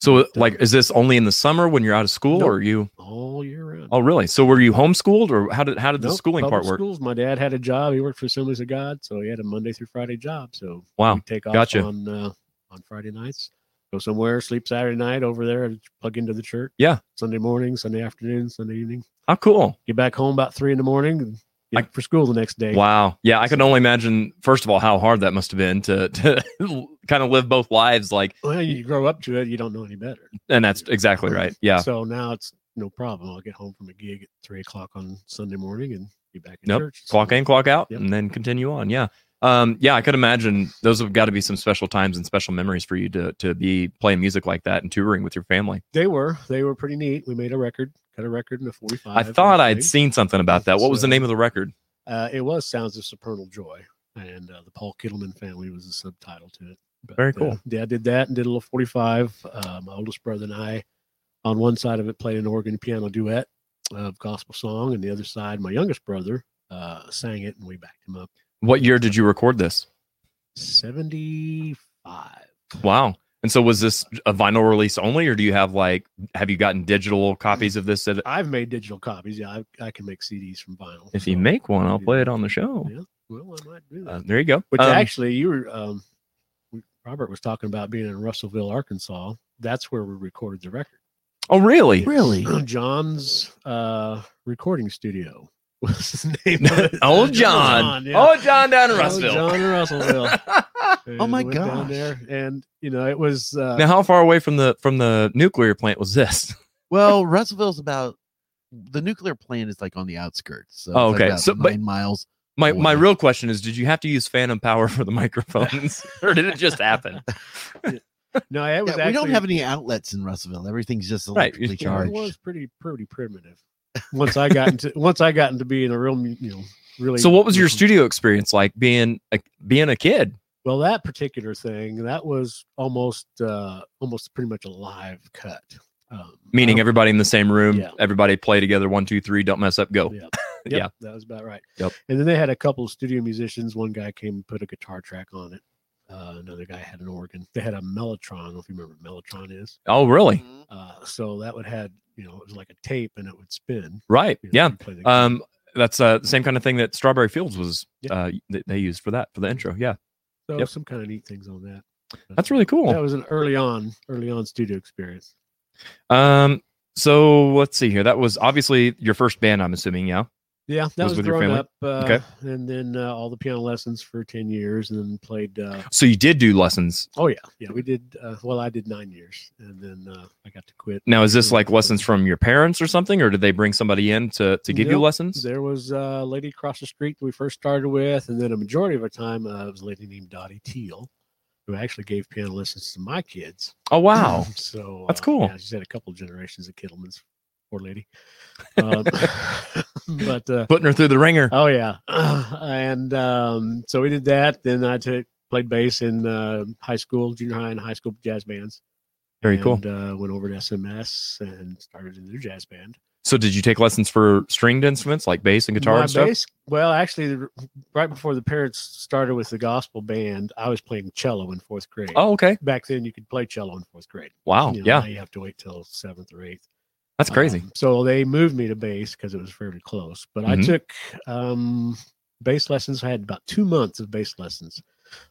A: So like, is this only in the summer when you're out of school,
B: Nope.
A: or are you?
B: all year round
A: Oh, really? So were you homeschooled, or how did how did the
B: Nope,
A: schooling
B: public
A: part work?
B: Schools. My dad had a job. He worked for Assemblies of God, so he had a Monday through Friday job. So
A: Wow,
B: we'd take off
A: Um, gotcha.
B: on uh, on Friday nights, go somewhere, sleep Saturday night over there, and plug into the church.
A: Yeah.
B: Sunday morning, Sunday afternoon, Sunday evening.
A: How cool!
B: Get back home about three in the morning. and get up for school the next day.
A: Wow. Yeah, I can only imagine. First of all, how hard that must have been to to kind of live both lives. Like,
B: Well, you grow up to it. You don't know any better.
A: and that's exactly right. Yeah.
B: So now it's no problem. I'll get home from a gig at three o'clock on Sunday morning and be back in
A: Nope.
B: church.
A: Clock in, clock out,
B: Yep.
A: and then continue on. Yeah. Um, yeah, I could imagine those have got to be some special times and special memories for you to to be playing music like that and touring with your family.
B: They were they were pretty neat. We made a record, cut a record in a forty-five.
A: I thought
B: and
A: I'd
B: thing.
A: seen something about that. What was the
B: So-
A: name of the record?
B: Uh, it was Sounds of Supernal Joy, and uh, the Paul Kittleman family was the subtitle to it. But,
A: Very
B: uh,
A: cool.
B: Dad did that and did a little 45. Uh, my oldest brother and I, on one side of it, played an organ piano duet of gospel song, and the other side, my youngest brother uh, sang it, and we backed him up.
A: What year did you record this?
B: 75.
A: Wow. And so was this a vinyl release only, or do you have like have you gotten digital copies of this? That
B: I've made digital copies. Yeah, I, I can make CDs from vinyl.
A: if you make one, I'll play it on the show.
B: Yeah, well, I might do that.
A: Uh, there you go.
B: Which
A: Um,
B: actually, you were um, we- Robert was talking about being in Russellville, Arkansas. That's where we recorded the record.
A: oh really?
E: Really?
B: John's uh, recording studio was his name. of it.
A: Old John.
B: yeah.
A: Oh John down in
B: Old
A: Russville.
B: John in Russellville.
E: Oh,
B: And
E: my
B: went down
E: gosh.
B: there, and you know it was uh,
A: now how far away from the from the nuclear plant was this?
E: Well, Russellville's about the nuclear plant is like on the outskirts. So
A: Oh,
E: it's like
A: okay.
E: about
A: So, but-
E: nine miles.
A: My my
E: Wow.
A: real question is, did you have to use phantom power for the microphones, or did it just happen?
B: no, it was
E: Yeah, we
B: actually,
E: don't have any outlets in Russellville. Everything's just
A: Right,
E: electrically
B: you know,
E: charged.
B: It was pretty pretty primitive. Once I got into once I got into being a real mu- you know really.
A: So, what was your
B: musical
A: studio experience like being a, being a kid?
B: Well, that particular thing that was almost uh almost pretty much a live cut. Um,
A: Meaning
B: I don't-
A: everybody in the same room,
B: Yeah.
A: everybody play together, one, two, three, don't mess up, go.
B: Yeah.
A: yeah.
B: Yep, that was about right.
A: Yep.
B: And then they had a couple of studio musicians. One guy came and put a guitar track on it. Uh, another guy had an organ. They had a mellotron. I don't know if you remember what mellotron is.
A: Oh, really?
B: Uh, so that would had you know it was like a tape and it would spin.
A: Right.
B: you know,
A: Yeah.
B: you'd play the-
A: Um, that's uh the same kind of thing that Strawberry Fields was
B: Yeah.
A: uh that they used for that for the intro. Yeah,
B: so
A: yep.
B: some kind of neat things on that. But
A: that's really cool.
B: That was an early on, early on studio experience.
A: Um, so let's see here. That was obviously your first band, I'm assuming. Yeah.
B: Yeah, that
A: Was
B: was,
A: with your
B: growing
A: family?
B: up. Uh,
A: Okay.
B: And then uh, all the piano lessons for 10 years and then played. Uh,
A: So you did do lessons.
B: oh, yeah. Yeah, we did. Uh, well, I did nine years and then uh, I got to quit.
A: Now, is this like lessons from your parents or something, or did they bring somebody in to to give you
B: Nope.
A: lessons?
B: There was a lady across the street we first started with. And then a majority of our time uh, it was a lady named Dottie Teal, who actually gave piano lessons to my kids.
A: Oh, wow.
B: So
A: That's
B: uh,
A: cool.
B: Yeah, she's had a couple generations of Kittlemans, poor lady. Um, but uh,
A: Putting her through the ringer.
B: Oh yeah, and um, so we did that. Then I took played bass in uh, high school, junior high, and high school jazz bands. uh,
A: Very cool.
B: And, Uh, went over to SMS and started a new jazz band.
A: So did you take lessons for stringed instruments like bass and guitar
B: My
A: and stuff?
B: bass- well, actually, the, right before the parents started with the gospel band, I was playing cello in fourth grade.
A: Oh, okay.
B: Back then, you could play cello in fourth grade.
A: Wow,
B: You know,
A: yeah.
B: Now you have to wait till seventh or eighth.
A: That's crazy.
B: Um, so they moved me to bass because it was fairly close. But I
E: Mm-hmm.
A: Mhm.
B: took um, bass lessons. I had about two months of bass lessons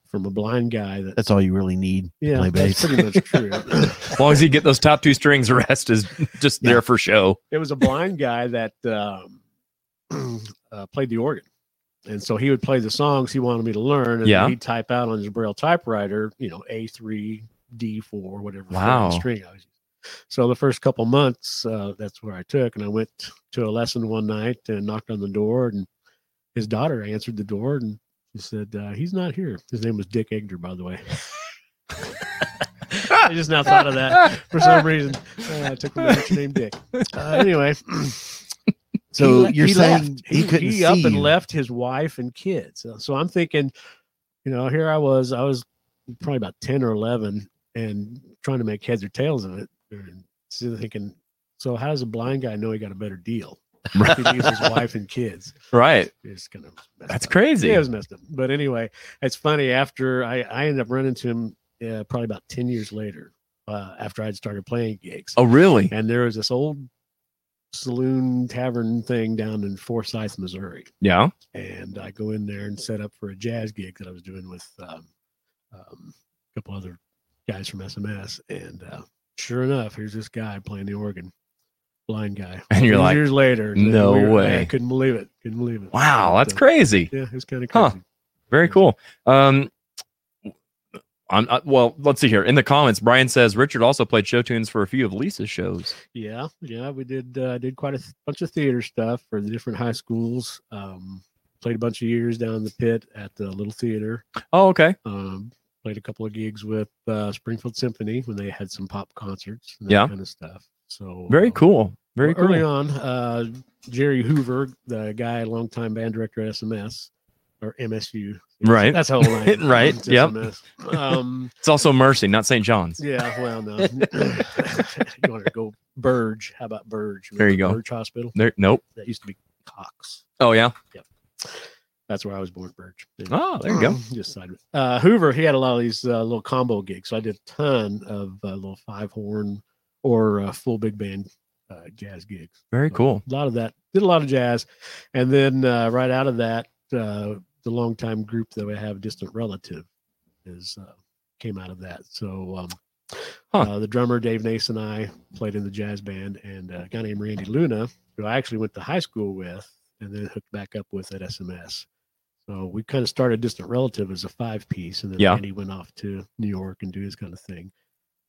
B: from a blind guy that.
E: That's all you really need. to
B: Yeah,
E: play
B: that's
E: bass.
B: pretty much true.
A: as long as you get those top two strings, the rest is just there for show.
B: it was a blind guy that um, uh, played the organ. And so he would play the songs he wanted me to learn. And
A: Yeah.
B: he'd type out on his braille typewriter, you know, A3, D4, whatever fucking
A: Wow.
B: string I was using. So the first couple months, uh, that's where I took. And I went to a lesson one night and knocked on the door. And his daughter answered the door and she said, uh, He's not here. His name was Dick Egner, by the way. I just now thought of that for some reason. Uh, I took the picture named Dick. Uh, anyway,
E: So
B: le-
E: you're saying
B: left.
E: he couldn't
B: he up
E: see
B: and
E: you.
B: left his wife and kids. So, so I'm thinking, you know, here I was, I was probably about ten or eleven, and trying to make heads or tails of it, and so thinking, so how does a blind guy know he got a better deal? If he leaves his wife and kids.
A: Right.
B: It's kind of
A: That's crazy.
B: Yeah, it was messed up. But anyway, it's funny. After I, I ended up running to him uh, probably about 10 years later uh, after I'd started playing gigs.
A: Oh, really?
B: And there was this old saloon tavern thing down in Forsyth, Missouri.
A: Yeah.
B: And I go in there and set up for a jazz gig that I was doing with um, um, a couple other guys from SMS. And uh, sure enough, here's this guy playing the organ, blind guy.
A: And you're
B: 10
A: like,
B: years later,
A: "No
B: we were-
A: way."
B: I couldn't believe it. Couldn't believe it.
A: Wow, that's
B: So-
A: crazy.
B: Yeah, it was kind of crazy.
A: Huh. Very cool. Um, I'm, uh, well, let's see here. In the comments, Brian says Richard also played show tunes for a few of Lisa's shows.
B: Yeah, yeah, we did uh, did quite a th- bunch of theater stuff for the different high schools. Um, played a bunch of years down in the pit at the little theater.
A: Oh, okay.
B: Um, played a couple of gigs with uh, Springfield Symphony when they had some pop concerts. And that
A: Yeah.
B: kind of stuff. So
A: Very
B: um,
A: cool. Very
B: well, Early
A: cool.
B: on, uh, Jerry Hoover, the guy, longtime band director at SMS or MSU.
A: Right.
B: That's how old I am.
A: Right,
B: It's
A: yep.
B: SMS. Um,
A: It's also Mercy, not St. John's.
B: yeah, well, no. you want to go Burge? How about Burge?
A: There you
B: Remember
A: go.
B: Burge Hospital.
A: There, nope.
B: That used to be Cox.
A: Oh, yeah.
B: That's where I was born, Burge.
A: Oh, there you go.
B: Just side. Uh, Hoover, he had a lot of these uh, little combo gigs. So I did a ton of uh, little five horn or uh, full big band uh, jazz gigs.
A: Very
B: So
A: cool.
B: A lot of that. Did a lot of jazz, and then uh, right out of that, uh, the longtime group that we have, Distant Relative, is uh, came out of that. So. Um,
A: Huh.
B: uh, the drummer Dave Nace and I played in the jazz band, and uh, a guy named Randy Luna, who I actually went to high school with, and then hooked back up with at SMS. So we kind of started Distant Relative as a five piece, and then
A: Yeah.
B: Randy went off to New York and do his kind of thing.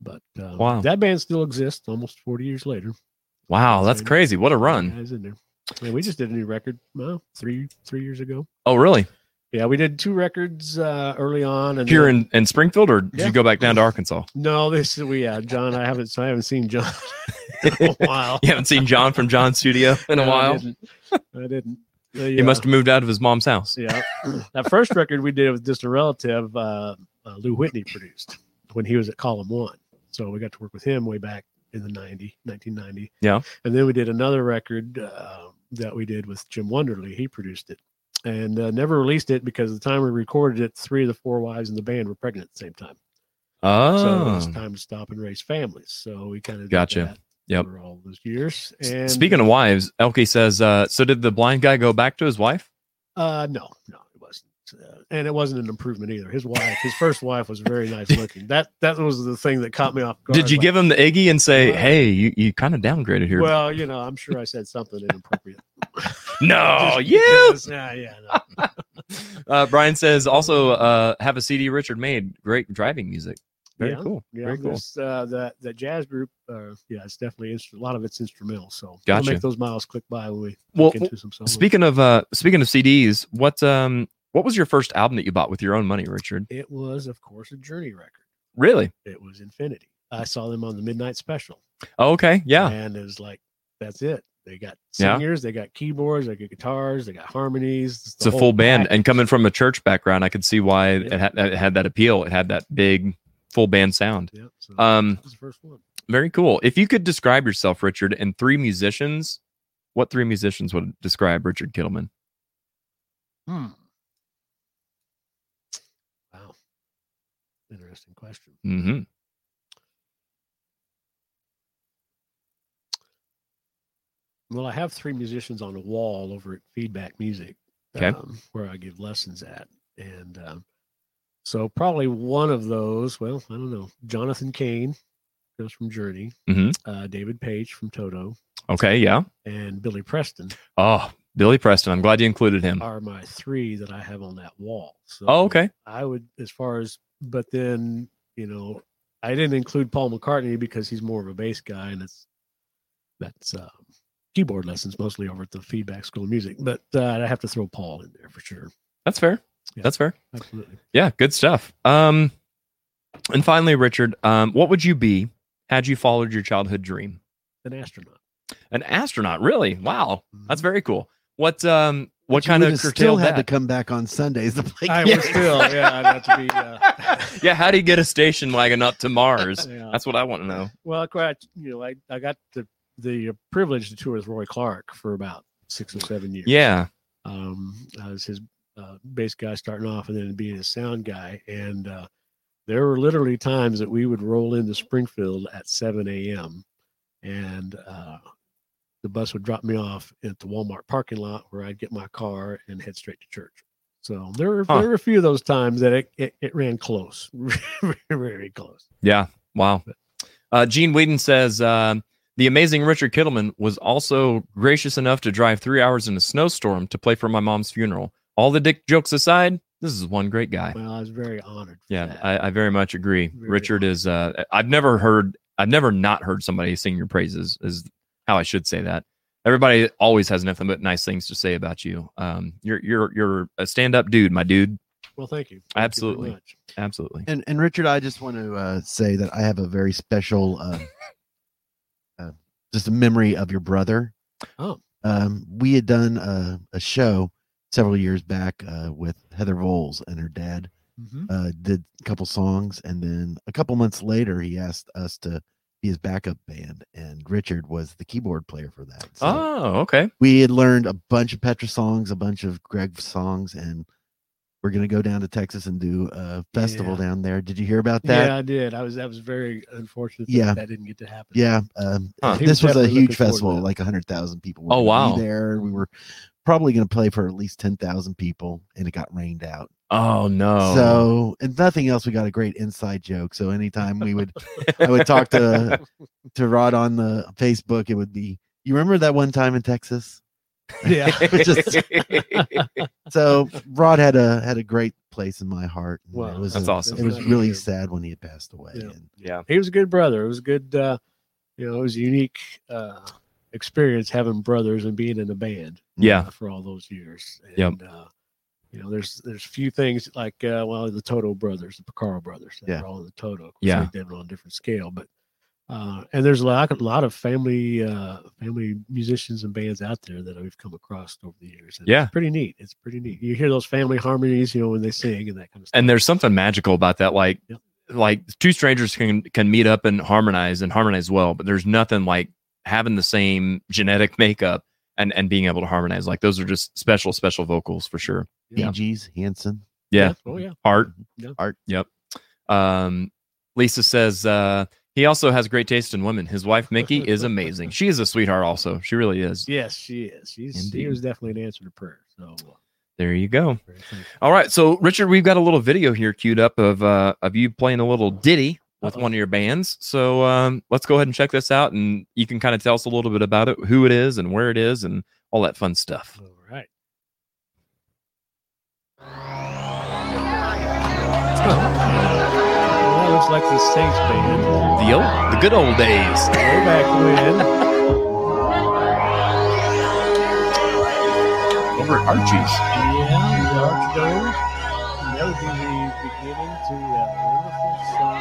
B: But um,
A: Wow.
B: that band still exists almost 40 years later.
A: Wow, that's
B: Same.
A: crazy. What a run.
B: Guys in there. And we just did a new record well, three three years ago.
A: Oh, really?
B: Yeah, we did two records uh, early on. And
A: Here
B: then-
A: in, in Springfield, or did
B: Yeah.
A: you go back down to Arkansas?
B: no, this we yeah, John. I haven't I haven't seen John in a while.
A: You haven't seen John from John's studio in a
B: No, I
A: while.
B: didn't. I didn't. The,
A: He
B: uh,
A: must have moved out of his mom's house.
B: Yeah. that first record we did with Distant Relative, uh, uh, Lou Whitney produced when he was at Column One. So we got to work with him way back in the 90, 1990.
A: Yeah.
B: And then we did another record uh, that we did with Jim Wonderly. He produced it and uh, never released it because the time we recorded it, three of the four wives in the band were pregnant at the same time. So it
A: Oh,
B: was time to stop and raise families. So we kind of
A: Gotcha. Yep.
B: For all those years. And
A: Speaking of wives, Elke says, uh, so did the blind guy go back to his wife?
B: Uh, no, no, it wasn't, uh, and it wasn't an improvement either. His wife, his first wife, was very nice looking. That that was the thing that caught me off guard.
A: Did you
B: like,
A: give him the Iggy and say,
B: Uh,
A: hey, you, you kind of downgraded here?
B: Well, you know, I'm sure I said something inappropriate.
A: no, Oh,
B: Just
A: you.
B: because- yeah, yeah. no.
A: Uh, Brian says, also uh, have a CD Richard made. Great driving music. Very
B: Yeah,
A: cool.
B: Yeah,
A: Very cool.
B: this, uh, that that jazz group, uh, yeah, it's definitely instru- a lot of it's instrumental. So we'll
A: Gotcha.
B: make those miles click by when we
A: Well,
B: look into some songs.
A: Speaking of uh, speaking of CDs, what um what was your first album that you bought with your own money, Richard?
B: it was, of course, a Journey record.
A: Really?
B: It was Infinity. I saw them on the Midnight Special.
A: Oh, okay. Yeah.
B: And it was like, that's it. They got
A: Yeah.
B: singers, they got keyboards, they got guitars, they got harmonies.
A: It's a full band.
B: And
A: And coming from a church background, I could see why
B: Yeah.
A: it, had, it had that appeal. It had that big full band sound.
B: yeah, so
A: Um,
B: that was the first one.
A: Very cool. If you could describe yourself, Richard, and three musicians What three musicians would describe Richard Kittleman?
B: Hmm. Wow. Interesting question.
A: Mm-hmm.
B: Well, I have three musicians on a wall over at Feedback Music,
A: 'Kay.
B: um, where I give lessons at, and um, so probably one of those. Well, I don't know. Jonathan Kane goes from Journey.
A: Mhm.
B: Uh, David Page from Toto,
A: Okay, yeah.
B: and Billy Preston
A: Oh, Billy Preston. I'm glad you included him.
B: are my three that I have on that wall. So
A: Mm. Oh, okay.
B: I would, as far as, but then you know, I didn't include Paul McCartney because he's more of a bass guy, and it's that's um, keyboard lessons mostly over at the Feedback School of Music. But uh, I have to throw Paul in there for sure.
A: That's fair.
B: Yeah.
A: That's fair.
B: Absolutely.
A: Yeah, good stuff. Um, and finally, Richard, um, what would you be had you followed your childhood dream?
B: An astronaut.
A: An astronaut, really? Wow,
E: Mm-hmm.
A: that's very cool. What um, what kind
E: would
A: of
E: have still
A: curtailed
E: had to
A: that?
E: come back on Sundays to play.
B: I
E: games.
B: would still, yeah, I'd have to be. Uh,
A: yeah, how do you get a station wagon up to Mars?
B: yeah.
A: That's what I want to know.
B: Well, quite, you know, I, I got the the privilege to tour with Roy Clark for about six or seven years.
A: Yeah.
B: um, I was his uh, bass guy starting off and then being his sound guy. And uh, there were literally times that we would roll into Springfield at 7 a.m. and uh, the bus would drop me off at the Walmart parking lot where I'd get my car and head straight to church. So there were,
A: Huh.
B: there were a few of those times that it, it, it ran close, very close.
A: Yeah. Wow. Uh, Gene Whedon says um, the amazing Richard Kittleman was also gracious enough to drive three hours in a snowstorm to play for my mom's funeral. All the dick jokes aside, this is one great guy.
B: Well, I was very honored. for
A: Yeah,
B: that.
A: I, I very much agree.
B: Very
A: Richard
B: honest.
A: is. Uh, I've never heard. I've never not heard somebody sing your praises. Is how I should say that. Everybody always has nothing but nice things to say about you. Um, you're you're you're a stand up dude, my dude.
B: well, thank you. Thank you very
A: Absolutely.
B: much.
A: Absolutely.
E: And and Richard, I just want to uh, say that I have a very special, uh, uh, just a memory of your brother.
B: Oh.
E: um, we had done a, a show several years back uh, with Heather Voles and her dad.
B: Mhm.
E: Uh, did a couple songs, and then a couple months later, he asked us to be his backup band, and Richard was the keyboard player for that. So
A: Oh, okay.
E: we had learned a bunch of Petra songs, a bunch of Greg songs, and we're gonna go down to Texas and do a festival
B: Yeah.
E: down there. Did you hear about that?
B: yeah, I did. I was that was very unfortunate. that
E: Yeah.
B: that didn't get to happen.
E: Yeah, um,
A: Huh.
B: He
E: this
B: was
E: was a
B: definitely
E: huge
B: looking forward to
E: festival,
B: that.
E: like hundred thousand people.
A: Oh,
E: gonna be
A: wow.
E: There, we were probably gonna play for at least ten thousand people, and it got rained out.
A: Oh no.
B: Oh.
E: So, and nothing else. We got a great inside joke. So anytime we would, I would talk to to Rod on the Facebook. It would be, you remember that one time in Texas?
B: yeah.
E: Just- so Rod had a had a great place in my heart. and
B: Wow.
E: it was
A: That's
E: a-
A: awesome.
E: It was
B: That's
E: really
B: good.
E: sad when he had passed away.
B: Yeah.
E: and-
A: yeah.
B: he was a good brother. It was a good, uh, you know, it was a unique uh, experience having brothers and being in a band.
A: Yeah.
B: uh, for all those years.
A: Yep.
B: And, uh, you know, there's there's few things like uh, well the Toto brothers, the Picaro brothers, they
E: Yeah.
B: were all in the Toto. Of course,
A: Yeah.
B: they did it on a different scale, but uh, and there's a lot, a lot of family uh, family musicians and bands out there that we've come across over the years. and
A: Yeah.
B: it's pretty neat. It's pretty neat. You hear those family harmonies, you know, when they sing and that kind of stuff.
A: And there's something magical about that. Like
B: Yep.
A: like two strangers can can meet up and harmonize and harmonize well, but there's nothing like having the same genetic makeup and and being able to harmonize. Like those are just special special vocals for sure. Yeah.
E: Bee Gees, Hanson.
A: Yeah.
B: oh yeah,
A: Art.
B: Yeah.
E: Art.
A: Yep. Um, Lisa says uh, he also has great taste in women. His wife Mickey is amazing. She is a sweetheart. Also, she really is.
B: yes, she is. She's she
A: Indeed.
B: was definitely an answer to prayer. So. uh,
A: There you go.
B: very thankful.
A: All right. So Richard, we've got a little video here queued up of uh, of you playing a little ditty with
B: Uh-oh.
A: one of your bands. So um, let's go ahead and check this out, and you can kind of tell us a little bit about it, who it is, and where it is, and all that fun stuff.
B: All right. that looks like the Saints band
A: The old, the good old days.
B: way back when.
A: Over at Archie's.
B: Yeah, the Archdome. And That would be the beginning to that wonderful song.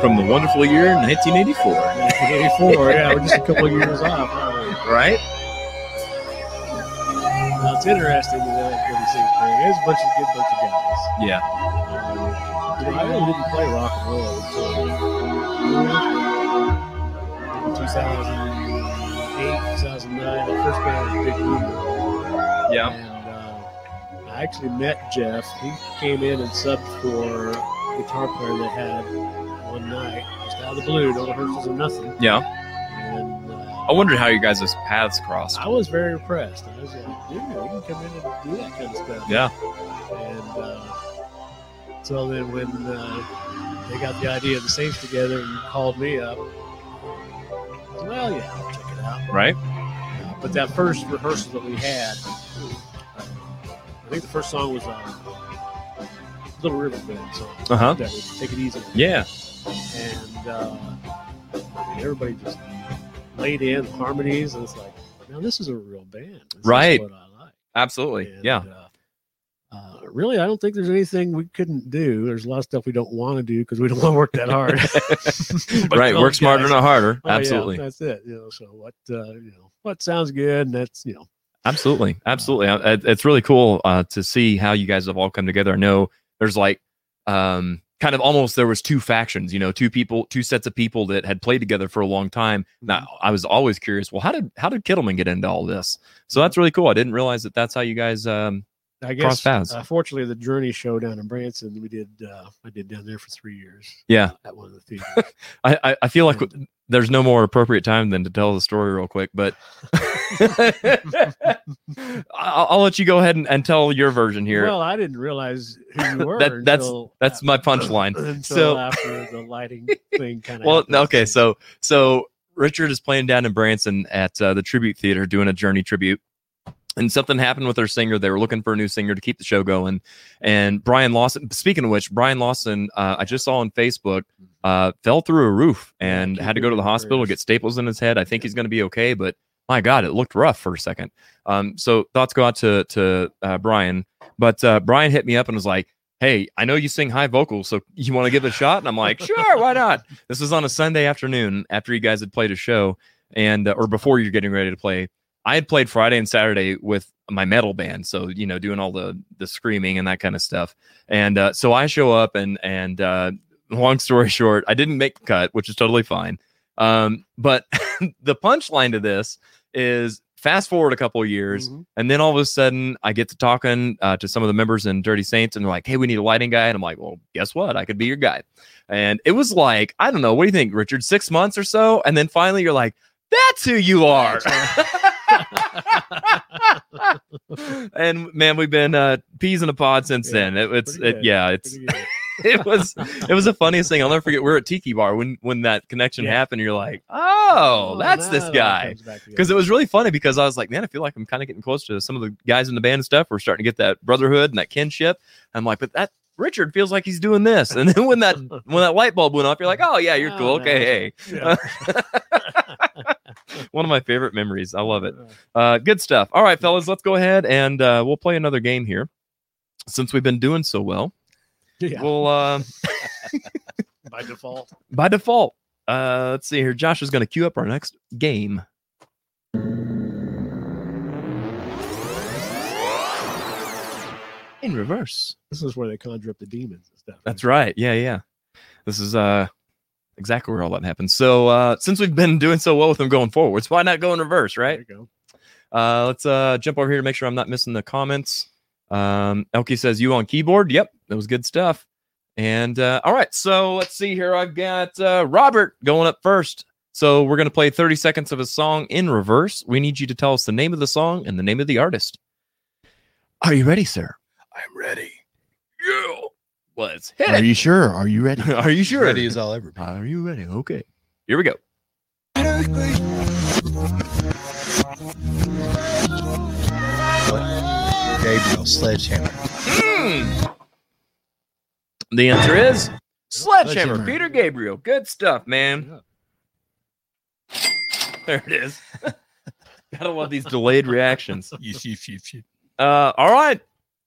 A: From the wonderful year 1984.
B: 1984. Yeah, we're just a couple of years off. aren't we?
A: Right.
B: Now, it's interesting to know that the Saints band. There's a bunch of good bunch of guys.
A: Yeah.
B: I really didn't play rock and roll until 2008, 2009. The first band was Big Boomer.
A: Yeah.
B: And uh, I actually met Jeff. He came in and subbed for a guitar player they had one night, just out of the blue, no rehearsals or nothing.
A: Yeah.
B: And uh,
A: I wondered how your guys' paths crossed.
B: I was very impressed. I was like, dude, you can come in and do that kind of stuff.
A: Yeah.
B: And uh, so then when uh, they got the idea of the Saints together and called me up, I said, well, yeah, I'll check it out.
A: Right?
B: But that first rehearsal that we had, I think the first song was um, Little River Band song.
A: Uh huh.
B: That was Take It Easy.
A: Yeah.
B: And uh, I mean, everybody just laid in harmonies, and it's like, now this is a real band. This is
A: Right.
B: what I like.
A: Absolutely.
B: And,
A: Yeah.
B: Uh, uh, really, I don't think there's anything we couldn't do. There's a lot of stuff we don't want to do because we don't want to work that hard. But
A: right.
B: those
A: Work smarter,
B: guys-
A: not harder.
B: Oh, yeah,
A: Absolutely.
B: that's it. You know, so what? Uh, you know, what sounds good, and that's you know,
A: Absolutely, absolutely. I- it- It's really cool uh, to see how you guys have all come together. I know there's like um, kind of almost there was two factions, you know, two people, two sets of people that had played together for a long time.
B: Mm-hmm.
A: Now I was always curious. Well, how did how did Kittleman get into all this? So that's really cool. I didn't realize that that's how you guys. Um,
B: I
A: Cross
B: guess.
A: paths.
B: Uh, fortunately, the Journey show down in Branson, we did. Uh, I did down there for three years.
A: Yeah.
B: at one of the theaters.
A: I, I I feel like w- there's no more appropriate time than to tell the story real quick, but. I'll, I'll let you go ahead and, and tell your version here.
B: Well, I didn't realize who you were.
A: That- that's-
B: until
A: that's my
B: after-
A: punchline.
B: Until
A: So-
B: after the lighting thing kind of.
A: well no, okay so so richard is playing down in branson at uh, the tribute theater doing a journey tribute and something happened with their singer they were looking for a new singer to keep the show going and brian lawson speaking of which brian lawson uh, i just saw on facebook uh, fell through a roof and had to go to the hospital to get staples in his head i think he's going to be okay but my god it looked rough for a second um, so thoughts go out to to uh, brian but uh, brian hit me up and was like hey i know you sing high vocals so you want to give it a shot and i'm like sure why not this was on a Sunday afternoon after you guys had played a show and uh, or before you're getting ready to play. I had played Friday and Saturday with my metal band, so you know, doing all the the screaming and that kind of stuff. And uh, so I show up and and uh, long story short, I didn't make the cut, which is totally fine. Um, but the punchline to this is fast forward a couple of years,
B: Mhm.
A: and then all of a sudden, I get to talking uh, to some of the members in Dirty Saints, and they're like, "Hey, we need a lighting guy," and I'm like, "Well, guess what? I could be your guy." And it was like, I don't know, what do you think, Richard? Six months or so, and then finally, you're like, "That's who you are." and man, we've been uh, peas in a pod since
B: Yeah,
A: then. It, it's
B: pretty
A: it,
B: good.
A: yeah, it's
B: Pretty good.
A: it was it was the funniest thing. I'll never forget. We were at Tiki Bar when when that connection
B: Yeah.
A: happened. You're like, oh, that's
B: now
A: this
B: it all
A: guy.
B: comes back together.
A: Because it was really funny because I was like, man, I feel like I'm kind of getting close to some of the guys in the band and stuff. We're starting to get that brotherhood and that kinship. I'm like, but that Richard feels like he's doing this. And then when that when that light bulb went off, you're like, oh yeah, you're
B: Oh,
A: cool.
B: man.
A: Okay, hey.
B: Yeah.
A: One of my favorite memories. I love it. Uh, good stuff. All right, fellas, let's go ahead and uh, we'll play another game here. Since we've been doing so well,
B: Yeah,
A: we'll uh,
B: by default.
A: by default. Uh, let's see here. Josh is going to queue up our next game. In reverse.
B: This is where they conjure up the demons and stuff.
A: That's right. Yeah, yeah. This is uh exactly where all that happens. So uh, since we've been doing so well with them going forwards, why not go in reverse, right?
B: There you go.
A: Uh, let's uh, jump over here to make sure I'm not missing the comments. Um, Elke says you on keyboard. Yep, that was good stuff. And uh, all right, so let's see here. I've got uh, Robert going up first. So we're gonna play 30 seconds of a song in reverse. We need you to tell us the name of the song and the name of the artist. Are you ready, sir?
F: I'm ready.
A: Yeah. Let's hit
E: Are
A: it.
E: you sure? Are you ready?
A: Are you sure?
F: Ready as I'll ever be.
E: Are you ready? Okay.
A: Here we go.
F: Gabriel Sledgehammer.
A: The answer is Sledgehammer,
E: Sledgehammer.
A: Peter Gabriel. Good stuff, man. There it is. Gotta love these delayed reactions.
F: You- you- you- you-
A: Uh, all right.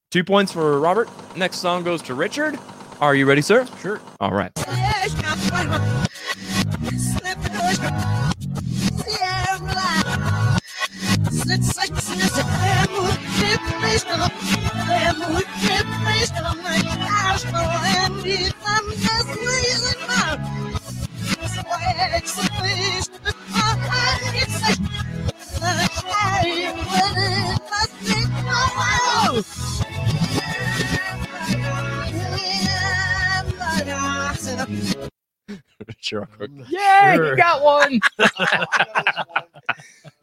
A: Two points for Robert. Next song goes to Richard. Are you ready, sir? Sure. All right.
I: If I'm just losing my
F: sure.
A: Yeah,
B: Sure.
A: you got one.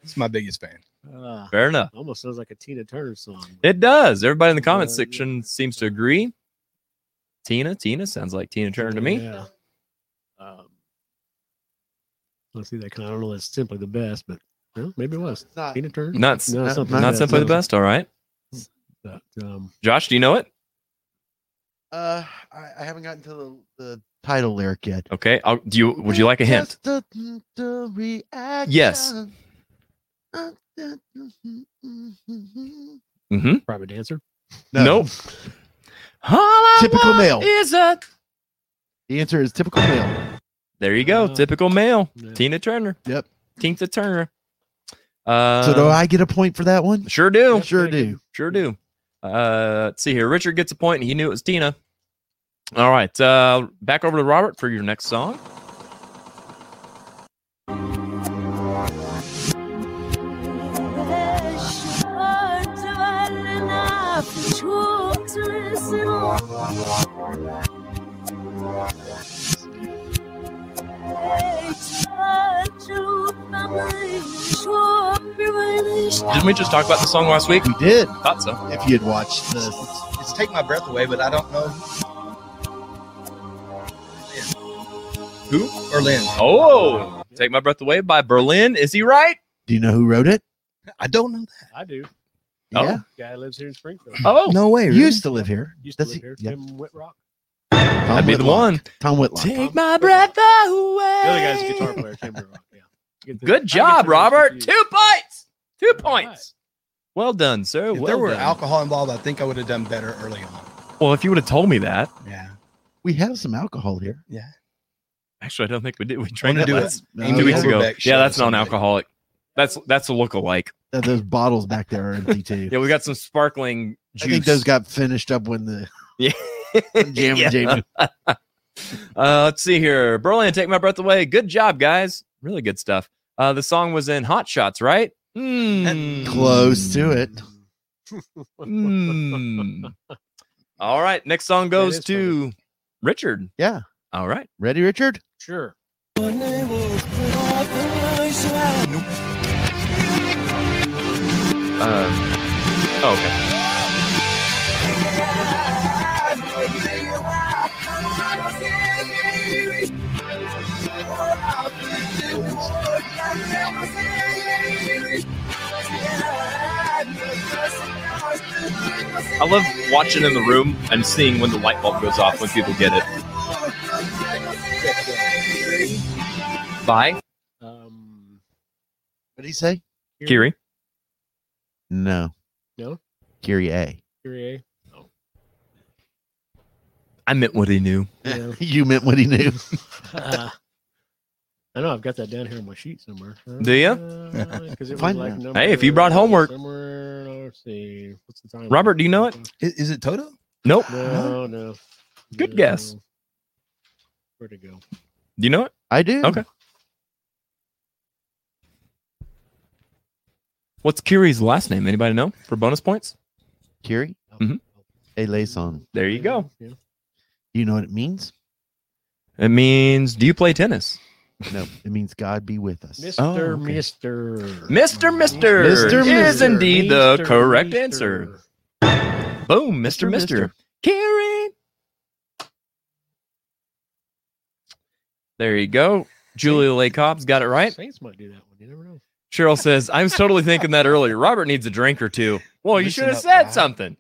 F: It's my biggest fan.
B: Ah,
A: Fair enough.
B: almost sounds like a Tina Turner song.
A: It does. Everybody in the comment
B: Yeah, yeah.
A: section seems to agree. Tina, Tina sounds like Tina Turner to me.
B: Yeah. Um, let's see that. kind of- I don't know. That's simply the best, but well, maybe it was
E: It's not-
B: Tina Turner.
A: Nuts.
B: No,
E: Not-
B: something
E: not
B: like
A: Not
B: that.
A: simply the best. All right.
B: But, um,
A: Josh, do you know it?
E: Uh, I, I haven't gotten to the, the title lyric yet.
A: Okay. I'll, do you? Oh, Would you like a hint?
E: Just a- mm, the reaction. Uh, uh, mm, mm, mm, mm.
A: Mm-hmm.
B: private dancer.
A: Nope. All I
E: Typical
A: want
E: male.
A: Is a.
E: The answer is typical male.
A: There you go.
B: Uh,
A: Typical male.
B: Yeah.
A: Tina Turner.
E: Yep.
A: Tina Turner. Uh,
E: so do I get a point for that one?
A: Sure do.
E: Sure do.
A: Sure do. Uh, let's see here. Richard gets a point, and he knew it was Tina. All right. Uh, back over to Robert for your next song. Didn't we just talk about the song last week?
E: We did.
A: Thought so.
E: If you'd watched this,
F: It's take my breath away, but I don't know. Who? Or Lynn.
A: Oh, Take My Breath Away by Berlin. Is he right?
E: do you know who wrote it?
F: I don't know that.
B: I do.
A: Oh.
E: Yeah,
B: Guy lives here in Springfield.
A: Oh,
F: No way. Really?
E: used to live here.
B: Used to
E: That's-
B: live
E: yeah,
B: here. Tim Whitrock.
E: Tom
A: that'd be the
E: Whitlock.
A: one.
E: Tom Whitlock.
A: my breath away.
B: The other guy's a guitar player. Tim Whitrock. Yeah. Get the- I
A: Good
B: get
A: job,
B: those
A: Robert.
B: confused.
A: Two points. Two
B: All right.
A: points. Well done, sir.
F: If
A: well
F: there were
A: done.
F: alcohol involved, I think I would have done better early on.
A: well, if you would have told me that,
F: Yeah.
E: We have some alcohol here.
A: actually, I don't think we did. We trained that
F: do
A: last
E: it.
A: two
E: Oh,
A: weeks
E: yeah.
A: ago.
F: Overbeck
A: Yeah,
F: show
A: that's
F: someday.
A: non-alcoholic. That's that's a look-alike.
E: Uh, Those bottles back there are empty too.
A: Yeah, we got some sparkling juice.
E: I think those got finished up when the
A: Yeah.
E: when Jam
A: Yeah.
E: Jamie.
A: Uh, let's see here. Berlin, take my breath away. Good job, guys. Really good stuff. Uh, the song was in Hot Shots, right? Mm.
E: Close to it.
A: Mm. All right. Next song goes
B: is
A: to Richard.
E: Yeah.
A: All right.
E: Ready, Richard?
B: Sure.
A: Uh, oh, okay. I love watching in the room and seeing when the light bulb goes off when people get it. Bye,
B: Um,
E: What did he say?
A: Kiri.
E: No.
B: No?
E: Gary A.
B: Kyrie.
A: I meant what he knew.
B: Yeah.
E: you meant what he knew.
B: Uh, I know I've got that down here on my sheet somewhere.
A: Do ya?
B: Because it was
E: Find
B: like
E: it.
B: number,
A: Hey, if you brought homework.
B: somewhere, let's see, what's the time?
A: Robert, do you know it?
F: Is, is it Toto?
A: Nope.
B: No, no.
A: Good
B: no.
A: guess.
B: Where'd it go?
A: Do you know it?
E: I do.
A: Okay. What's Kiri's last name? Anybody know for bonus points?
E: Gary
A: Mhm.
E: A. Layson.
A: There you go.
B: Yeah.
E: You know what it means?
A: It means, do you play tennis?
E: No. It means God be with us.
B: Mr.
A: Oh, okay.
B: Mister.
A: Mr. Mister
E: Mr.
A: is
E: Mister.
A: indeed the
B: Mister,
A: correct
B: Mister.
A: answer. Boom, Mr. Mister. Kiri. There you go. Julia Lay Cobb's got it right.
B: Saints might do that one. You never know.
A: Cheryl says, I was totally thinking that earlier. Robert needs a drink or two. Well, you
F: Listen
A: should have
F: up,
A: said
F: Rob.
A: something.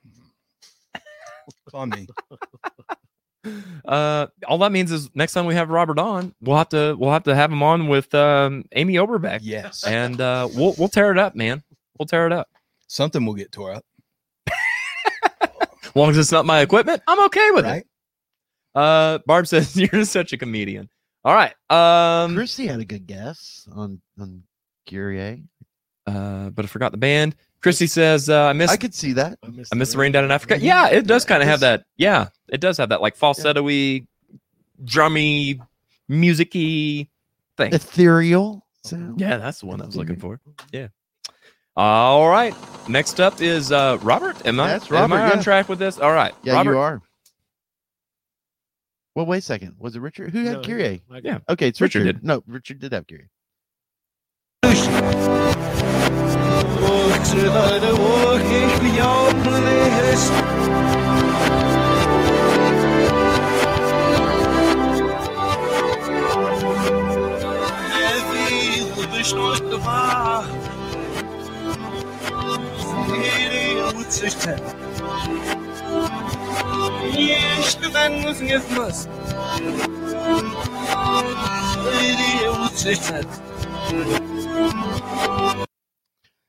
F: It's on me.
A: Uh, all that means is next time we have Robert on, we'll have to we'll have to have him on with um, Amy Oberbeck,
F: yes.
A: and uh, we'll we'll tear it up, man. We'll tear it up.
F: Something will get uh, tore up,
A: As long as it's not my equipment, I'm okay with
F: right?
A: it. Uh, Barb says you're such a comedian. All right. Um,
E: Chrissy had a good guess on on Gary A.
A: uh, but I forgot the band. Christy says uh, I miss
E: I
A: I,
E: could see that.
B: I missed,
A: miss the rain down in Africa. Yeah, it does kind of have that. Yeah, it does have that like falsetto-y, drummy, musicy thing.
E: Ethereal sound.
A: Yeah, that's the one I was looking for. Yeah. All right. Next up is uh, Robert. Am I,
E: That's
A: am
E: Robert,
A: I on
E: yeah.
A: track with this? All right.
E: Yeah,
A: Robert,
E: you are. Well, wait a second. Was it Richard? Who had
B: No,
E: Kyrie?
B: Like,
A: Yeah.
E: Okay, it's
A: Richard
E: Richard.
A: did.
E: No, Richard did have Kyrie.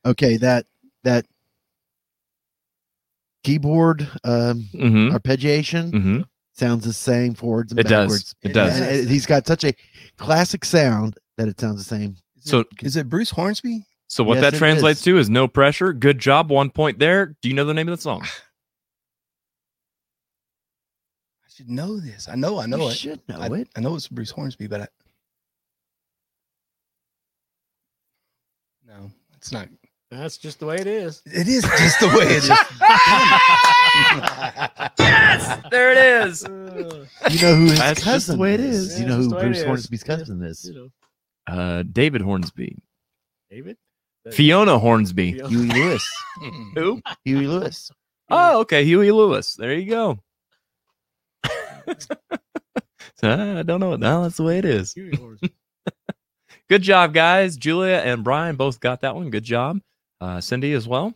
E: Okay, that that keyboard um,
A: Mm-hmm.
E: arpeggiation
A: Mm-hmm.
E: sounds the same forwards and
A: It does.
E: backwards.
A: It does.
E: And- and he's got such a classic sound that it sounds the same.
A: So
F: Is it Bruce Hornsby?
A: So what
E: Yes,
A: that
E: it
A: translates
E: is.
A: to is no pressure. Good job. One point there. Do you know the name of the song?
F: I should know this. I know. I
E: you
F: know it.
E: should know
F: I,
E: it.
F: I know it's Bruce Hornsby, but I. No, it's not.
B: That's just the way it is.
F: It is just the way it is.
B: Uh,
A: There it is.
E: You know who his
A: That's
E: cousin
A: just the way it
E: is.
B: is.
E: You
B: Yeah,
E: know
B: it's
E: who
B: just the way it
E: Bruce
B: is.
E: Hornsby's
B: Yeah.
E: cousin is.
B: You know,
A: Uh, David Hornsby.
B: David.
A: Fiona Hornsby.
B: Fiona.
E: Huey Lewis.
A: Who?
E: Huey Lewis.
A: Oh, okay. Huey Lewis. There you go. So, I don't know. No, that's the way it is.
B: Huey Lewis.
A: Good job, guys. Julia and Brian both got that one. Good job. Uh, Cindy as well.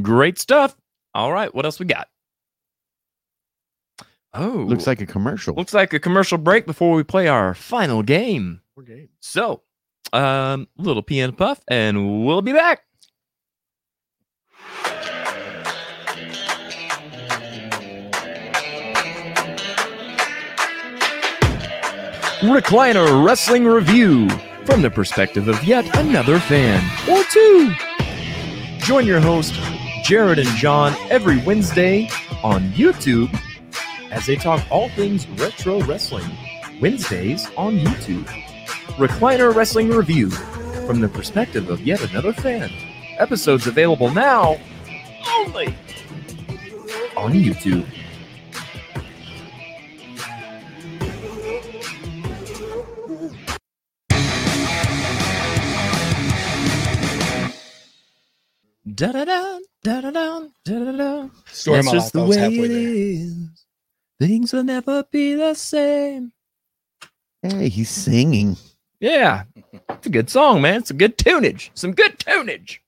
A: Great stuff. All right. What else we got? Oh,
E: Looks like a commercial.
A: looks like a commercial break before we play our final game.
B: We're game.
A: So, um, little PN Puff, and we'll be back. Recliner Wrestling Review from the perspective of yet another fan or two. Join your host, Jared and John, every Wednesday on YouTube as they talk all things retro wrestling. Wednesdays on YouTube. Recliner Wrestling Review from the perspective of yet another fan. Episodes available now only on YouTube. Da da da da da da da da.
F: Story of my
A: That's
F: life.
A: just
F: I
A: the
F: was
A: way
F: halfway
A: it
F: there.
A: is. Things will never be the same.
E: Hey, he's singing.
A: Yeah, it's a good song, man. It's a good tunage. Some good tunage.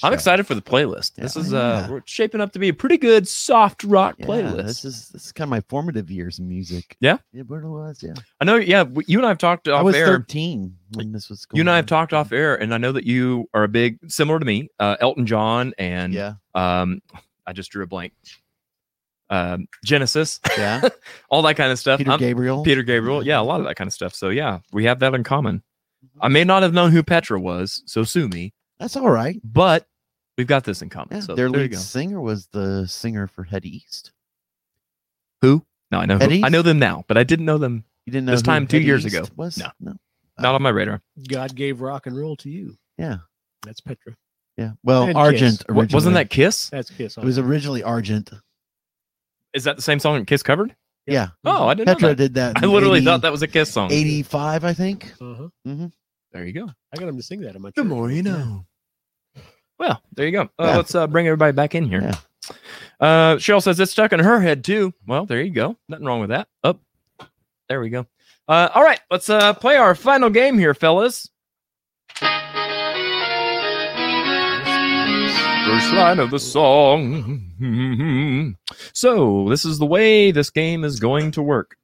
A: I'm excited for the playlist. This
E: Yeah.
A: is uh,
E: Yeah.
A: we're shaping up to be a pretty good soft rock
E: Yeah,
A: playlist.
E: This is this is kind of my formative years in music.
A: Yeah?
E: Yeah, but it was, yeah.
A: I know. Yeah, w- you and I have talked
E: I
A: off
E: was
A: air.
E: 13 when this was going
A: You and I have
E: on.
A: talked off air, and I know that you are a big, similar to me, uh, Elton John and
E: Yeah.
A: um, I just drew a blank. Um, Genesis,
E: Yeah.
A: all that kind of stuff.
E: Peter
A: I'm-
E: Gabriel.
A: Peter Gabriel. Yeah, a lot of that kind of stuff. So yeah, we have that in common. I may not have known who Petra was, so sue me,
E: That's all right.
A: but we've got this in common.
E: Yeah.
A: so
E: Their
A: there you
E: lead
A: go.
E: singer was the singer for Head East.
A: No, I know.
E: At
A: Who, I
E: East?
A: know them now, but I didn't know them.
E: You didn't know
A: This
E: who
A: time two
E: Head
A: years
E: East
A: ago.
E: Was?
A: No.
E: No.
A: Not on my radar.
B: God gave rock and roll to you.
E: Yeah.
B: That's Petra.
E: Yeah. Well,
B: And Kiss.
E: Argent
A: Wa-
E: originally.
A: Wasn't that Kiss?
B: That's Kiss.
E: It was originally Argent.
A: Is that the same song that Kiss covered?
E: Yeah.
A: Oh, I didn't know
E: Petra
A: that.
E: did that.
A: I literally thought that was a Kiss song.
E: 85, I think.
B: Uh huh.
A: There you go.
B: I got him to sing that in my.
A: The
B: church.
A: more you
B: Yeah.
A: know. Well, there you go. Uh,
E: Yeah.
A: Let's uh, bring everybody back in here. Uh, Cheryl says it's stuck in her head too. Well, there you go. Nothing wrong with that. Up. There we go. Uh, all right, let's uh, play our final game here, fellas. First line of the song. So, this is the way this game is going to work.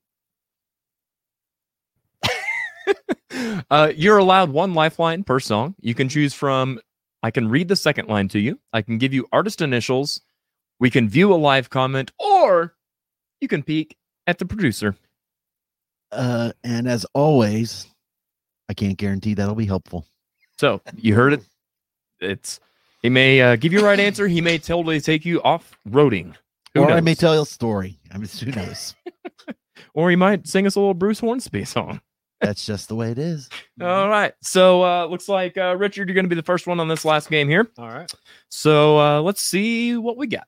A: uh, you're allowed one lifeline per song. You can choose from, I can read the second line to you, I can give you artist initials, we can view a live comment, or you can peek at the producer.
E: Uh, and as always, I can't guarantee that'll be helpful.
A: So you heard it. It's he may uh, give you a right answer. He may totally take you off roading, Who
E: or I may
A: knows?
E: tell you a story. I mean, who knows?
A: or he might sing us a little Bruce Hornsby song.
E: That's just the way it is.
A: All right. So uh, looks like uh, Richard, you're going to be the first one on this last game here.
B: All right.
A: So uh, let's see what we got.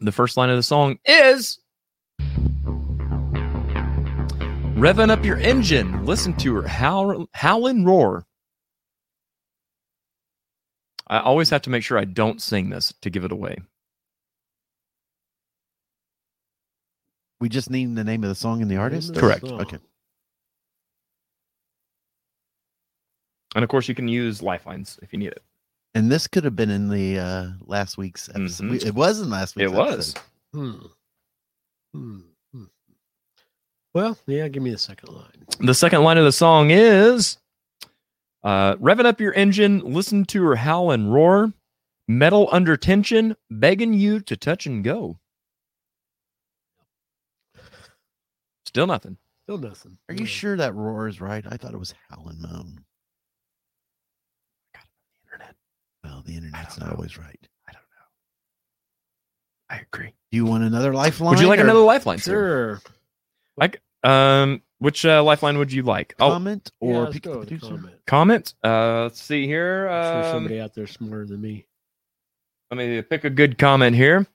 A: The first line of the song is Revving up your engine. Listen to her howl, howl and roar. I always have to make sure I don't sing this to give it away.
H: We just need the name of the song and the artist.
B: the
A: Correct.
B: song.
H: Okay.
A: And of course, you can use lifelines if you need it.
H: And this could have been in the uh last week's episode.
A: Mhm.
H: We- It was in last week's
A: It was.
H: episode.
B: Hmm. Hmm. Hmm. Well, yeah, give me the second line.
A: The second line of the song is uh, Revving up your engine, listen to her howl and roar, metal under tension, begging you to touch and go. Still nothing.
B: Still nothing. Hmm.
H: Are you sure that roar is right? I thought it was Howlin' Moan.
A: internet.
H: Well, the internet's not
A: know.
H: always right.
A: I don't know. I agree.
H: Do you want another lifeline?
A: Would you like
H: or
A: another lifeline, sir?
B: Sure.
A: Um, which uh, lifeline would you like? Oh,
H: comment
B: yeah,
H: or
B: let's
H: pick the
B: go with a
H: producer?
B: comment.
A: comment. Uh, let's see here.
B: I'm sure
A: Um,
B: somebody out there smarter than me.
A: let me pick a good comment here.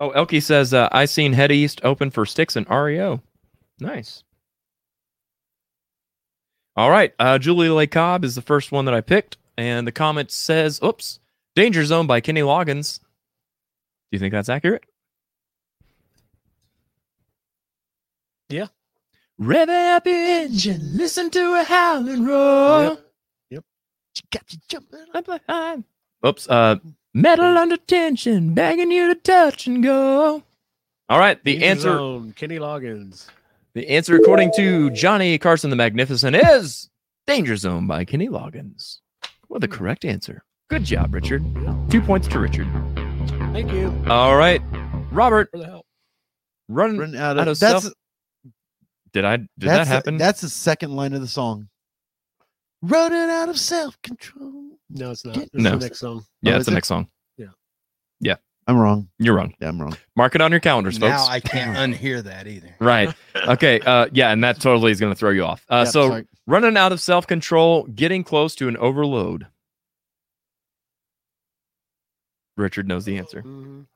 A: Oh, Elkie says, uh, "I seen Head East open for Sticks and REO." Nice. All right, uh, Julie Lay Cobb is the first one that I picked, and the comment says, "Oops, Danger Zone by Kenny Loggins." Do you think that's accurate?
B: Yeah.
A: Rev up your engine, listen to a howling roar.
H: She got you jumping.
A: I'm like, I'm- Oops. Uh, metal under tension, begging you to touch and go. All right. The
B: Danger
A: answer,
B: Zone, Kenny Loggins.
A: the answer, according to Johnny Carson the Magnificent, is "Danger Zone" by Kenny Loggins. Well, the correct answer. Good job, Richard. Two points to Richard.
B: Thank you
A: All right, Robert,
B: for the help.
A: run.
H: Run out
A: Mm, Out
H: of,
A: of
H: that's
A: self- Did I? Did that
H: that's the-
A: happen?
H: that's the second line of the song. Running out of self control.
B: No, it's not.
H: Get-
B: This is
A: No.
B: the next song.
A: yeah,
H: Oh,
A: that's
H: is
A: the
H: it?
A: next song.
H: I'm wrong.
A: You're wrong.
H: Yeah, I'm wrong.
A: Mark it on your calendars, folks.
F: Now I can't unhear that either.
A: right. Okay. Uh, yeah, and that totally is going to throw you off. Uh,
H: Yep,
A: so
H: sorry.
A: Running out of self control, getting close to an overload. Richard knows the answer.
B: Mhm.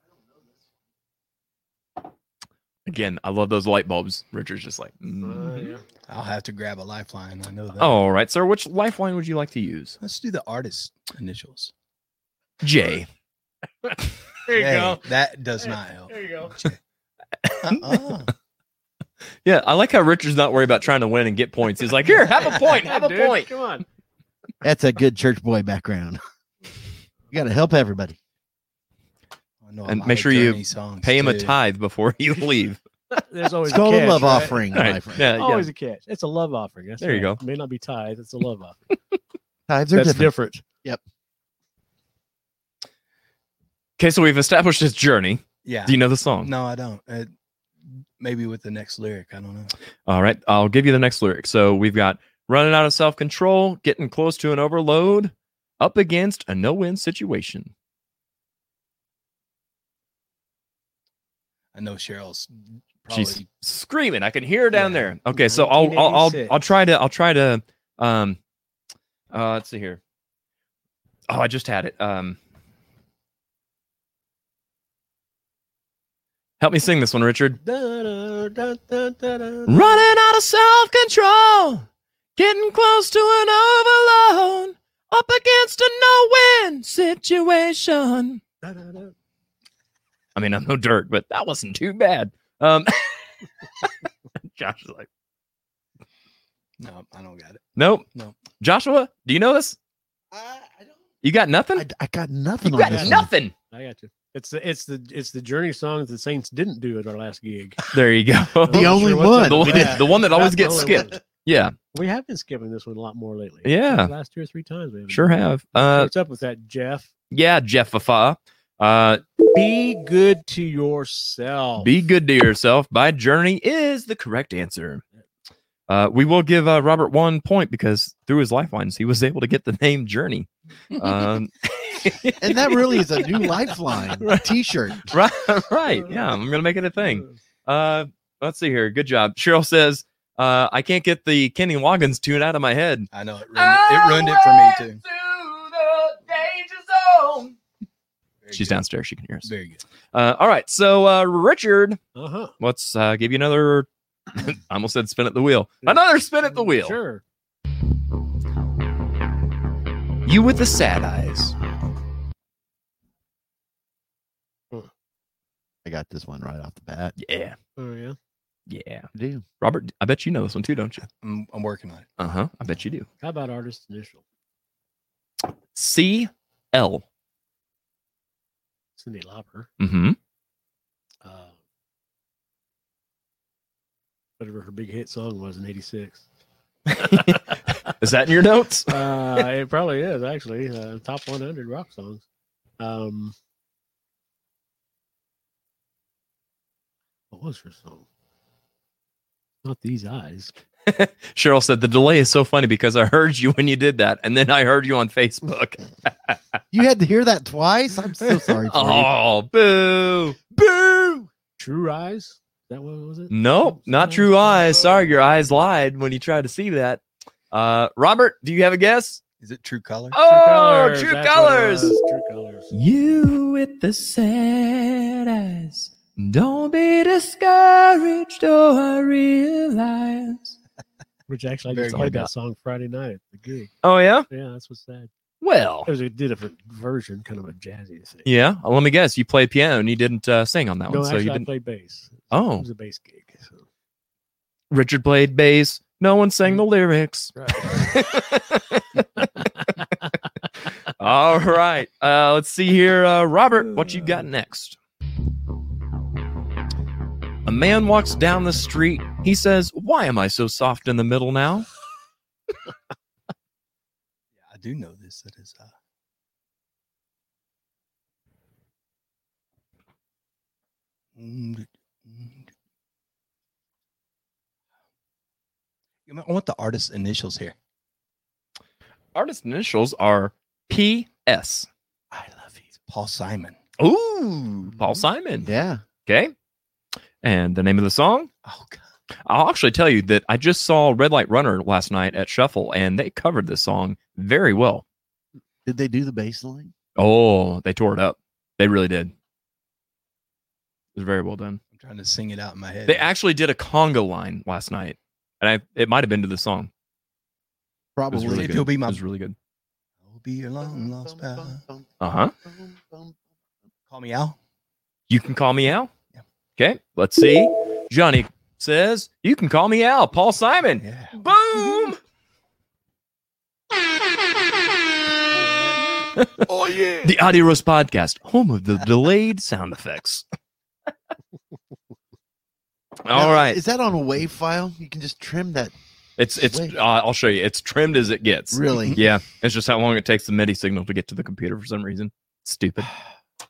A: Again, I love those light bulbs. Richard's just like,
B: Uh,
A: mm.
B: yeah.
F: I'll have to grab a lifeline. I know that.
A: all right, sir. Which lifeline would you like to use?
F: Let's do the artist initials.
A: J.
B: There you
F: Hey,
B: go.
F: That does not help.
B: There you go.
F: Uh-uh.
A: Yeah, I like how Richard's not worried about trying to win and get points. He's like, here, have a point, have a
B: Dude,
A: point.
B: Come on.
H: That's a good church boy background. you got to help everybody.
F: I know a
A: And
F: lot
A: make
F: of
A: sure you
F: Journey songs,
A: Pay him a
F: too.
A: tithe before you leave.
B: There's always
H: It's called
B: a catch,
H: a love
B: right?
H: offering,
A: All
H: my
A: right.
H: friend.
A: Yeah, yeah.
B: Always a catch. It's a love offering. That's
A: There you
B: right.
A: go.
B: It may not be tithe. It's a love offering.
H: Times are
B: That's
H: different.
B: different.
A: Okay, so we've established his journey.
F: Yeah.
A: Do you know the song?
F: No, I don't. Uh, maybe with the next lyric. I don't know.
A: All right, I'll give you the next lyric. So we've got running out of self control, getting close to an overload, up against a no win situation.
F: I know Cheryl's probably
A: She's screaming. I can hear her down
F: Yeah.
A: there. Okay, so I'll I'll, I'll
B: 1986.
A: I'll try to I'll try to um uh let's see here. Oh, I just had it. Um Help me sing this one, Richard.
B: Da-da-da-da-da-da.
A: Running out of self control, getting close to an overload, up against a no win situation.
B: Da-da-da.
A: I mean, I'm no Dirk, but that wasn't too bad. Um, Josh is like,
F: no. I don't got it.
A: nope.
F: No.
A: Joshua, do you know this?
H: I, Uh, I, don't,
A: You got nothing?
H: I, I got nothing
A: you got
H: on this. one.
A: nothing.
B: I got you. It's the it's the it's the journey song that the Saints didn't do at our last gig.
A: There you go.
H: The only one.
A: the, one
B: Yeah.
A: the one that always
B: That's
A: gets
B: the only one.
A: skipped. Yeah,
B: We have been skipping this one a lot more lately.
A: Yeah.
B: The last two or three times. We haven't
A: sure
B: done it.
A: have.
B: So
A: Uh,
B: what's up with that, Jeff?
A: yeah, Jeff Fafa. Uh,
B: Be good to yourself.
A: Be Good to Yourself by Journey is the correct answer. Uh, we will give uh, Robert one point because through his lifelines, he was able to get the name Journey. Um,
H: And that really is a new lifeline T-shirt.
A: right, right. Yeah, I'm going to make it a thing. Uh, let's see here. Good job. Cheryl says, uh, I can't get the Kenny Loggins tune out of my head.
F: I know it ruined, it, it, ruined it for me too.
I: To the danger zone.
F: Very
A: She's downstairs. She can hear us.
F: Very good.
A: Uh, all right. So, uh, Richard,
B: Uh huh.
A: let's uh, give you another. I almost said spin at the wheel. Another spin at the wheel.
B: Mm, Sure.
A: You with the sad eyes.
E: I got this one right off the bat.
A: Yeah.
B: Oh yeah.
A: Yeah.
E: I do.
A: Robert, I bet you know this one too, don't you?
F: I'm, I'm working on it.
A: Uh huh. I bet you do.
B: How about artist initial?
A: C L.
B: Cindy Lauper.
A: Mm hmm.
B: Uh, whatever her big hit song was in '86.
A: Is that in your notes?
B: uh, it probably is actually uh, top 100 rock songs. Um, what was her song? Not these eyes.
A: Cheryl said the delay is so funny because I heard you when you did that, and then I heard you on Facebook.
E: You had to hear that twice. I'm so sorry for you.
A: oh, boo, boo.
B: True Eyes. Is That what was it?
A: Nope, not true eyes. Sorry, your eyes lied when you tried to see that. Uh, Robert, do you have a guess?
F: Is it True Color?
B: True
A: Oh,
B: Colors,
A: true
B: that's what it
A: colors.
B: was, True colors.
A: You with the sad eyes, don't be discouraged. Oh, I realize.
B: Which actually, I
F: Very
B: just
A: good.
B: played that song Friday night at the gig.
A: Oh yeah.
B: Yeah, that's what's sad.
A: Well.
B: It was a different version, kind of a jazzy thing.
A: Yeah. Well, let me guess. You played piano and you didn't uh, sing on that
B: no,
A: one, so
B: actually,
A: you
B: I
A: didn't.
B: played bass. It
A: Oh,
B: was a bass gig. So.
A: Richard played bass. No one sang the lyrics. All right. Uh, let's see here. Uh, Robert, what you got next? A man walks down the street. He says, Why am I so soft in the middle now?
F: I do know this. That is uh, Mm, mm. You might- I want the artist's initials here.
A: Artist initials are P.S.
F: I love you. Paul Simon.
A: Ooh, Paul Simon.
E: Yeah.
A: Okay. And the name of the song?
F: Oh God.
A: I'll actually tell you that I just saw Red Light Runner last night at Shuffle, and they covered this song very well.
E: Did they do the bass line?
A: Oh, they tore it up. They really did. It was very well done.
F: I'm trying to sing it out in my head.
A: They actually did a conga line last night, and I it might have been to the song. It was
E: Probably.
A: really
F: If
A: good.
F: you'll be my-
A: it was really good.
F: I'll be your long lost pal.
A: Uh huh.
F: Call me Al.
A: You can call me Al.
F: Yeah.
A: Okay, let's see. Johnny says you can call me Al. Paul Simon.
F: Yeah.
A: Boom.
F: Oh yeah.
A: The Audio Roast Podcast, home of the delayed sound effects. All
E: Now,
A: right,
E: Is that on a wave file? You can just trim that.
A: it's it's.
E: Wait.
A: Uh, I'll show you. It's trimmed as it gets.
E: Really?
A: Yeah, it's just how long it takes the MIDI signal to get to the computer for some reason. Stupid.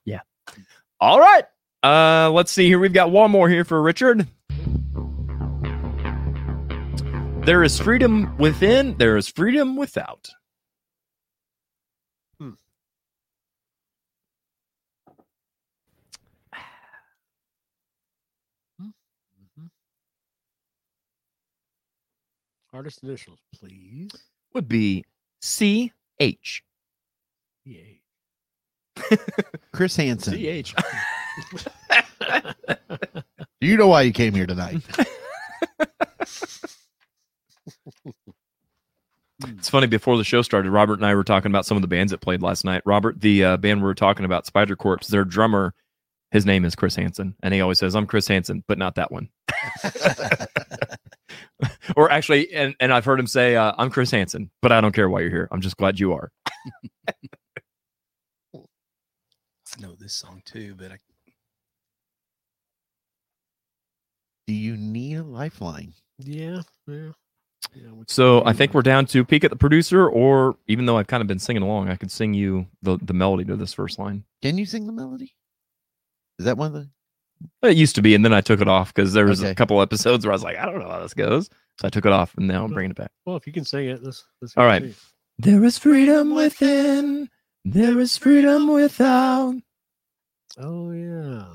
A: Yeah. All right. Uh, let's see here. We've got one more here for Richard. There is freedom within. There is freedom without.
B: Hmm. Hmm. Mhm. Artist initials, please.
A: Would be C H.
B: Yay.
E: Chris Hansen.
A: C H.
E: Do you know why you came here tonight?
A: It's funny. Before the show started, Robert and I were talking about some of the bands that played last night. Robert, the uh, band we were talking about, Spider Corpse, their drummer, his name is Chris Hansen, and he always says, "I'm Chris Hansen," but not that one. or actually, and and I've heard him say, uh, "I'm Chris Hansen," but I don't care why you're here. I'm just glad you are.
F: I know this song too, but I,
E: Do you need a lifeline?
B: Yeah, yeah. yeah we-
A: So I think we're down to peek at the producer, or even though I've kind of been singing along, I could sing you the the melody to this first line.
E: Can you sing the melody? Is that one of the?
A: It used to be, and then I took it off because there was a
E: Okay.
A: couple episodes where I was like, I don't know how this goes, so I took it off, and now I'm bringing it back.
B: Well, if you can sing it, let's. let's
A: All
B: hear it
A: right.
B: too.
A: There is freedom within. There is freedom without.
B: Oh yeah.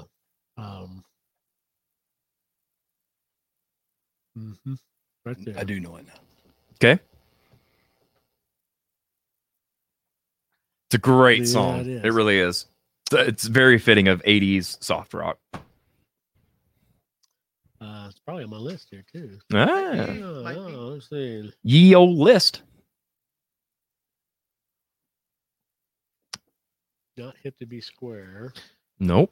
B: Um. mhm, Right there.
F: I do know it now.
A: It's a great
B: Yeah,
A: song.
B: it
A: It,
B: is.
A: really is. So It's very fitting of 80s soft rock.
B: Uh, it's probably on my list here too.
A: Ah.
B: Yeah, yeah, let's see.
A: Ye old list.
B: Not hip to be square.
A: Nope.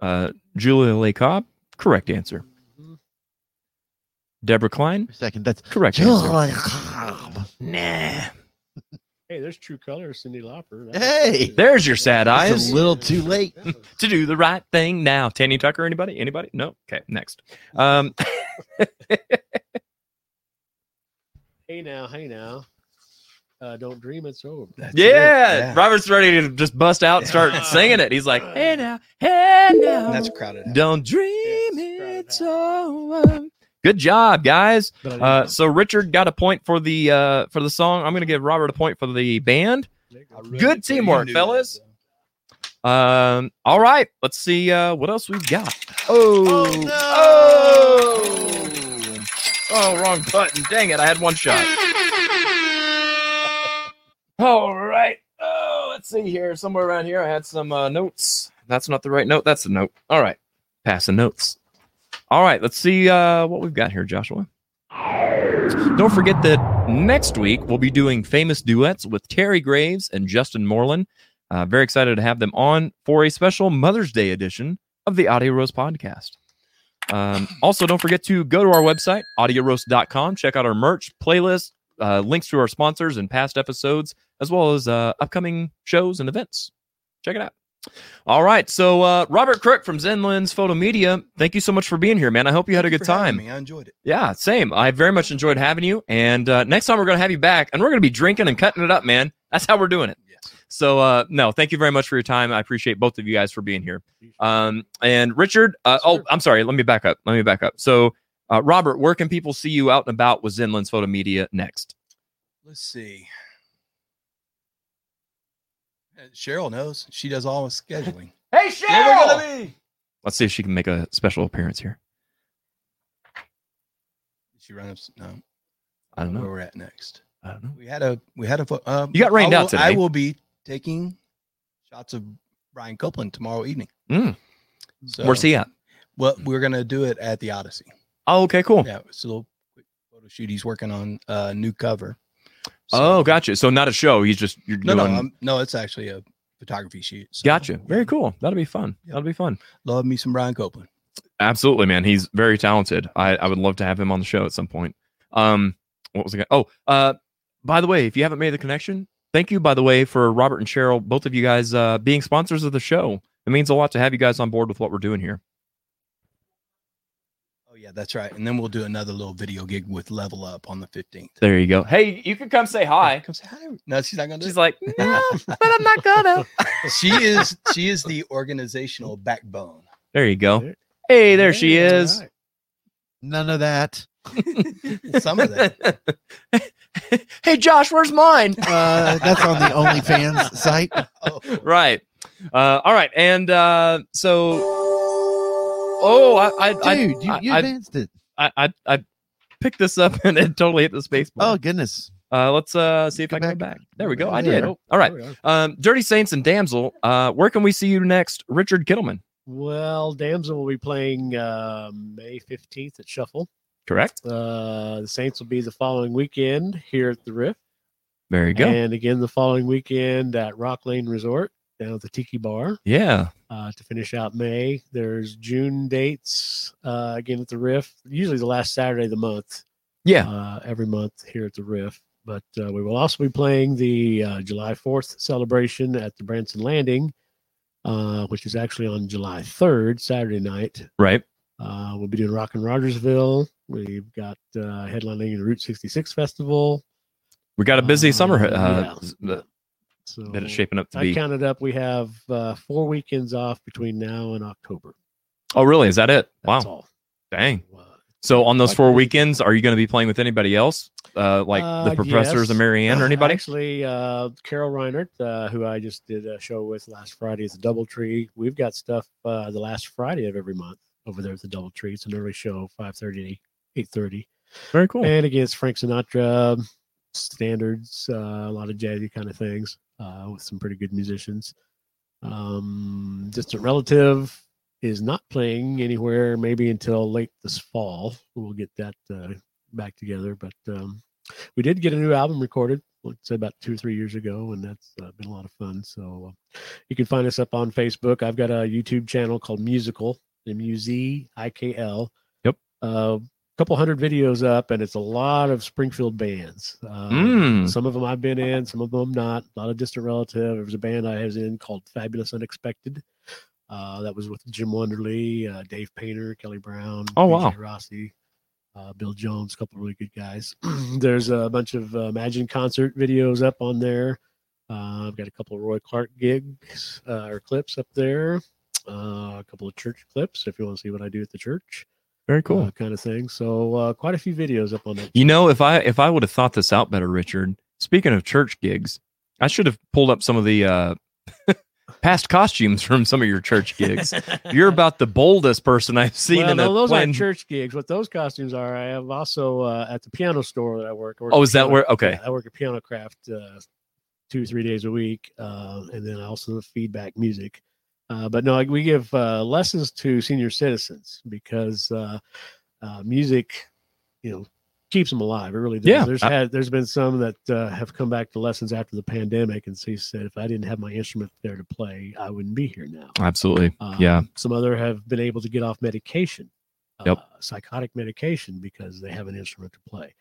A: Uh, Julia Lee Cobb, correct answer.
B: Mm-hmm.
A: Deborah Klein,
E: second. That's
A: correct
E: Julia
A: answer.
E: Cobb.
A: Nah.
B: Hey, there's True Colors, Cindy Lauper. That-
E: Hey,
A: There's your sad eyes.
E: it's a little too late.
A: to do the right thing now. Tanny Tucker, anybody? Anybody? No. Okay, next. Um,
B: Hey now, hey now. Uh, don't dream it's over.
F: That's it.
A: yeah, Robert's ready to just bust out and start singing it. He's like, hey now, hey now.
F: That's crowded. out.
A: Don't dream it's over. Good job, guys.
B: But I didn't
A: Uh,
B: know.
A: so Richard got a point for the uh, for the song. I'm gonna give Robert a point for the band.
B: There you
F: I
B: go.
F: really-
A: good teamwork,
F: knew that,
A: fellas.
F: though.
A: Um, all right, let's see uh, what else we've got. Oh, oh, Oh, wrong button. Dang it, I had one shot. All right. Oh, let's see here. Somewhere around here, I had some uh, notes. That's not the right note. That's the note. All right. Passing notes. All right. Let's see uh, what we've got here, Joshua. Don't forget that next week we'll be doing famous duets with Terry Graves and Justin Moreland. Uh, very excited to have them on for a special Mother's Day edition of the Audio Roast podcast. Um, also, don't forget to go to our website, audioroast.com. Check out our merch, playlist, uh, links to our sponsors and past episodes, as well as uh, upcoming shows and events. Check it out. All right. So, uh, Robert Crook from Zen Lens Photo Media, thank you so much for being here, man. I hope you had a
F: Thank
A: good
F: for having
A: time.
F: me. I enjoyed it.
A: Yeah, same. I very much enjoyed having you. And uh, next time we're going to have you back and we're going to be drinking and cutting it up, man. That's how we're doing it.
F: Yes.
A: So, uh, no, thank you very much for your time. I appreciate both of you guys for being here. Um, and Richard, uh, oh, I'm sorry. Let me back up. Let me back up. So, uh, Robert, where can people see you out and about with Zenlands Photo Media next?
F: Let's see. Uh, Cheryl knows. She does all the scheduling.
A: Hey,
F: Cheryl!
A: Let's see if she can make a special appearance here.
F: Did she run up? s- No.
A: I don't
F: Where
A: know.
F: we're at next.
A: I don't know.
F: We had a. We had a. fo- Um,
A: You got rained
F: I
A: out
F: will, I
A: today.
F: will be taking shots of Brian Copeland tomorrow evening.
A: Mm.
F: So,
A: Where's he at?
F: Well, we're gonna do it at the Odyssey.
A: Oh, okay, cool.
F: Yeah, it's a little quick photo shoot. He's working on a new cover.
A: oh, gotcha. So, not a show. He's just, you're
F: No, no,
A: doing.
F: I'm, no. It's actually a photography shoot. So,
A: gotcha.
F: yeah.
A: Very cool. That'll be fun.
F: Yeah.
A: That'll be fun.
F: Love me some Brian Copeland.
A: Absolutely, man. He's very talented. I, I would love to have him on the show at some point. Um, what was I? Gonna, oh, uh, by the way, if you haven't made the connection, thank you. By the way, for Robert and Cheryl, both of you guys uh, being sponsors of the show. It means a lot to have you guys on board with what we're doing here.
F: Oh yeah, that's right. And then we'll do another little video gig with Level Up on the fifteenth.
A: There you go. Hey, you can come say hi.
F: Come say hi. No, she's not gonna. Do
A: She's
F: it.
A: like, no, but I'm not gonna.
F: she is. She is the organizational backbone.
A: There you go. Hey, there she
B: Hey, all
A: is.
B: right.
E: None of that.
F: Some of that.
A: hey, Josh, where's mine?
E: Uh, that's on the OnlyFans site.
F: Oh,
A: right. Uh, all right, and uh, so. Oh, I, I, I
E: Dude, you, you
A: I-
E: advanced it.
A: I I, I picked this up and it totally hit the space
E: Oh,
A: bar.
E: goodness.
A: uh, let's uh, see if
E: Go
A: I can go
E: back.
A: back. There we go. I
E: There we
A: did.
E: go.
A: All right.
B: There we are.
A: Um, Dirty Saints and Damsel. Uh, where can we see you next, Richard Kittleman?
B: Well, Damsel will be playing uh, May 15th at Shuffle.
A: Correct.
B: Uh, the Saints will be the following weekend here at the Rift.
A: There you go.
B: And again, the following weekend at Rock Lane Resort down at the Tiki Bar.
A: yeah.
B: uh, to finish out May. There's June dates uh, again at the Riff, usually the last Saturday of the month.
A: Yeah.
B: Uh, every month here at the Riff. But uh, we will also be playing the uh, July 4th celebration at the Branson Landing, uh, which is actually on July 3rd, Saturday night.
A: Right.
B: Uh, we'll be doing Rock in Rogersville. We've got uh, headlining the Route 66 Festival.
A: We got a busy
B: Uh,
A: summer uh,
B: yeah.
A: s- that-
B: So
A: that it's shaping up to
B: I
A: be.
B: counted up. We have uh, four weekends off between now and October.
A: Oh, really? Is that it?
B: That's
A: wow.
B: all.
A: Dang.
B: So, uh,
A: So on those
B: Like-
A: four weekends, are you going to be playing with anybody else, uh, like
B: Uh,
A: the professors
B: yes.
A: and Marianne or anybody?
B: Actually, uh, Carol Reinert, uh, who I just did a show with last Friday at the DoubleTree. We've got stuff uh, the last Friday of every month over there at the DoubleTree. It's an early show, 5.30 to 8.30.
A: Very cool.
B: um, And again, it's Frank Sinatra standards, uh, a lot of jazzy kind of things. uh, with some pretty good musicians. Um, Distant Relative is not playing anywhere, maybe until late this fall. We'll get that uh, back together. But um, we did get a new album recorded, let's say about two or three years ago, and that's uh, been a lot of fun. So uh, you can find us up on Facebook. I've got a YouTube channel called Musical, M U Z I K L.
A: Yep.
B: A couple hundred videos up, and it's a lot of Springfield bands. Uh,
A: Mm.
B: Some of them I've been in, some of them I'm not. A lot of distant relative. There was a band I was in called Fabulous Unexpected. Uh, that was with Jim Wonderly, uh, Dave Painter, Kelly Brown,
A: Oh,
B: BJ
A: wow.
B: Rossi, uh, Bill Jones, a couple really good guys. There's a bunch of uh, Imagine concert videos up on there. Uh, I've got a couple of Roy Clark gigs uh, or clips up there. Uh, a couple of church clips if you want to see what I do at the church.
A: Very cool.
B: uh, kind of thing. So uh, quite a few videos up on that.
A: You know, if I if I would have thought this out better, Richard. Speaking of church gigs, I should have pulled up some of the uh, past costumes from some of your church gigs. You're about the boldest person I've seen
B: well,
A: in
B: no,
A: a
B: those
A: plan-
B: aren't church gigs. What those costumes are, I have also uh, at the piano store that I work. I work
A: Oh,
B: at
A: is that
B: piano-
A: where- okay.
B: yeah, I work at Piano Craft uh, two three days a week, uh, and then I also feedback music. Uh, but no, like, we give uh, lessons to senior citizens because uh, uh, music, you know, keeps them alive. It really does.
A: Yeah,
B: There's
A: I-
B: had there's been some that uh, have come back to lessons after the pandemic, and so said, if I didn't have my instrument there to play, I wouldn't be here now.
A: Absolutely. yeah.
B: Um, Some other have been able to get off medication, uh,
A: Yep.
B: psychotic medication, because they have an instrument to play.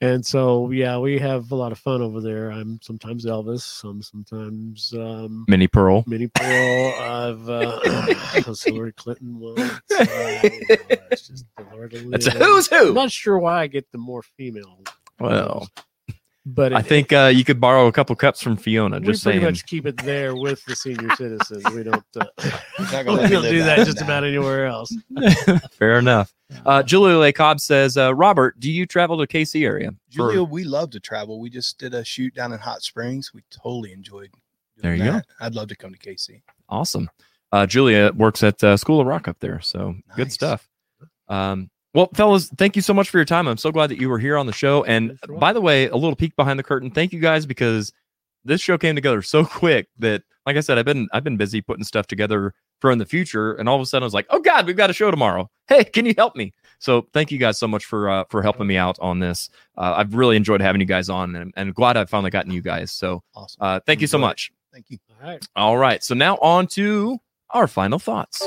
B: And so, yeah, we have a lot of fun over there. I'm sometimes Elvis. I'm sometimes um,
A: Minnie Pearl.
B: Minnie Pearl. I've uh, I was Hillary Clinton once. Uh, you know, it's just the Lord of
A: That's a
B: Live.
A: who's who.
B: I'm not sure why I get the more female.
A: Well,
B: but
A: I
B: it-
A: think uh, you could borrow a couple cups from Fiona.
B: we
A: Just
B: pretty
A: saying.
B: much keep it there with the senior citizens. We don't. Uh,
F: not gonna
B: we
F: let me
B: don't
F: live
B: do
F: that
B: that just
F: down.
B: about anywhere else.
A: Fair enough. Uh, Julia Lee Cobb says, uh, Robert, do you travel to KC area? for-
F: Julia, we love to travel. We just did a shoot down in Hot Springs. We totally enjoyed.
A: There you go.
F: that. I'd love to come to KC.
A: Awesome. Uh, Julia works at uh, School of Rock up there. So good stuff. Um, well, fellas, thank you so much for your time. I'm so glad that you were here on the show. And by the way, a little peek behind the curtain. Thank you guys because this show came together so quick that, like I said, I've been I've been busy putting stuff together for in the future, and all of a sudden I was like, oh God, we've got a show tomorrow. Hey, can you help me? So thank you guys so much for uh, for helping me out on this. Uh, I've really enjoyed having you guys on, and, and glad I've finally gotten you guys. So
F: awesome.
A: uh, thank you so much.
F: Thank you.
B: All right.
A: All right. So now on to our final thoughts.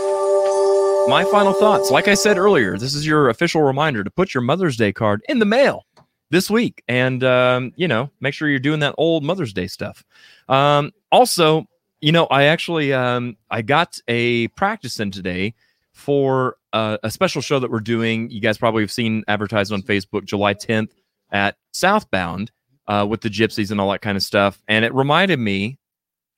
A: My final thoughts. Like I said earlier, this is your official reminder to put your Mother's Day card in the mail this week and, um, you know, make sure you're doing that old Mother's Day stuff. Um, also, you know, I actually um, I got a practice in today for uh, a special show that we're doing. You guys probably have seen advertised on Facebook July 10th at Southbound uh, with the gypsies and all that kind of stuff. And it reminded me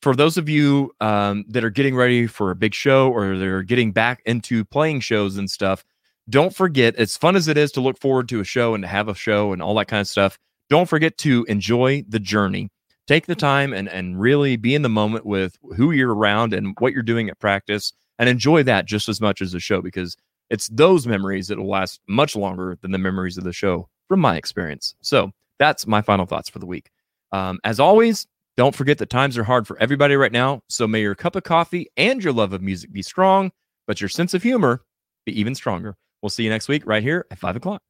A: for those of you um, that are getting ready for a big show or they're getting back into playing shows and stuff, don't forget, as fun as it is to look forward to a show and to have a show and all that kind of stuff, don't forget to enjoy the journey. Take the time and, and really be in the moment with who you're around and what you're doing at practice and enjoy that just as much as the show because it's those memories that will last much longer than the memories of the show from my experience. So that's my final thoughts for the week. Um, as always, don't forget that times are hard for everybody right now. So may your cup of coffee and your love of music be strong, but your sense of humor be even stronger. We'll see you next week right here at five o'clock.